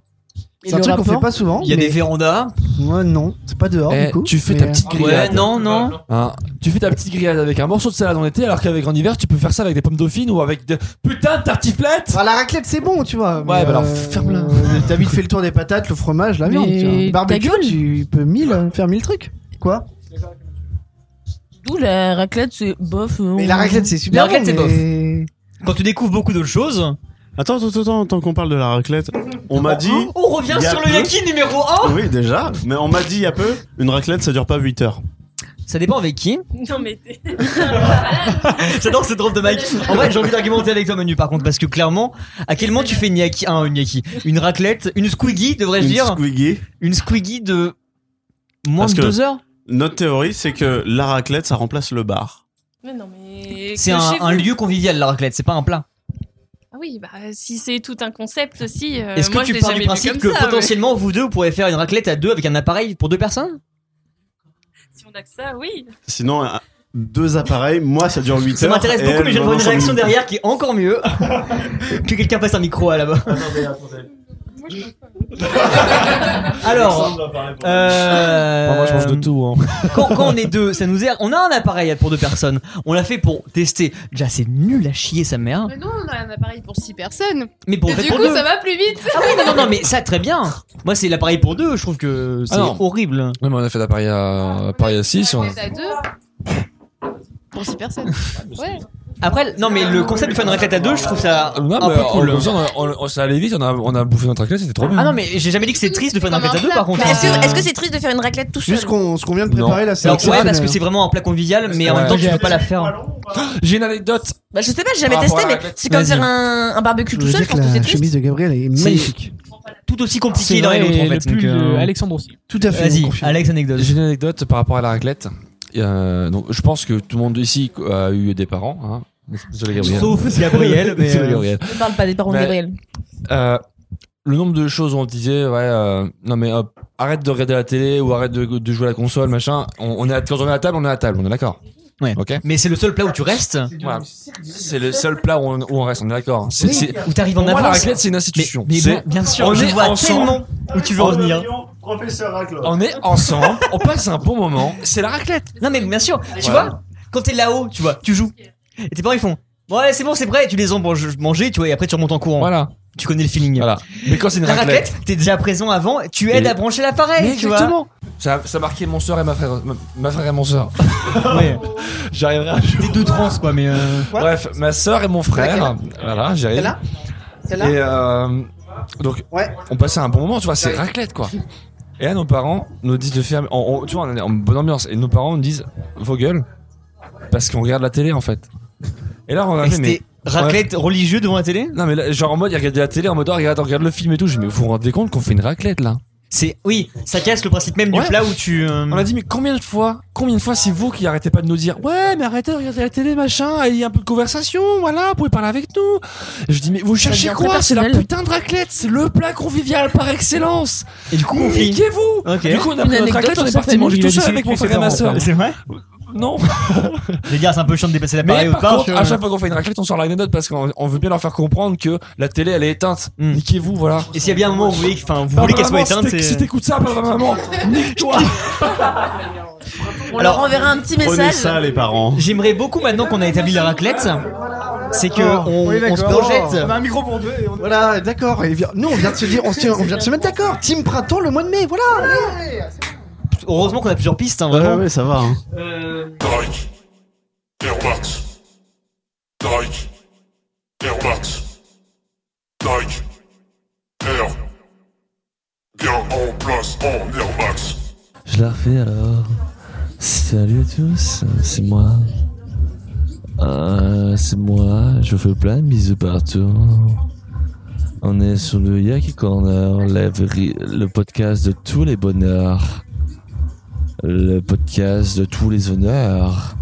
Speaker 2: Et
Speaker 10: C'est un
Speaker 2: le
Speaker 10: truc qu'on
Speaker 2: rapport
Speaker 10: fait pas souvent.
Speaker 2: Ah Il y a
Speaker 10: Oh, mais
Speaker 2: des vérandas.
Speaker 10: Moi non, c'est pas dehors
Speaker 8: Eh,
Speaker 10: du coup.
Speaker 8: tu fais
Speaker 10: mais,
Speaker 8: ta
Speaker 10: euh,
Speaker 8: petite grillade. Hein, tu fais ta petite grillade avec un morceau de salade en été, alors qu'avec en hiver, tu peux faire ça avec des pommes dauphines ou avec des putain de tartiflettes.
Speaker 10: Bah, la raclette, c'est bon, tu vois.
Speaker 8: Ouais, bah alors
Speaker 10: euh,
Speaker 8: ferme-la.
Speaker 10: (laughs) T'as vite fait le tour des patates, le fromage, la
Speaker 8: Mais
Speaker 10: viande. tu vois.
Speaker 8: ta
Speaker 10: Barbecue, tu peux mille, euh, faire mille trucs. Quoi
Speaker 4: D'où la raclette, c'est bof. hein.
Speaker 10: Mais la raclette, c'est super
Speaker 2: La raclette,
Speaker 10: bon,
Speaker 2: c'est
Speaker 10: mais-
Speaker 2: bof. Quand tu découvres beaucoup d'autres choses,
Speaker 3: Attends, attends, attends, tant qu'on parle de la raclette, on m'a dit.
Speaker 2: On revient
Speaker 3: il y a
Speaker 2: sur le
Speaker 3: peu-
Speaker 2: yaki numéro 1
Speaker 3: Oui, déjà, mais on m'a dit il y a peu, une raclette ça dure pas 8 heures.
Speaker 2: Ça dépend avec qui.
Speaker 11: Non mais t'es.
Speaker 2: J'adore ce drop de
Speaker 11: (laughs)
Speaker 2: mic. En vrai, j'ai envie d'argumenter avec toi, Manu, par contre, parce que clairement, à quel moment tu fais une yaki, un, une yaki, une raclette, une squiggy, devrais-je
Speaker 3: Une
Speaker 2: dire
Speaker 3: squiggy.
Speaker 2: Une squiggy de moins
Speaker 3: Parce
Speaker 2: de
Speaker 3: que
Speaker 2: deux heures
Speaker 3: Notre théorie, c'est que la raclette ça remplace le bar.
Speaker 11: Mais non mais.
Speaker 2: C'est
Speaker 11: que
Speaker 2: un,
Speaker 11: chez
Speaker 2: un
Speaker 11: vous.
Speaker 2: lieu convivial, la raclette, c'est pas un plat.
Speaker 11: Ah oui, bah si c'est tout un concept aussi. euh,
Speaker 2: Est-ce que
Speaker 11: moi, je
Speaker 2: tu
Speaker 11: l'ai
Speaker 2: pars
Speaker 11: jamais
Speaker 2: du
Speaker 11: vu
Speaker 2: principe
Speaker 11: comme
Speaker 2: que
Speaker 11: ça, mais-
Speaker 2: potentiellement vous deux vous pourrez faire une raclette à deux avec un appareil pour deux personnes
Speaker 11: Si on a que ça, oui.
Speaker 3: Sinon, un- deux appareils, moi ça dure 8 heures.
Speaker 2: Ça m'intéresse
Speaker 3: et
Speaker 2: beaucoup, mais
Speaker 3: elle,
Speaker 8: euh,
Speaker 2: je vois une
Speaker 3: vraiment, ça
Speaker 2: réaction
Speaker 3: me-
Speaker 2: derrière qui est
Speaker 8: (laughs)
Speaker 2: encore mieux. que quelqu'un passe un micro à là-bas. (laughs) Alors, euh,
Speaker 8: Moi, je mange de tout, hein.
Speaker 2: quand, quand on est deux, ça nous sert. On a un appareil pour deux personnes. On l'a fait pour tester. Déjà, c'est nul à chier sa mère.
Speaker 18: Mais non, on a un appareil pour 6 personnes.
Speaker 2: Mais bon,
Speaker 18: Et
Speaker 2: en fait,
Speaker 18: du
Speaker 2: pour
Speaker 18: coup,
Speaker 2: deux.
Speaker 18: ça va plus vite.
Speaker 2: Ah oui, non, non, non, mais ça très bien. Moi, c'est l'appareil pour deux. Je trouve que c'est horrible. Non,
Speaker 8: mais on a fait la Paris à, Paris à 6.
Speaker 2: hein.
Speaker 18: On est à deux. Pour 6 personnes. Ouais.
Speaker 2: Après, non, mais le concept de faire une raclette à deux, je trouve ça
Speaker 8: Non,
Speaker 2: un
Speaker 8: mais
Speaker 2: peu
Speaker 8: en-
Speaker 2: cool.
Speaker 8: comme ça, on, on- on- ça allait vite, on a, on a bouffé notre raclette, c'était trop bien.
Speaker 2: Ah non, mais j'ai jamais dit que c'est triste de faire une raclette à deux, par contre.
Speaker 4: Mais Est-ce que- est-ce que c'est triste de faire une raclette tout seul
Speaker 10: euh, Juste qu'on ce qu'on vient de
Speaker 8: Non.
Speaker 10: préparer là, c'est
Speaker 2: Alors, ouais,
Speaker 10: exceptionnel.
Speaker 2: parce que c'est vraiment un plat convivial, mais en
Speaker 8: Ouais.
Speaker 2: même temps, tu peux pas la faire.
Speaker 8: J'ai une anecdote.
Speaker 4: Bah, je sais pas, j'ai jamais
Speaker 8: Par rapport
Speaker 4: testé,
Speaker 8: à la
Speaker 4: mais
Speaker 8: raclette.
Speaker 4: c'est comme
Speaker 8: Vas-y.
Speaker 4: faire un, un barbecue
Speaker 10: Je
Speaker 4: tout
Speaker 10: veux
Speaker 4: seul,
Speaker 10: dire
Speaker 4: je
Speaker 10: que
Speaker 4: pense que c'est
Speaker 10: la
Speaker 4: triste.
Speaker 10: chemise de Gabriel est magnifique.
Speaker 2: Tout aussi
Speaker 8: C'est
Speaker 2: compliqué l'un et
Speaker 8: vrai,
Speaker 2: l'autre, en
Speaker 8: et
Speaker 2: fait.
Speaker 8: le pull
Speaker 2: donc, euh,
Speaker 8: de Alexandre aussi.
Speaker 10: Tout à fait, on
Speaker 8: Vas-y,
Speaker 10: confirme.
Speaker 2: Alex, anecdote.
Speaker 8: J'ai une anecdote par rapport à la raclette. Euh, donc, je pense que tout le monde ici a eu des parents. Hein. Désolé, Gabriel. (laughs)
Speaker 2: Sauf Gabriel, mais,
Speaker 8: Désolé,
Speaker 2: euh,
Speaker 8: Gabriel.
Speaker 4: Ne parle pas des parents de
Speaker 8: Mais,
Speaker 4: Gabriel.
Speaker 8: euh, le nombre de choses où on te disait, ouais, euh, non mais hop, arrête de regarder la télé ou arrête de, de jouer à la console, machin. On, on est à- quand on est à table, on est à table, on est d'accord.
Speaker 2: Ouais.
Speaker 8: Ok.
Speaker 2: Mais c'est le seul plat où tu restes.
Speaker 8: Voilà. C'est le seul plat où on, où on reste, on est d'accord. C'est-
Speaker 2: Oui,
Speaker 8: c'est-
Speaker 2: où t'arrives en
Speaker 8: Pour moi, la
Speaker 2: avance.
Speaker 8: raclette, c'est une institution.
Speaker 2: Mais- mais
Speaker 8: C'est-
Speaker 2: bien- bien sûr,
Speaker 8: on
Speaker 2: je
Speaker 8: est
Speaker 2: vois
Speaker 8: ensemble.
Speaker 2: tellement où tu veux en venir.
Speaker 1: Professeur Raclot.
Speaker 8: On est ensemble, on passe un bon moment. C'est la raclette.
Speaker 2: Non, mais bien sûr, tu
Speaker 8: Voilà.
Speaker 2: vois, quand t'es là-haut, tu vois, tu joues. Et tes parents, ils font Ouais, c'est bon, c'est prêt. Et tu les embranches manger, tu vois, et après, tu remontes en courant.
Speaker 8: Voilà.
Speaker 2: Tu connais le feeling.
Speaker 8: Voilà. Mais quand c'est une
Speaker 2: La
Speaker 8: raclette-
Speaker 2: raclette, t'es déjà présent avant, tu aides
Speaker 8: Et-
Speaker 2: à brancher l'appareil,
Speaker 8: Mais
Speaker 2: tu
Speaker 8: exactement. Ça, ça marquait mon soeur et ma frère, ma, ma frère et mon soeur. (laughs)
Speaker 2: Ouais.
Speaker 8: J'arriverai un jour.
Speaker 2: T'es deux trans, quoi, mais.
Speaker 7: euh,
Speaker 8: Bref, ma soeur et mon frère. Voilà, j'arrive.
Speaker 17: Celle-là Celle-là
Speaker 8: Et euh, donc, on passait un bon moment, tu vois, c'est raclette quoi. Et là, nos parents nous disent de faire. on- on- tu vois, on est en bonne ambiance. Et nos parents nous disent vos gueules. Parce qu'on regarde la télé en fait. Et là, on a
Speaker 2: Et
Speaker 8: fait. Mais,
Speaker 2: c'était raclette religieux devant la télé
Speaker 8: Non, mais là, genre en mode, il regardait la télé en mode, oh, regarde, regarde le film et tout. Je dis, mais vous vous rendez compte qu'on fait une raclette là
Speaker 2: C'est. Oui, ça casse le principe même
Speaker 8: Ouais.
Speaker 2: du plat où tu. euh,
Speaker 8: On a dit, mais combien de fois, combien de fois c'est vous qui arrêtez pas de nous dire, ouais, mais arrêtez de regarder la télé, machin, et il y a un peu de conversation, voilà, vous pouvez parler avec nous. Je dis, mais vous
Speaker 9: Ça
Speaker 8: cherchez
Speaker 9: devient très
Speaker 8: quoi C'est la
Speaker 9: personnel.
Speaker 8: putain de raclette, c'est le plat convivial par excellence.
Speaker 2: Et du coup, on fait-
Speaker 8: niquez-vous
Speaker 2: Ok.
Speaker 8: Du coup, on a pris
Speaker 2: Une
Speaker 8: notre
Speaker 2: anecdote
Speaker 8: raclette, on
Speaker 2: sur
Speaker 8: est
Speaker 2: sa
Speaker 8: parti manger
Speaker 2: famille.
Speaker 8: tout
Speaker 2: Il a
Speaker 8: seul avec
Speaker 2: dit
Speaker 8: mon
Speaker 2: c'est
Speaker 8: frère et ma
Speaker 2: différent,
Speaker 8: soeur.
Speaker 2: en fait. C'est vrai
Speaker 8: Non.
Speaker 2: Je veux dire, c'est un peu chiant de dépasser l'appareil
Speaker 8: Mais
Speaker 2: au
Speaker 8: par
Speaker 2: parc,
Speaker 8: contre,
Speaker 2: euh.
Speaker 8: à chaque fois qu'on fait une raclette, on sort l'anecdote parce qu'on on veut bien leur faire comprendre que la télé, elle est éteinte. Niquez-vous, voilà.
Speaker 2: Et s'il y a bien un moment où vous voulez, que- enfin, Hmm. vous
Speaker 8: Papa,
Speaker 2: voulez qu'elle soit
Speaker 8: maman, si
Speaker 2: éteinte,
Speaker 8: t'éc-
Speaker 2: c'est-
Speaker 8: Si t'écoutes ça, papa, maman, nique-toi.
Speaker 4: On leur enverra un petit message.
Speaker 3: les parents.
Speaker 2: J'aimerais beaucoup maintenant qu'on a établi la raclette, c'est que
Speaker 10: Oh,
Speaker 2: on,
Speaker 10: oui,
Speaker 2: on se
Speaker 10: d'accord.
Speaker 2: projette.
Speaker 10: On a un
Speaker 2: micro pour deux.
Speaker 10: Voilà, d'accord. et vi- Nous, on vient de se dire, on, se tient- on vient de se mettre d'accord. Team printemps le mois de mai, voilà. allez.
Speaker 2: Heureusement qu'on a plusieurs pistes, hein,
Speaker 3: Ouais,
Speaker 2: vraiment.
Speaker 3: ouais, ça va. hein.
Speaker 14: Drake. Airwax. Drake. Airwax. Drake. Air. Bien en place en Airmax.
Speaker 8: Je la refais alors. Salut à tous, c'est moi. Euh, c'est moi, je vous fais plein de bisous partout. On est sur le Yaki Corner, la vri- le podcast de tous les bonheurs. Le podcast de tous les honneurs.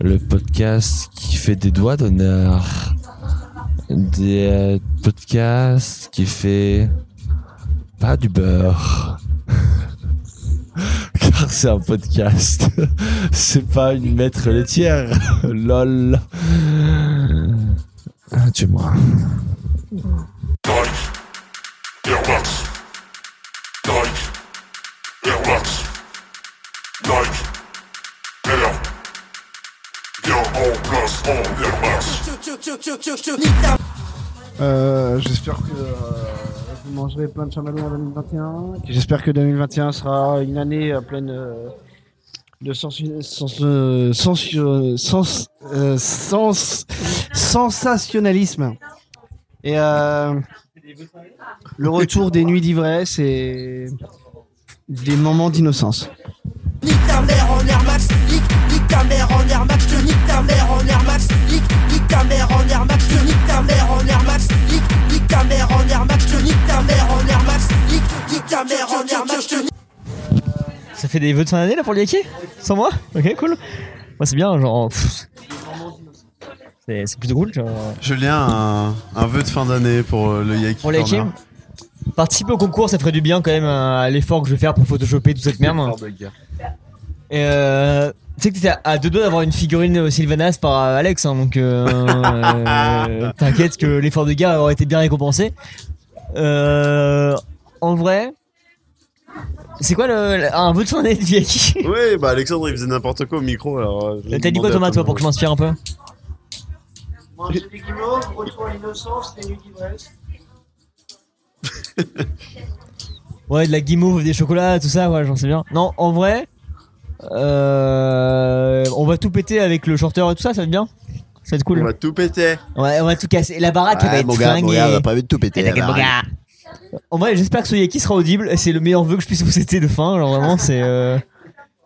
Speaker 8: Le podcast qui fait des doigts d'honneur. Des euh, podcasts qui fait pas du beurre. (laughs) car c'est un podcast. (laughs) c'est pas une maître laitière. (laughs) Lol. Ah, Tue-moi.
Speaker 14: Drake. Airwax. Drake. Airwax. Drake. Air. Bien en place en Airmax.
Speaker 10: Euh, J'espère que euh, vous mangerez plein de chamallows en 2021. J'espère que 2021 sera une année euh, pleine euh, de sens, sens, euh, sens, euh, sens, euh, sens- sensationnalisme. Et euh, le retour des nuits d'ivresse et des moments d'innocence.
Speaker 13: Nique ta mère en Air Max, nique, nique ta mère en Air Max, je nique ta mère en Air Max, nique, nique ta mère en Air Max, je nique ta mère en Air Max, nique, nique ta mère en Air Max, je nique ta mère en Air Max, nique, nique ta mère en Air Max, je nique.
Speaker 2: Ça fait des vœux de fin d'année là pour le Yaki Sans moi Ok, cool. Moi c'est bien, genre. pff, C'est c'est plutôt cool. Genre.
Speaker 3: Julien, un, un vœu de fin d'année pour euh, le Yaki.
Speaker 2: Pour le Yaki
Speaker 3: Corner.
Speaker 2: Participer au concours, ça ferait du bien quand même euh, à l'effort que je vais faire pour photoshopper toute cette merde. Et euh, tu sais que t'étais à- à deux doigts d'avoir une figurine euh, Sylvanas par euh, Alex, hein, donc euh, euh, t'inquiète que l'effort de gars aurait été bien récompensé. Euh, en vrai, c'est quoi le, le- un vœu de fin (laughs) d'année de Yaki
Speaker 3: Oui, bah Alexandre il faisait n'importe quoi au micro alors. euh,
Speaker 2: T'as dit quoi Thomas toi pour que je m'inspire un peu
Speaker 1: Manger des guimauves, retour à l'innocence, les nuits d'ivresse.
Speaker 2: (laughs) Ouais, de la guimauve, des chocolats, tout ça, ouais, j'en sais bien. Non, en vrai, euh, on va tout péter avec le chanteur et tout ça, ça va être bien Ça va être cool. Eh,
Speaker 3: On va tout péter.
Speaker 2: Ouais, on va tout casser. La baraque,
Speaker 3: Ah,
Speaker 2: elle va être flinguée.
Speaker 3: de tout péter.
Speaker 2: Et t'inquiète, mon gars. En vrai, j'espère que ce Yaki sera audible. C'est le meilleur vœu que je puisse vous citer de fin. Genre vraiment, c'est. Euh...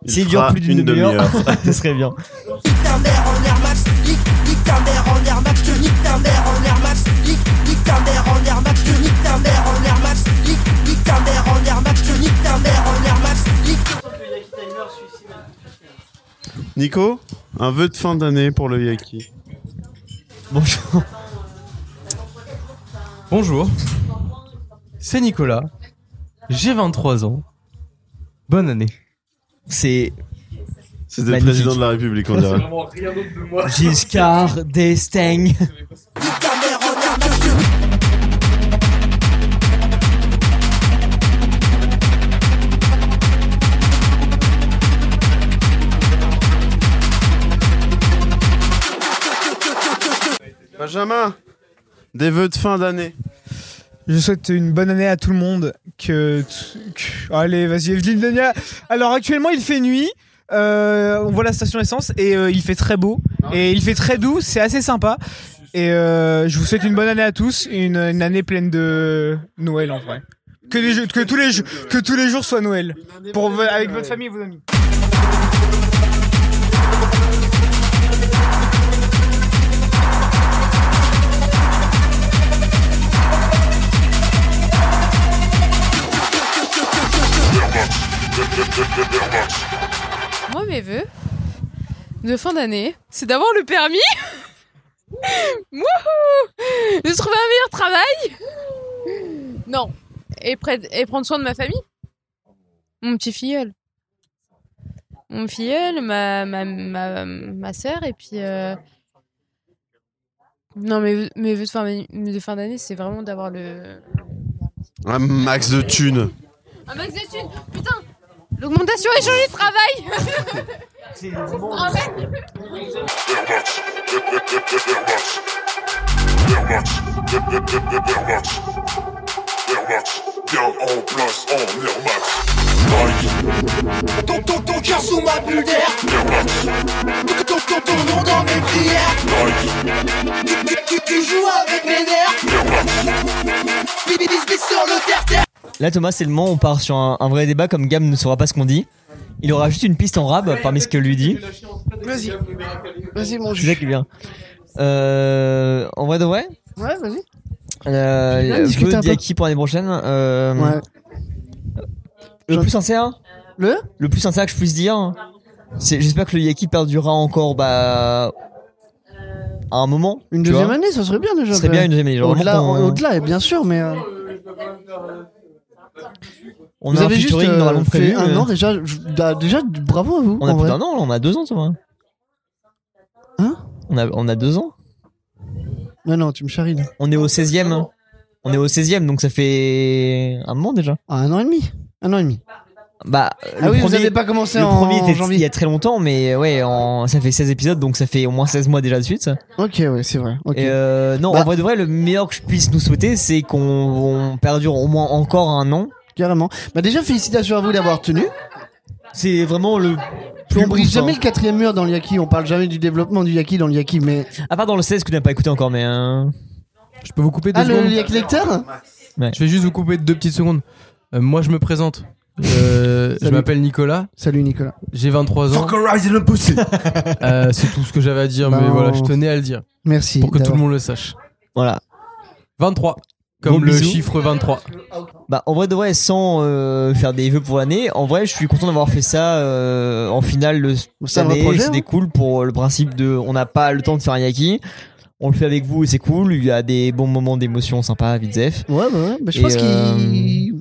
Speaker 3: Il
Speaker 2: S'il
Speaker 3: fera
Speaker 2: dure plus d'une
Speaker 3: une
Speaker 2: demi-heure,
Speaker 3: demi-heure.
Speaker 2: (laughs) ce serait bien.
Speaker 13: Nique ta mère en Air Max, nique, nique ta mère en Air Max, je nique ta mère en Air Max, nique, nique ta mère en Air Max, je nique ta mère en Air Max, nique, nique ta mère en Air Max, je nique ta mère en Air Max, nique.
Speaker 3: (laughs) Nico, un vœu de fin d'année pour le Yaki.
Speaker 2: Bonjour.
Speaker 9: Bonjour, c'est Nicolas, j'ai 23 ans, bonne année.
Speaker 2: C'est.
Speaker 3: C'était le président de la République, on dirait.
Speaker 1: rien d'autre de moi.
Speaker 2: Giscard d'Estaing.
Speaker 3: Benjamin, des vœux de fin d'année.
Speaker 7: Je souhaite une bonne année à tout le monde. Que, que- allez, vas-y, Evelyne Denia. Alors actuellement, il fait nuit. Euh, on voit la station essence et euh, il fait très beau et il fait très doux. C'est assez sympa. Et euh, je vous souhaite une bonne année à tous, une, une année pleine de Noël en vrai. Que, les jeux- que tous les jeux- que tous les jours soient Noël pour vo- avec votre famille et vos amis.
Speaker 18: Moi, mes vœux de fin d'année, c'est d'avoir le permis. (laughs) Wouhou De trouver un meilleur travail. Non. Et, près- et prendre soin de ma famille. Mon petit filleul. Mon filleul, ma, ma, ma, ma soeur, et puis. euh, Non, mes, vœux- mes vœux de fin, de fin d'année, c'est vraiment d'avoir le.
Speaker 3: Un max de thunes.
Speaker 18: Un max d'études Putain L'augmentation est changée de travail Ah ouais.
Speaker 13: Ton, ton, ton cœur sous ma bulle d'air Ton, ton, ton, ton nom dans mes prières Tu, tu, tu, tu joues avec mes nerfs Bis, bis, bis, bis sur le terre-terre
Speaker 2: Là, Thomas, c'est le moment où on part sur un, un vrai débat. Comme Gam ne saura pas ce qu'on dit, il aura juste une piste en rab parmi ce que lui dit.
Speaker 10: Vas-y. Vas-y, mon
Speaker 2: C'est ça qui est bien. Euh, en vrai de vrai,
Speaker 10: Ouais, vas-y. Viens
Speaker 2: euh,
Speaker 10: discuter
Speaker 2: vœu
Speaker 10: un
Speaker 2: de
Speaker 10: peu.
Speaker 2: Yaki pour l'année prochaine. euh,
Speaker 10: Ouais.
Speaker 2: Le plus sincère
Speaker 10: Le
Speaker 2: Le plus sincère que je puisse dire, c'est j'espère que le Yaki perdurera encore bah, à un moment.
Speaker 10: Une
Speaker 2: tu
Speaker 10: deuxième
Speaker 2: vois.
Speaker 10: année, ça serait bien déjà. bah.
Speaker 2: Ce serait bien une deuxième année. genre
Speaker 10: Au-delà,
Speaker 2: vraiment euh, qu'on-
Speaker 10: au-delà, bien sûr, mais. euh,
Speaker 2: On
Speaker 10: vous
Speaker 2: a un
Speaker 10: avez juste euh,
Speaker 2: featuring normalement
Speaker 10: fait
Speaker 2: prévu, mais-
Speaker 10: un an déjà. je- da- Déjà, bravo à vous.
Speaker 2: On a
Speaker 10: en
Speaker 2: plus
Speaker 10: vrai.
Speaker 2: d'un an, là, on a deux ans, Thomas.
Speaker 10: Hein
Speaker 2: on a, on a deux ans
Speaker 10: Non, non, tu me charries là.
Speaker 2: On est au 16 e On est au 16 e donc ça fait un moment déjà.
Speaker 10: Ah, un an et demi. Un an et demi.
Speaker 2: Bah,
Speaker 10: Ah
Speaker 2: le
Speaker 10: oui, vous
Speaker 2: premier-
Speaker 10: avez pas commencé
Speaker 2: le
Speaker 10: en
Speaker 2: premier était
Speaker 10: janvier.
Speaker 2: il y a très longtemps, mais ouais, en- ça fait 16 épisodes, donc ça fait au moins 16 mois déjà de suite. ça.
Speaker 10: Ok, ouais, c'est vrai. ok. Bah
Speaker 2: Et euh, non, en vrai de vrai, le meilleur que je puisse nous souhaiter, c'est qu'on on perdure au moins encore un an.
Speaker 10: Carrément. Bah déjà, félicitations à vous d'avoir tenu.
Speaker 2: C'est vraiment le.
Speaker 10: On
Speaker 2: plus
Speaker 10: brise
Speaker 2: bouge,
Speaker 10: jamais
Speaker 2: hein.
Speaker 10: le quatrième mur dans le yaki. On parle jamais du développement du yaki dans le yaki, mais
Speaker 2: À part dans le 16 que tu n'as pas écouté encore, mais. euh,
Speaker 9: Je peux vous couper deux
Speaker 10: Ah, le-
Speaker 9: secondes
Speaker 10: avec lecteur
Speaker 9: Je vais juste vous couper deux petites secondes. Euh, moi, je me présente.
Speaker 2: (laughs)
Speaker 9: Euh, je
Speaker 10: Salut.
Speaker 9: m'appelle Nicolas.
Speaker 10: Salut Nicolas.
Speaker 9: J'ai 23 ans. (laughs) Euh, c'est tout ce que j'avais à dire, mais
Speaker 2: Bah,
Speaker 10: Non.
Speaker 9: voilà, je tenais à le dire.
Speaker 10: Merci
Speaker 9: Pour que tout
Speaker 10: d'avoir-
Speaker 9: le monde le sache.
Speaker 2: Voilà.
Speaker 9: 23. Comme
Speaker 2: Gros
Speaker 9: le
Speaker 2: bisous.
Speaker 9: chiffre 23.
Speaker 2: Bah, en vrai, de vrai, sans euh, faire des vœux pour l'année, en vrai, je suis content d'avoir fait ça euh, en finale de cette
Speaker 10: C'est un vrai
Speaker 2: année.
Speaker 10: projet,
Speaker 2: C'était
Speaker 10: hein.
Speaker 2: cool pour euh, le principe de on n'a pas le temps de faire un yaki. On le fait avec vous et c'est cool. Il y a des bons moments d'émotion sympa, Vidzef.
Speaker 10: Ouais, bah ouais, bah, je
Speaker 2: Et,
Speaker 10: pense
Speaker 2: euh,
Speaker 10: qu'il.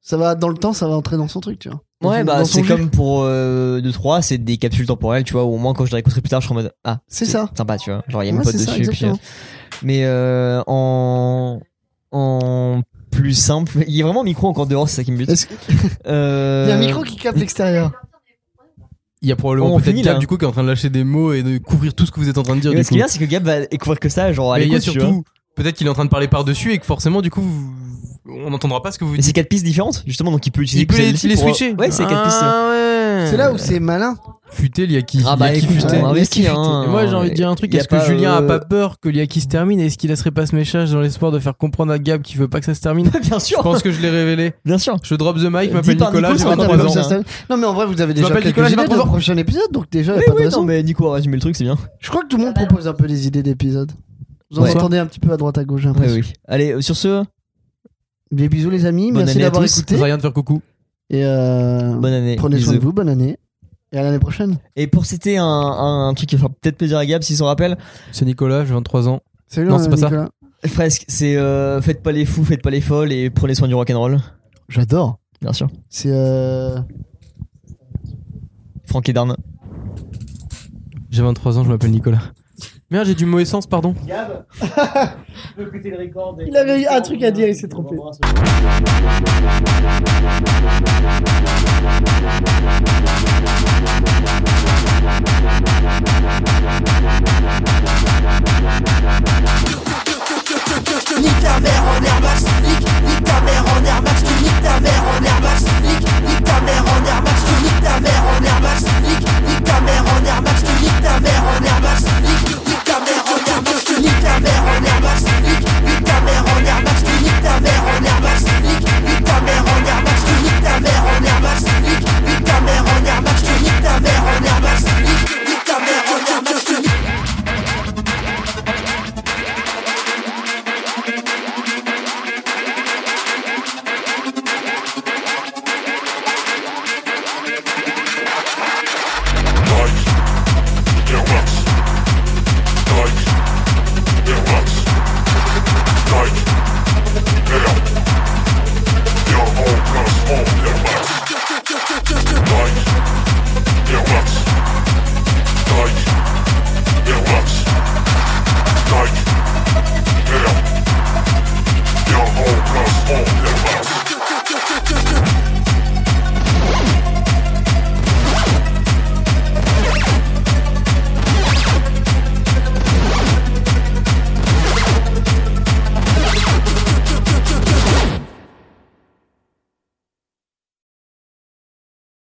Speaker 10: Ça va, dans le temps, ça va entrer dans son truc, tu vois. Dans
Speaker 2: Ouais,
Speaker 10: son-
Speaker 2: bah
Speaker 10: dans
Speaker 2: c'est
Speaker 10: son jus.
Speaker 2: comme pour 2-3, c'est des capsules temporelles, tu vois. Où au moins, quand je les réécouterai plus tard, je serai en mode Ah,
Speaker 10: C'est ça.
Speaker 2: Sympa, tu vois. Genre, il y a
Speaker 10: Ouais,
Speaker 2: mon pote
Speaker 10: c'est ça,
Speaker 2: dessus. puis, euh,
Speaker 10: exactement.
Speaker 2: mais euh, en. En plus simple. (laughs) Il y a vraiment un micro encore dehors, c'est ça qui me bute. (laughs) Euh,
Speaker 10: Il y a un micro qui capte l'extérieur.
Speaker 9: Il y a probablement
Speaker 2: On
Speaker 9: peut-être
Speaker 2: finit, là.
Speaker 9: Gab du coup qui est en train de lâcher des mots et de couvrir tout ce que vous êtes en train de dire.
Speaker 2: Mais
Speaker 9: du
Speaker 2: ce qui est
Speaker 9: coup.
Speaker 2: bien, c'est que Gab va découvrir que ça, genre à
Speaker 9: Mais il y a
Speaker 2: l'écoute, tu vois.
Speaker 9: surtout peut-être qu'il est en train de parler par dessus et que forcément du coup vous- on n'entendra pas ce que vous
Speaker 2: Mais c'est
Speaker 9: dites.
Speaker 2: quatre pistes différentes, justement, donc il peut utiliser.
Speaker 9: Il peut
Speaker 2: que
Speaker 9: les-
Speaker 2: celle-ci
Speaker 9: les
Speaker 2: pour-
Speaker 9: switcher.
Speaker 2: Ouais, c'est quatre
Speaker 9: Ah
Speaker 2: pistes.
Speaker 9: ouais.
Speaker 10: C'est là où c'est malin.
Speaker 9: Futé, il y a qui
Speaker 2: Ah bah,
Speaker 9: il y a qui
Speaker 2: écoute,
Speaker 9: futé,
Speaker 2: on
Speaker 9: il y a
Speaker 2: investit,
Speaker 9: qui futé.
Speaker 2: hein.
Speaker 9: Et Moi j'ai envie de dire un truc.
Speaker 2: Il y a
Speaker 9: Est-ce que
Speaker 2: pas,
Speaker 9: Julien a
Speaker 2: euh,
Speaker 9: pas peur que l'IA qui se termine Est-ce qu'il laisserait pas ce message dans l'espoir de faire comprendre à Gab qui veut pas que ça se termine
Speaker 2: (laughs) Bien sûr.
Speaker 9: Je pense que je l'ai révélé.
Speaker 2: Bien sûr. Ah,
Speaker 9: Je drop the mic. Je
Speaker 10: Dis
Speaker 9: m'appelle
Speaker 10: par
Speaker 9: Nicolas.
Speaker 10: Nico,
Speaker 9: J'ai
Speaker 10: ça va,
Speaker 9: 23
Speaker 10: comme
Speaker 2: hein.
Speaker 10: ça,
Speaker 9: ans.
Speaker 10: ça- Non, mais en vrai, vous avez
Speaker 9: Je
Speaker 10: déjà
Speaker 9: m'appelle
Speaker 10: quelques
Speaker 9: Nicolas, j'ai
Speaker 10: idées pour le
Speaker 9: 23 ans.
Speaker 10: prochain épisode, donc déjà, il y a
Speaker 2: Oui,
Speaker 10: pas de
Speaker 2: oui,
Speaker 10: raison.
Speaker 2: non, mais Nico a résumé le truc, c'est bien.
Speaker 10: Je crois que tout le monde propose un peu les idées d'épisodes. Vous en
Speaker 2: Ouais.
Speaker 10: entendez un petit peu à droite à gauche, j'ai
Speaker 2: Ouais,
Speaker 10: l'impression.
Speaker 2: oui. Allez, euh, sur ce,
Speaker 10: Des bisous, les amis.
Speaker 2: Bonne
Speaker 10: Merci
Speaker 2: année à
Speaker 10: d'avoir
Speaker 2: tous.
Speaker 10: écouté.
Speaker 9: de faire coucou.
Speaker 10: Et euh,
Speaker 2: bonne année.
Speaker 10: prenez soin de
Speaker 2: Bisous.
Speaker 10: vous, bonne année. Et à l'année prochaine.
Speaker 2: Et pour citer un, un, un truc qui va faire peut-être plaisir à Gab, s'il s'en rappelle.
Speaker 9: C'est Nicolas, j'ai 23 ans.
Speaker 10: Salut,
Speaker 9: Non, c'est pas ça.
Speaker 2: ça. Presque, c'est euh, faites pas les fous, faites pas les folles et prenez soin du rock'n'roll.
Speaker 10: J'adore.
Speaker 2: Bien sûr.
Speaker 10: C'est euh,
Speaker 2: Franck et Darn.
Speaker 9: J'ai 23 ans. Je m'appelle Nicolas. Merde, j'ai du mauvais sens, pardon.
Speaker 10: Il avait eu un truc à dire, il s'est trompé.
Speaker 12: Thank you.